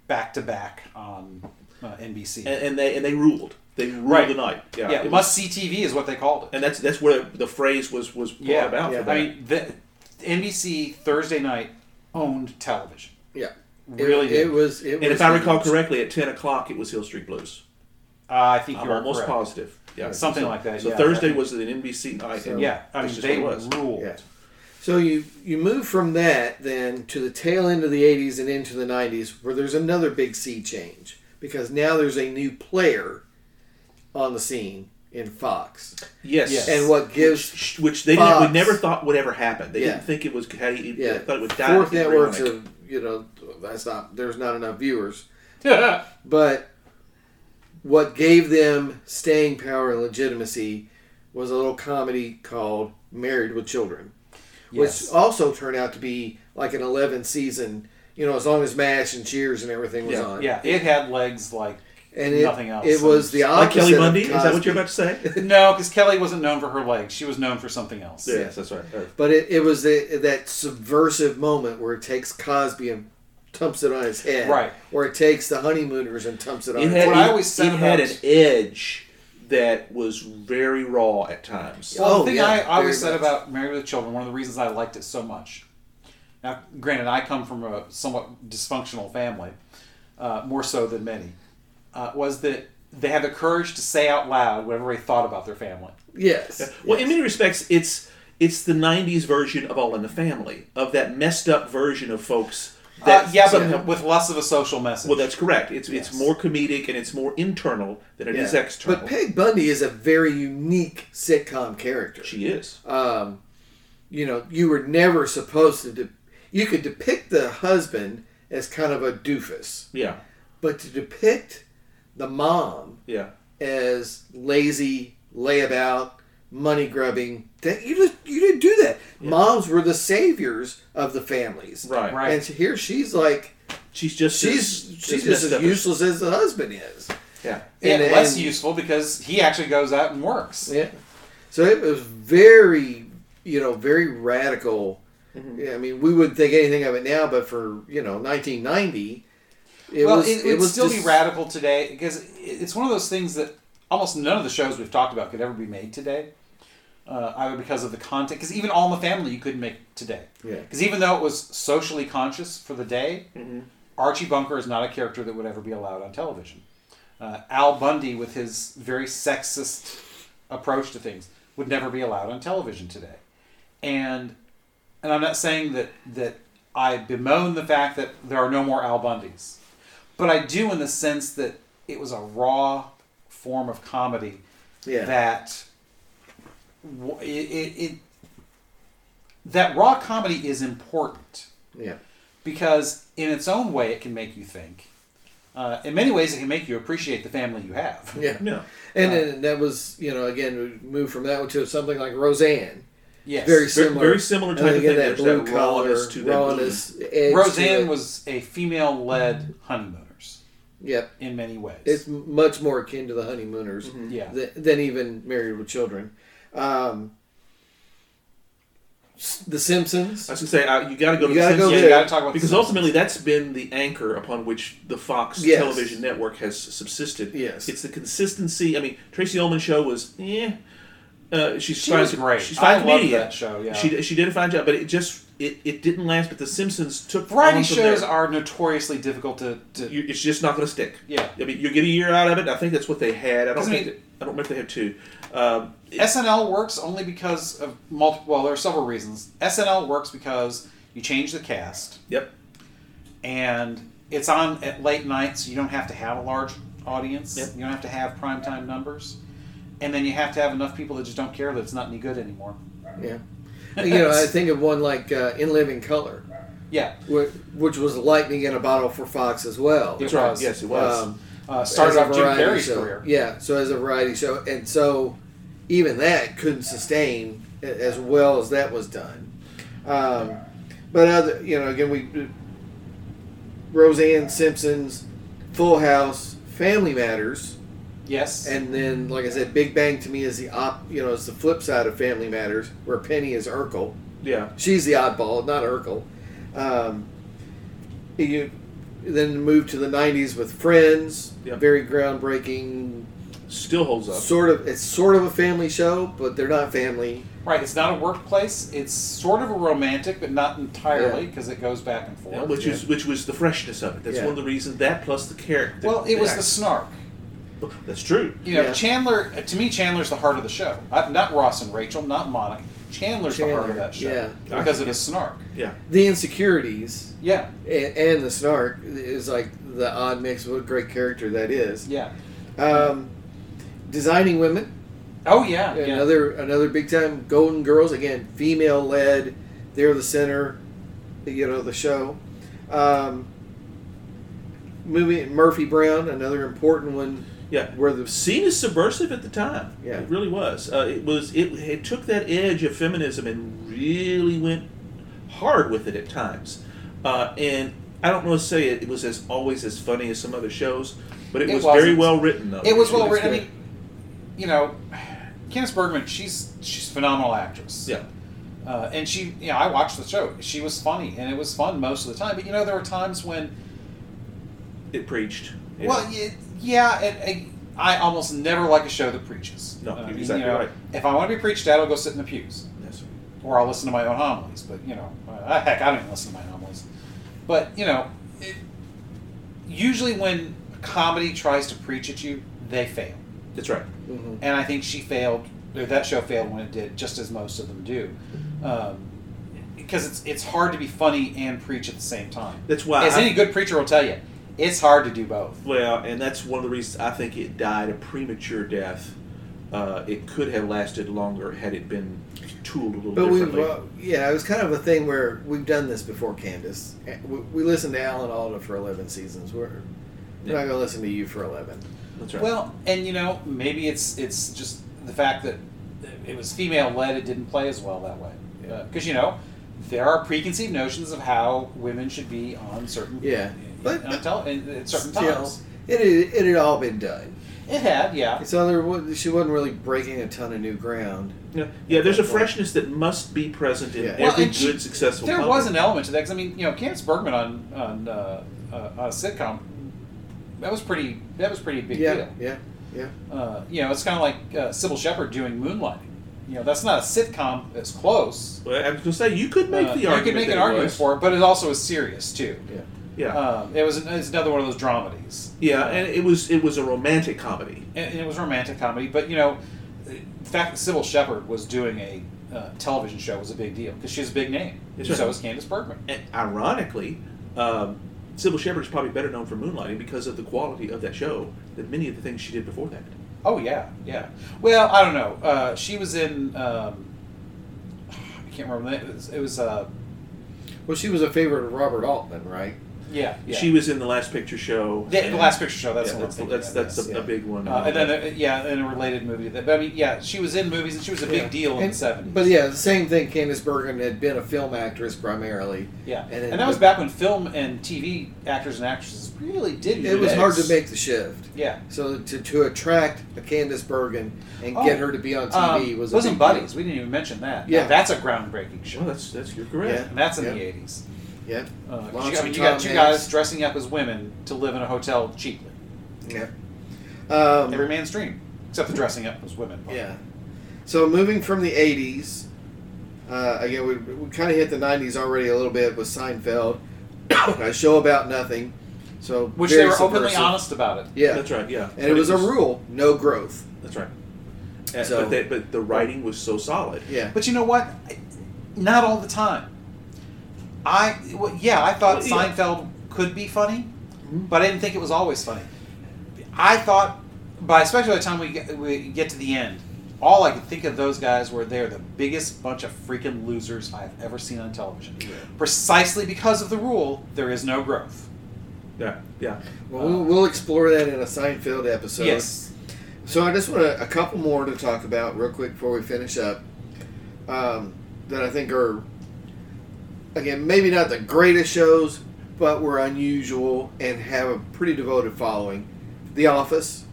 Speaker 2: back to back on uh, NBC.
Speaker 3: and, and they and they ruled. They ruled
Speaker 2: Right.
Speaker 3: the night. Yeah,
Speaker 2: yeah,
Speaker 3: it was-
Speaker 2: must see TV is what they called it.
Speaker 3: and that's that's where the phrase was was brought
Speaker 2: yeah,
Speaker 3: about.
Speaker 1: yeah.
Speaker 3: For that.
Speaker 2: I mean, the, NBC Thursday night owned television.
Speaker 1: Yeah. It,
Speaker 2: Really
Speaker 1: It,
Speaker 2: did.
Speaker 1: was. It
Speaker 3: and
Speaker 1: was
Speaker 3: if I recall
Speaker 1: huge.
Speaker 3: correctly, at ten o'clock it was Hill Street Blues.
Speaker 2: Uh, I think
Speaker 3: I'm
Speaker 2: you're
Speaker 3: almost
Speaker 2: correct.
Speaker 3: positive. Yeah,
Speaker 2: Something
Speaker 3: So-
Speaker 2: like that,
Speaker 3: So
Speaker 2: yeah.
Speaker 3: Thursday was an NBC night. and
Speaker 2: Yeah, I mean
Speaker 3: that's just
Speaker 2: they
Speaker 3: what it was.
Speaker 2: ruled.
Speaker 1: Yeah. So you you move from that then to the tail end of the 80s and into the 90s where there's another big sea change because now there's a new player on the scene in Fox.
Speaker 3: Yes.
Speaker 2: Yes.
Speaker 1: And what gives
Speaker 3: which, which they didn't,
Speaker 1: Fox-
Speaker 3: we never thought would ever happen. They
Speaker 1: Yeah.
Speaker 3: didn't think it was had he,
Speaker 1: yeah,
Speaker 3: they thought it would die.
Speaker 1: fourth
Speaker 3: in the
Speaker 1: networks
Speaker 3: remake.
Speaker 1: are you know that's not there's not enough viewers,
Speaker 2: Yeah.
Speaker 1: but what gave them staying power and legitimacy was a little comedy called Married with Children,
Speaker 2: Yes.
Speaker 1: which also turned out to be like an 11 season. You know, as long as Mash and Cheers and everything was
Speaker 3: Yeah,
Speaker 1: on,
Speaker 2: yeah, it had legs like
Speaker 1: and it,
Speaker 2: nothing else.
Speaker 1: It was the opposite.
Speaker 3: like Kelly
Speaker 1: of
Speaker 3: Bundy. Is that what
Speaker 1: Cosby.
Speaker 3: you're about to say?
Speaker 2: no, because Kelly wasn't known for her legs. She was known for something else.
Speaker 3: yes, that's right. Uh,
Speaker 1: But it, it was the, that subversive moment where it takes Cosby and dumps it on his head.
Speaker 2: Right.
Speaker 1: Or it takes the honeymooners and dumps it on
Speaker 3: It
Speaker 1: his
Speaker 3: had,
Speaker 2: What
Speaker 1: head.
Speaker 2: I always said
Speaker 3: it had
Speaker 2: about-
Speaker 3: an edge that was very raw at times.
Speaker 1: Yeah.
Speaker 2: Well,
Speaker 1: Oh,
Speaker 2: the thing
Speaker 1: yeah,
Speaker 2: I always
Speaker 1: very
Speaker 2: said
Speaker 1: much.
Speaker 2: about Married with Children, one of the reasons I liked it so much. Now, granted, I come from a somewhat dysfunctional family, uh, more so than many, uh, was that they had the courage to say out loud whatever they thought about their family.
Speaker 1: Yes.
Speaker 3: Well,
Speaker 1: yes.
Speaker 3: in many respects, it's it's the '90s version of All in the Family, of that messed up version of folks. That
Speaker 2: uh, yeah, but
Speaker 3: somehow-
Speaker 2: with less of a social message.
Speaker 3: well, that's correct. It's
Speaker 2: Yes.
Speaker 3: it's more comedic and it's more internal than it is
Speaker 2: Yeah.
Speaker 3: external.
Speaker 1: but Peg Bundy is a very unique sitcom character.
Speaker 3: she is.
Speaker 1: um, you know, you were never supposed to. De- you could depict the husband as kind of a doofus,
Speaker 3: Yeah,
Speaker 1: but to depict the mom
Speaker 3: yeah.
Speaker 1: as lazy, layabout, money grubbing, that you just you didn't do that. Moms were the saviors of the families,
Speaker 3: Right.
Speaker 2: Right.
Speaker 1: And here she's like
Speaker 3: She's just
Speaker 1: she's
Speaker 3: as-
Speaker 1: she's
Speaker 3: as
Speaker 1: just
Speaker 3: messed
Speaker 1: as
Speaker 3: up
Speaker 1: useless as the husband is.
Speaker 3: Yeah,
Speaker 2: yeah,
Speaker 1: And-
Speaker 2: less
Speaker 1: and-
Speaker 2: useful because he actually goes out and works.
Speaker 1: Yeah. So it was very, you know, very radical.
Speaker 2: Mm-hmm.
Speaker 1: Yeah, I mean, we wouldn't think anything of it now, but for you know, 1990, it
Speaker 2: well,
Speaker 1: was
Speaker 2: it,
Speaker 1: it,
Speaker 2: would
Speaker 1: was
Speaker 2: still
Speaker 1: just-
Speaker 2: be radical today because it- it's one of those things that almost none of the shows we've talked about could ever be made today, uh, either because of the content. Because even All in the Family you couldn't make today.
Speaker 1: Yeah. Mm-hmm.
Speaker 2: Because even though it was socially conscious for the day, Archie Bunker is not a character that would ever be allowed on television. Uh, Al Bundy, with his very sexist approach to things, would never be allowed on television today. And and I'm not saying that that I bemoan the fact that there are no more Al Bundys, but I do in the sense that it was a raw form of comedy
Speaker 1: Yeah.
Speaker 2: that w- it, it, it that raw comedy is important
Speaker 1: Yeah.
Speaker 2: because in its own way it can make you think. Uh, in many ways, it can make you appreciate the family you have.
Speaker 1: Yeah.
Speaker 3: no.
Speaker 2: Uh.
Speaker 1: And then that was, you know, again, we moved from that one to something like Roseanne.
Speaker 2: Yes.
Speaker 1: Very
Speaker 3: Very-
Speaker 1: similar.
Speaker 3: very similar
Speaker 1: And
Speaker 3: type of
Speaker 1: again,
Speaker 3: thing.
Speaker 1: That
Speaker 3: There's that
Speaker 1: blue collar,
Speaker 3: rawness to that
Speaker 1: rawness edge to
Speaker 2: Roseanne
Speaker 1: it.
Speaker 2: was a female-led honeymooners
Speaker 1: Yep.
Speaker 2: in many ways.
Speaker 1: It's m- much more akin to the honeymooners
Speaker 2: Mm-hmm. Yeah.
Speaker 1: th- than even Married with Children. Um, S- the Simpsons.
Speaker 3: I was gonna say uh, you got to go
Speaker 1: You
Speaker 3: to the
Speaker 1: gotta go
Speaker 3: Simpsons
Speaker 2: yeah,
Speaker 1: there.
Speaker 2: you gotta talk about the
Speaker 3: because
Speaker 2: Simpsons.
Speaker 3: ultimately that's been the anchor upon which the Fox
Speaker 1: Yes.
Speaker 3: television network has subsisted.
Speaker 1: Yes.
Speaker 3: it's the consistency. I mean, Tracy Ullman's show was yeah. Uh, she's
Speaker 2: She
Speaker 3: fine-
Speaker 2: was great.
Speaker 3: She's
Speaker 2: I
Speaker 3: fine
Speaker 2: loved
Speaker 3: comedian.
Speaker 2: that show, yeah.
Speaker 3: she she did a fine job, but it just it, it didn't last. But the Simpsons took
Speaker 2: variety
Speaker 3: on from
Speaker 2: shows
Speaker 3: there.
Speaker 2: are notoriously difficult to. to
Speaker 3: You- it's just not going to stick.
Speaker 2: Yeah.
Speaker 3: I mean, you get a year out of it. I think that's what they had. I don't
Speaker 2: 'Cause, I
Speaker 3: think
Speaker 2: mean-
Speaker 3: that- I don't remember if they had two. Um, it-
Speaker 2: SNL works only because of multiple. Well, there are several reasons. SNL works because you change the cast
Speaker 3: yep.
Speaker 2: and it's on at late night, so you don't have to have a large audience.
Speaker 3: Yep.
Speaker 2: You don't have to have primetime numbers, and then you have to have enough people that just don't care that it's not any good anymore.
Speaker 1: Yeah. You know, I think of one like uh, In Living Color,
Speaker 2: Yeah,
Speaker 1: which, which was lightning in a bottle for Fox as well.
Speaker 2: It
Speaker 3: That's right.
Speaker 2: was.
Speaker 3: Yes, it was.
Speaker 1: Um,
Speaker 2: uh, started
Speaker 1: as a
Speaker 2: off Jim
Speaker 1: variety
Speaker 2: Carrey's
Speaker 1: show.
Speaker 2: career.
Speaker 1: Yeah, so as a variety show. And so even that couldn't sustain a- as well as that was done. Um, but, other, you know, again, we. Roseanne, Simpsons, Full House, Family Matters.
Speaker 2: Yes,
Speaker 1: And then, like I said, Big Bang to me is the op, you know, it's the flip side of Family Matters, where Penny is Urkel.
Speaker 3: Yeah.
Speaker 1: She's the oddball, not Urkel. Um, you then move to the '90s with Friends,
Speaker 3: Yeah.
Speaker 1: very groundbreaking.
Speaker 3: Still holds up.
Speaker 1: Sort of, it's sort of a family show, but they're not family.
Speaker 2: right. It's not a workplace. It's sort of a romantic, but not entirely because it goes back and forth.
Speaker 3: Yeah, which is which was the freshness of it. That's
Speaker 1: Yeah.
Speaker 3: one of the reasons. That plus the character.
Speaker 2: well, it was the
Speaker 3: acts-
Speaker 2: snark.
Speaker 3: That's true.
Speaker 2: You know,
Speaker 1: Yeah.
Speaker 2: Chandler. To me, Chandler's the heart of the show. Uh, Not Ross and Rachel. Not Monica. Chandler's the heart
Speaker 1: Chandler,
Speaker 2: of that show
Speaker 1: yeah.
Speaker 2: because of his snark.
Speaker 3: Yeah.
Speaker 1: The insecurities
Speaker 2: Yeah,
Speaker 1: and, and the snark is like the odd mix. What a great character that is.
Speaker 2: yeah.
Speaker 1: Um, designing women.
Speaker 2: Oh yeah, yeah.
Speaker 1: another another big time golden girls again female led they're the center you know the show um, movie murphy brown another important one
Speaker 3: Yeah.
Speaker 1: where the
Speaker 3: Seen as subversive at the time.
Speaker 1: Yeah.
Speaker 3: It really was. Uh, it was. It, it took that edge of feminism and really went hard with it at times. Uh, and I don't want to say it, it was as always as funny as some other shows, but it,
Speaker 2: It
Speaker 3: was very
Speaker 2: wasn't.
Speaker 3: well written though.
Speaker 2: It was well
Speaker 1: was
Speaker 2: written. I
Speaker 1: good.
Speaker 2: mean, you know, Candice Bergman. She's she's a phenomenal actress.
Speaker 3: Yeah.
Speaker 2: Uh, and she, you know, I watched the show. She was funny, and it was fun most of the time. But you know, there were times when,
Speaker 3: It preached. Yeah.
Speaker 2: well, y- yeah, it, it, I almost never like a show that preaches.
Speaker 3: No,
Speaker 2: I
Speaker 3: you're
Speaker 2: mean,
Speaker 3: exactly
Speaker 2: you know,
Speaker 3: right.
Speaker 2: If I want to be preached at, I'll go sit in the pews.
Speaker 3: Yes.
Speaker 2: or I'll listen to my own homilies. But you know, uh, heck, I don't even listen to my homilies. But you know, it, usually when comedy tries to preach at you, they fail,
Speaker 3: That's right.
Speaker 1: Mhm.
Speaker 2: Mm-hmm. and I think she failed or that show failed when it did, just as most of them do, um, because it's it's hard to be funny and preach at the same time.
Speaker 3: That's why
Speaker 2: as
Speaker 3: I-
Speaker 2: any good preacher will tell you, it's hard to do both.
Speaker 3: Well, and that's one of the reasons I think it died a premature death. Uh, it could have lasted longer had it been tooled a little
Speaker 1: But we,
Speaker 3: differently.
Speaker 1: well, yeah, it was kind of a thing where we've done this before, Candace. Eh, We, we listened to Alan Alda for eleven seasons. We're, we're
Speaker 3: Yeah.
Speaker 1: not going to listen to you for eleven.
Speaker 3: that's right.
Speaker 2: Well, and you know, maybe it's it's just the fact that it was female led. It didn't play as well that way
Speaker 1: Yeah.
Speaker 2: because you know there are preconceived notions of how women should be on certain
Speaker 1: Yeah. But-
Speaker 2: on tele- in- at certain
Speaker 1: Still,
Speaker 2: times.
Speaker 1: It had, it had all been done.
Speaker 2: It had, yeah.
Speaker 1: So there, wa- she wasn't really breaking a ton of new ground.
Speaker 3: yeah, yeah, there's a freshness that must be present in
Speaker 1: Yeah.
Speaker 3: every
Speaker 1: Well,
Speaker 2: and
Speaker 3: good,
Speaker 2: she-
Speaker 3: successful.
Speaker 2: There
Speaker 3: comedy.
Speaker 2: was an element to that because I mean, you know, Candace Bergman on on, uh, uh, on a sitcom that was pretty that was pretty big
Speaker 1: yeah,
Speaker 2: deal.
Speaker 1: yeah, yeah.
Speaker 2: Uh, you know, it's kind of like uh, Sybil Shepherd doing Moonlighting. You know, that's not a sitcom. It's close,
Speaker 3: Well, I was going to say you could make
Speaker 2: Uh,
Speaker 3: the
Speaker 2: you
Speaker 3: argument.
Speaker 2: could make
Speaker 3: that
Speaker 2: an
Speaker 3: it
Speaker 2: argument
Speaker 3: was.
Speaker 2: for it, but it also was serious too.
Speaker 3: Yeah,
Speaker 2: Um, it was an, it's another one of those dramedies, Uh,
Speaker 3: yeah, and it was it was a romantic comedy.
Speaker 2: and, and it was romantic comedy. But you know, the fact that Sybil Shepherd was doing a uh, television show was a big deal because she's a big name.
Speaker 3: Yes,
Speaker 2: so
Speaker 3: sir.
Speaker 2: was Candace Bergman.
Speaker 3: And ironically, um, Sybil Shepherd is probably better known for Moonlighting because of the quality of that show than many of the things she did before that.
Speaker 2: Oh yeah, yeah. Well, I don't know. Uh, she was in. Um, I can't remember. the name. It was. It was uh,
Speaker 1: Well, she was a favorite of Robert Altman, right?
Speaker 2: yeah, yeah.
Speaker 3: She was in the Last Picture Show.
Speaker 2: the, the
Speaker 3: and-
Speaker 2: last picture show.
Speaker 3: Yeah,
Speaker 2: That's
Speaker 3: that's
Speaker 2: the one I'm
Speaker 3: that's,
Speaker 2: thinking
Speaker 3: that's,
Speaker 2: of, yes.
Speaker 3: a, a big one.
Speaker 2: Uh, and then, uh, yeah, and a related movie. to that. But I mean, yeah, she was in movies, and she was a big
Speaker 1: Yeah.
Speaker 2: deal in
Speaker 1: And-
Speaker 2: the seventies.
Speaker 1: But yeah, the same thing. Candace Bergen had been a film actress primarily.
Speaker 2: Yeah,
Speaker 1: And
Speaker 2: and,
Speaker 1: then-
Speaker 2: that was back when film and TV actors and actresses really didn't.
Speaker 1: It was
Speaker 2: mix.
Speaker 1: hard to make the shift.
Speaker 2: Yeah,
Speaker 1: So to, to attract a Candace Bergen and
Speaker 2: Oh.
Speaker 1: get her to be on TV
Speaker 2: Um,
Speaker 1: was a
Speaker 2: wasn't
Speaker 1: big deal.
Speaker 2: buddies. We didn't even mention that.
Speaker 1: Yeah.
Speaker 2: Now, that's a groundbreaking show.
Speaker 3: Well, Oh, that's that's you're correct.
Speaker 2: and that's in
Speaker 1: yeah.
Speaker 2: the eighties.
Speaker 1: Yeah,
Speaker 2: Uh,
Speaker 1: Lots
Speaker 2: 'cause you, I
Speaker 1: of
Speaker 2: mean, you
Speaker 1: Tom
Speaker 2: got two
Speaker 1: Hanks.
Speaker 2: guys dressing up as women to live in a hotel cheaply.
Speaker 1: yeah. Um,
Speaker 2: Every man's dream, except the dressing up as women. part.
Speaker 1: Yeah. So moving from the 80s, uh, again, we, we kind of hit the 90s already a little bit with Seinfeld, a show about nothing. So
Speaker 2: which
Speaker 1: very
Speaker 2: they were openly
Speaker 1: subversive.
Speaker 2: honest about it.
Speaker 1: Yeah.
Speaker 3: That's right. Yeah,
Speaker 1: and it was, a rule no growth.
Speaker 3: That's right. And-
Speaker 1: So-
Speaker 3: but, they, but the writing was so solid.
Speaker 1: Yeah.
Speaker 2: But you know what? Not all the time. I well, yeah, I thought
Speaker 3: Well, yeah.
Speaker 2: Seinfeld could be funny,
Speaker 3: Mhm.
Speaker 2: but I didn't think it was always funny. I thought, by especially by the time we get, we get to the end, all I could think of those guys were they're the biggest bunch of freaking losers I've ever seen on television. Precisely because of the rule, there is no growth.
Speaker 3: Yeah, yeah.
Speaker 1: Well, we'll, we'll explore that in a Seinfeld episode.
Speaker 2: yes.
Speaker 1: So I just want a, a couple more to talk about real quick before we finish up um, that I think are, again, maybe not the greatest shows, but were unusual and have a pretty devoted following. The Office,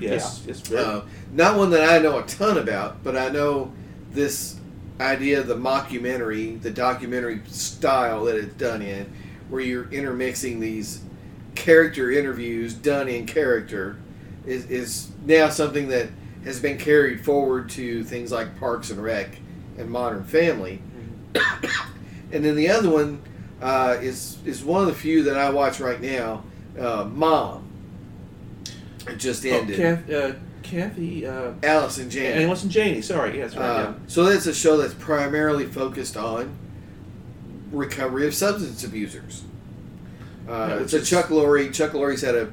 Speaker 3: Yes, yes. Very,
Speaker 1: uh, not one that I know a ton about, but I know this idea of the mockumentary, the documentary style that it's done in, where you're intermixing these character interviews done in character, is, is now something that has been carried forward to things like Parks and Rec and Modern Family. and then the other one uh, is is one of the few that I watch right now, uh, Mom. It just
Speaker 3: oh,
Speaker 1: ended.
Speaker 3: Kath, uh, Kathy, uh,
Speaker 1: Alice and Janet.
Speaker 3: Alice and Janie. Sorry, yeah, that's right.
Speaker 1: Uh, so that's a show that's primarily focused on recovery of substance abusers.
Speaker 3: Yeah,
Speaker 1: Uh,
Speaker 3: which
Speaker 1: it's a
Speaker 3: is-
Speaker 1: Chuck Lorre. Chuck Lorre's had a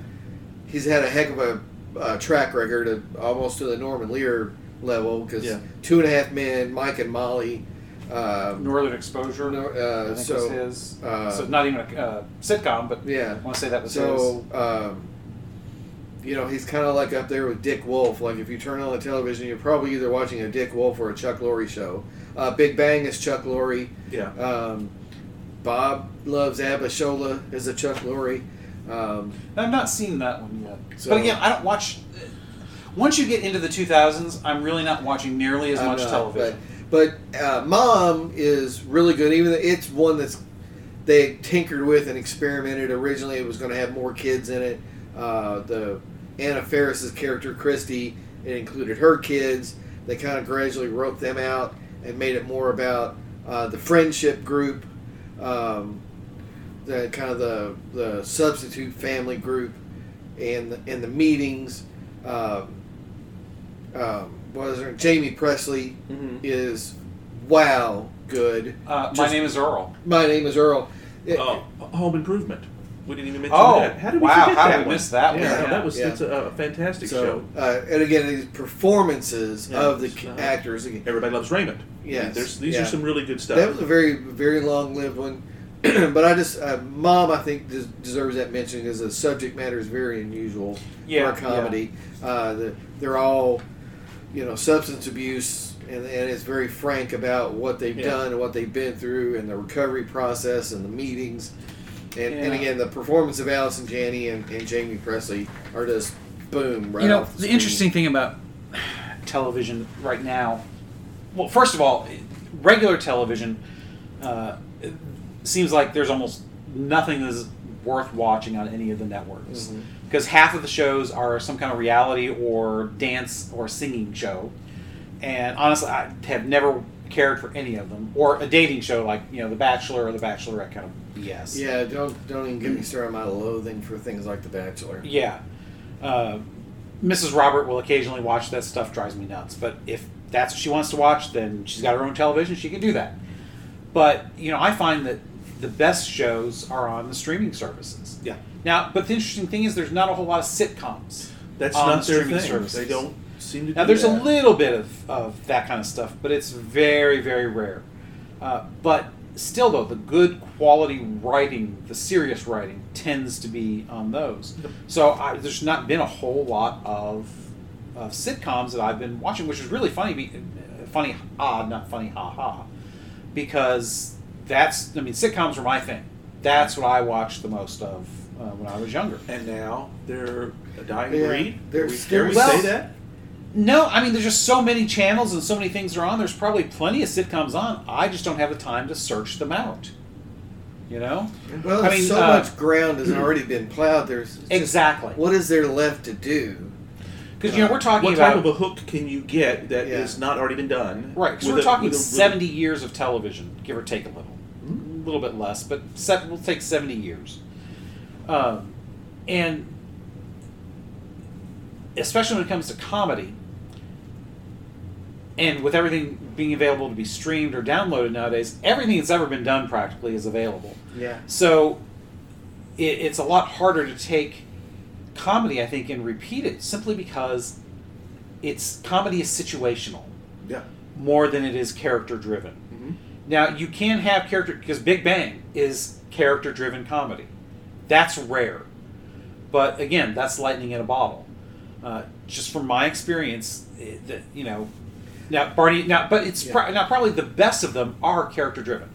Speaker 1: he's had a heck of a uh, track record, of, almost to the Norman Lear level, because
Speaker 3: Yeah.
Speaker 1: Two and a Half Men, Mike and Molly. Um,
Speaker 2: Northern Exposure. I
Speaker 1: uh,
Speaker 2: think
Speaker 1: so
Speaker 2: was his.
Speaker 1: uh,
Speaker 2: so not even a uh, sitcom, but
Speaker 1: yeah,
Speaker 2: I want to say that was his.
Speaker 1: so, um, you know, he's kind of like up there with Dick Wolf. Like, if you turn on the television, you're probably either watching a Dick Wolf or a Chuck Lorre show. Uh, Big Bang is Chuck Lorre.
Speaker 3: yeah.
Speaker 1: Um, Bob Loves Abishola is a Chuck Lorre. Um,
Speaker 2: I've not seen that one yet.
Speaker 1: So-
Speaker 2: but again, I don't watch. Once you get into the 2000s, I'm really not watching nearly as
Speaker 1: I'm
Speaker 2: much
Speaker 1: not,
Speaker 2: television.
Speaker 1: But, but uh, Mom is really good. Even though it's one that's they tinkered with and experimented. Originally, it was going to have more kids in it. Uh, the Anna Ferris's character Christy, it included her kids. They kind of gradually roped them out and made it more about uh, the friendship group, um, the kind of the, the substitute family group, and the, and the meetings. Um, um, was her Jamie Presley
Speaker 3: Mhm.
Speaker 1: is wow good.
Speaker 2: Uh, my
Speaker 1: Just-
Speaker 2: name is Earl.
Speaker 1: My name is Earl. It-
Speaker 3: Oh, Home Improvement. We didn't even mention
Speaker 2: Oh,
Speaker 3: that. How did we
Speaker 2: wow,
Speaker 3: forget
Speaker 2: how
Speaker 3: that
Speaker 2: did we
Speaker 3: one?
Speaker 2: miss that one?
Speaker 3: Yeah, no,
Speaker 1: Yeah,
Speaker 3: that was
Speaker 1: yeah.
Speaker 3: that's a, a fantastic
Speaker 1: so
Speaker 3: show.
Speaker 1: uh, and again these performances
Speaker 3: Yeah,
Speaker 1: of the
Speaker 3: it's, uh,
Speaker 1: actors. Again,
Speaker 3: Everybody loves Raymond.
Speaker 1: Yes,
Speaker 3: There's, these
Speaker 1: yeah.
Speaker 3: are some really good stuff.
Speaker 1: That was a very, very long-lived one. but I just, uh, Mom, I think des- deserves that mention because the subject matter is very unusual
Speaker 2: Yeah,
Speaker 1: for a comedy. Uh, the, they're all, you know, substance abuse, and, and it's very frank about what they've
Speaker 3: Yeah.
Speaker 1: done and what they've been through, and the recovery process, and the meetings, and, and
Speaker 2: Yeah.
Speaker 1: again, the performance of Allison Janney and, and Jamie Presley are just boom. Right
Speaker 2: you know,
Speaker 1: off
Speaker 2: the
Speaker 1: screen.
Speaker 2: interesting thing about television right now, well, first of all, regular television uh, it seems like there's almost nothing that's worth watching on any of the networks
Speaker 1: Mhm.
Speaker 2: because half of the shows are some kind of reality or dance or singing show, and honestly, I have never cared for any of them or a dating show like you know The Bachelor or The Bachelorette kind of BS.
Speaker 1: Yeah, don't don't even get me started on my loathing for things like The Bachelor.
Speaker 2: Yeah. Uh, Mrs. Robert will occasionally watch that stuff, drives me nuts. But if that's what she wants to watch, then she's got her own television, she can do that. But, you know, I find that the best shows are on the streaming services.
Speaker 3: Yeah.
Speaker 2: Now, but the interesting thing is there's not a whole lot of sitcoms.
Speaker 3: That's
Speaker 2: on
Speaker 3: not their
Speaker 2: streaming
Speaker 3: thing.
Speaker 2: services.
Speaker 3: They don't seem to.
Speaker 2: Now,
Speaker 3: do
Speaker 2: there's
Speaker 3: that.
Speaker 2: a little bit of, of that kind of stuff, but it's very, very rare. Uh, but still, though, the good quality writing, the serious writing, tends to be on those. So I, there's not been a whole lot of, of sitcoms that I've been watching, which is really funny, be, uh, funny, ah, not funny, ha ha, because that's, I mean, sitcoms were my thing. That's what I watched the most of uh, when I was younger.
Speaker 3: And now they're a dying
Speaker 1: Yeah,
Speaker 3: breed.
Speaker 1: they're
Speaker 3: Dare we,
Speaker 1: still-
Speaker 3: dare we
Speaker 2: Well-
Speaker 3: say that?
Speaker 2: No, I mean there's just so many channels and so many things are on. There's probably plenty of sitcoms on. I just don't have the time to search them out. You know?
Speaker 1: Well,
Speaker 2: I mean,
Speaker 1: so
Speaker 2: uh,
Speaker 1: much ground has already been plowed. There's just-
Speaker 2: Exactly.
Speaker 1: What is there left to do?
Speaker 2: Because you know we're talking
Speaker 3: what
Speaker 2: about
Speaker 3: type of a hook can you get that
Speaker 1: Yeah.
Speaker 3: is not already been done?
Speaker 2: right. So
Speaker 3: with
Speaker 2: we're
Speaker 3: a-
Speaker 2: talking
Speaker 3: with a- with a-
Speaker 2: 70 years of television, give or take a little,
Speaker 3: Mm-hmm.
Speaker 2: a little bit less, but set, we'll take 70 years. Um, and especially when it comes to comedy, and with everything being available to be streamed or downloaded nowadays, everything that's ever been done practically is available.
Speaker 1: Yeah.
Speaker 2: So it, it's a lot harder to take comedy, I think, and repeat it simply because it's comedy is situational
Speaker 3: Yeah.
Speaker 2: more than it is character driven.
Speaker 3: Mhm.
Speaker 2: Now you can have character because Big Bang is character driven comedy. That's rare, but again, that's lightning in a bottle. Uh, just from my experience, it, that you know, now Barney. Now, but it's
Speaker 1: Yeah.
Speaker 2: pro- now probably the best of them are character driven.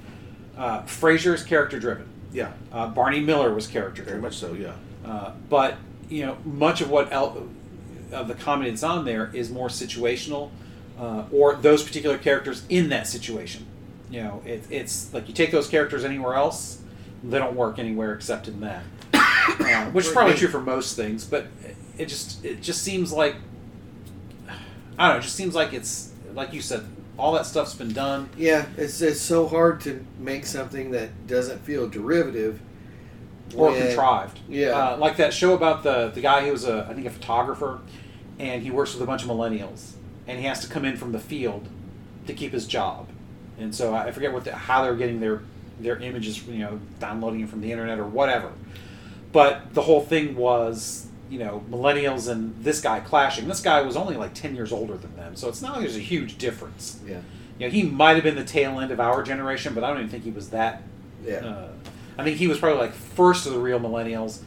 Speaker 2: Uh, Frasier is character driven.
Speaker 3: Yeah.
Speaker 2: Uh, Barney Miller was character
Speaker 3: Very
Speaker 2: driven.
Speaker 3: much so. Yeah.
Speaker 2: Uh, but you know, much of what el- of the comedy that's on there is more situational, uh, or those particular characters in that situation. You know, it, it's like you take those characters anywhere else, they don't work anywhere except in that, uh, which is probably true for most things. But it just it just seems like I don't know. It just seems like it's like you said, all that stuff's been done.
Speaker 1: Yeah. It's it's so hard to make something that doesn't feel derivative.
Speaker 2: or
Speaker 1: when-
Speaker 2: contrived.
Speaker 1: yeah.
Speaker 2: uh, like that show about the the guy who was a I think a photographer, and he works with a bunch of millennials, and he has to come in from the field to keep his job, and so I I forget what the, how they're getting their their images, you know, downloading it from the internet or whatever. But the whole thing was, you know, millennials and this guy clashing. This guy was only like ten years older than them, so it's not like there's a huge difference.
Speaker 1: Yeah.
Speaker 2: You know, he might have been the tail end of our generation, but I don't even think he was that
Speaker 1: Yeah.
Speaker 2: uh, I think he was probably like first of the real millennials,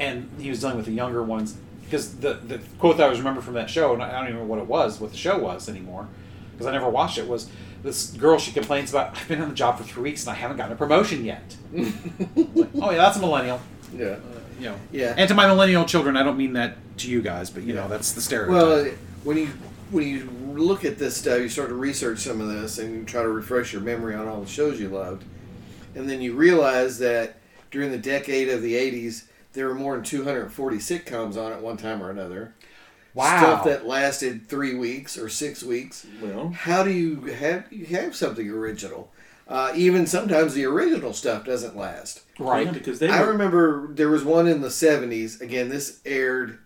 Speaker 2: and he was dealing with the younger ones because the the quote that I was remember from that show, and I don't even know what it was, what the show was anymore, because I never watched it. Was this girl? She complains about I've been on the job for three weeks and I haven't gotten a promotion yet. oh yeah, that's a millennial.
Speaker 1: yeah.
Speaker 2: You know.
Speaker 1: Yeah.
Speaker 2: And to my millennial children, I don't mean that to you guys, but you know that's the stereotype.
Speaker 1: Well, when you when you look at this stuff, you start to research some of this, and you try to refresh your memory on all the shows you loved, and then you realize that during the decade of the '80s, there were more than 240 sitcoms on at one time or another.
Speaker 2: Wow.
Speaker 1: Stuff that lasted three weeks or six weeks.
Speaker 3: Well.
Speaker 1: How do you have you have something original? Uh, even sometimes the original stuff doesn't last.
Speaker 2: right.
Speaker 3: yeah, because they
Speaker 1: I
Speaker 3: were-
Speaker 1: remember there was one in the 70s. Again, this aired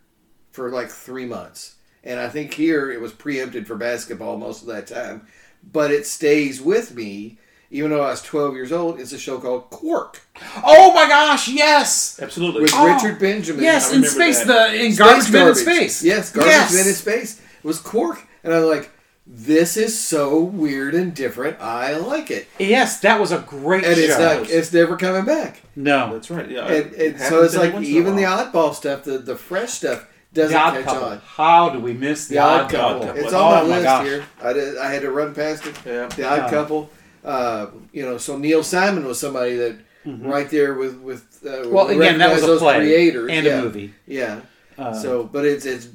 Speaker 1: for like three months. And I think here it was preempted for basketball most of that time, but it stays with me. Even though I was 12 years old, it's a show called Quark
Speaker 2: Oh my gosh, yes!
Speaker 3: Absolutely.
Speaker 1: with
Speaker 2: Oh,
Speaker 1: Richard Benjamin.
Speaker 2: Yes,
Speaker 3: I
Speaker 2: in
Speaker 3: remember
Speaker 2: space,
Speaker 3: that.
Speaker 2: the in
Speaker 1: Space
Speaker 2: garbage man in space.
Speaker 1: Yes, garbage man in space was Quark, and I was like, "This is so weird and different. I like it."
Speaker 2: Yes, that was a great
Speaker 1: And
Speaker 2: show.
Speaker 1: it's not, it's never coming back.
Speaker 2: no,
Speaker 3: That's right. Yeah.
Speaker 1: And,
Speaker 3: it
Speaker 1: and so
Speaker 3: happens
Speaker 1: it's
Speaker 3: every
Speaker 1: like
Speaker 3: once in a
Speaker 1: even the
Speaker 3: while.
Speaker 1: oddball stuff, the, the fresh stuff
Speaker 2: the
Speaker 1: doesn't
Speaker 2: odd
Speaker 1: catch
Speaker 2: couple.
Speaker 1: on.
Speaker 2: How do we miss the,
Speaker 1: The Odd Couple.
Speaker 3: Couple.
Speaker 1: It's
Speaker 3: Oh
Speaker 1: on my,
Speaker 2: my
Speaker 1: list
Speaker 2: gosh.
Speaker 1: here. I, did, I had to run past it.
Speaker 3: Yeah.
Speaker 1: The Odd
Speaker 2: Yeah.
Speaker 1: Couple. Uh, you know, so Neil Simon was somebody that right there with with. Uh,
Speaker 2: Mm-hmm. Well,
Speaker 1: we
Speaker 2: again, that
Speaker 1: recognize
Speaker 2: was a
Speaker 1: those
Speaker 2: play
Speaker 1: creators
Speaker 2: and
Speaker 1: yeah.
Speaker 2: a movie.
Speaker 1: Yeah.
Speaker 2: Uh,
Speaker 1: so, but it's it's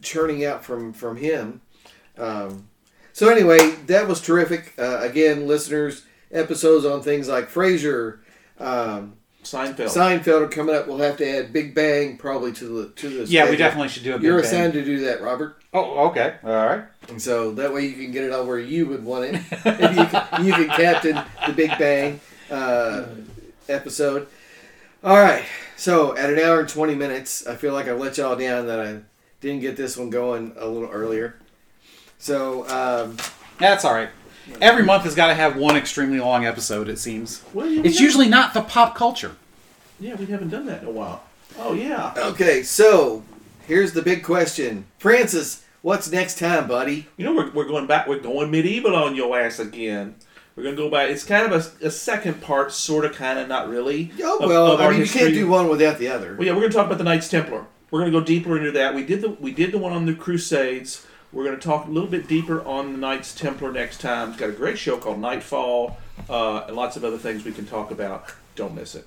Speaker 1: churning out from from him. Um, so anyway, that was terrific. Uh, again, listeners, episodes on things like Frasier, um,
Speaker 3: Seinfeld.
Speaker 1: Seinfeld are coming up. We'll have to add Big Bang probably to the to the.
Speaker 2: yeah, we
Speaker 1: schedule.
Speaker 2: definitely should do a. Big
Speaker 1: You're
Speaker 2: Bang.
Speaker 1: assigned to do that, Robert.
Speaker 2: Oh, okay, all right.
Speaker 1: And so that way you can get it all where you would want it. and you, can, you can captain the Big Bang uh, episode. All right. So at an hour and 20 minutes, I feel like I let y'all down that I didn't get this one going a little earlier. So, um,
Speaker 2: That's all right. Every month has got to have one extremely long episode. It seems.
Speaker 3: Well, yeah, we
Speaker 2: It's
Speaker 3: haven't-
Speaker 2: usually not the pop culture.
Speaker 3: Yeah, we haven't done that in a while. Oh yeah.
Speaker 1: okay. So here's the big question Francis, what's next time, buddy?
Speaker 3: You know, we're, we're going back. We're going medieval on your ass again. We're gonna go back. It's kind of a, a second part, sort of, kind of, not really.
Speaker 1: Oh,
Speaker 3: of-
Speaker 1: well,
Speaker 3: of
Speaker 1: I
Speaker 3: our
Speaker 1: mean, you can't
Speaker 3: history.
Speaker 1: do one without the other.
Speaker 3: Well, yeah, we're gonna talk about the Knights Templar. We're gonna go deeper into that. We did the we did the one on the Crusades. We're gonna talk a little bit deeper on the Knights Templar next time. It's got a great show called Nightfall, uh, and lots of other things we can talk about. Don't miss it.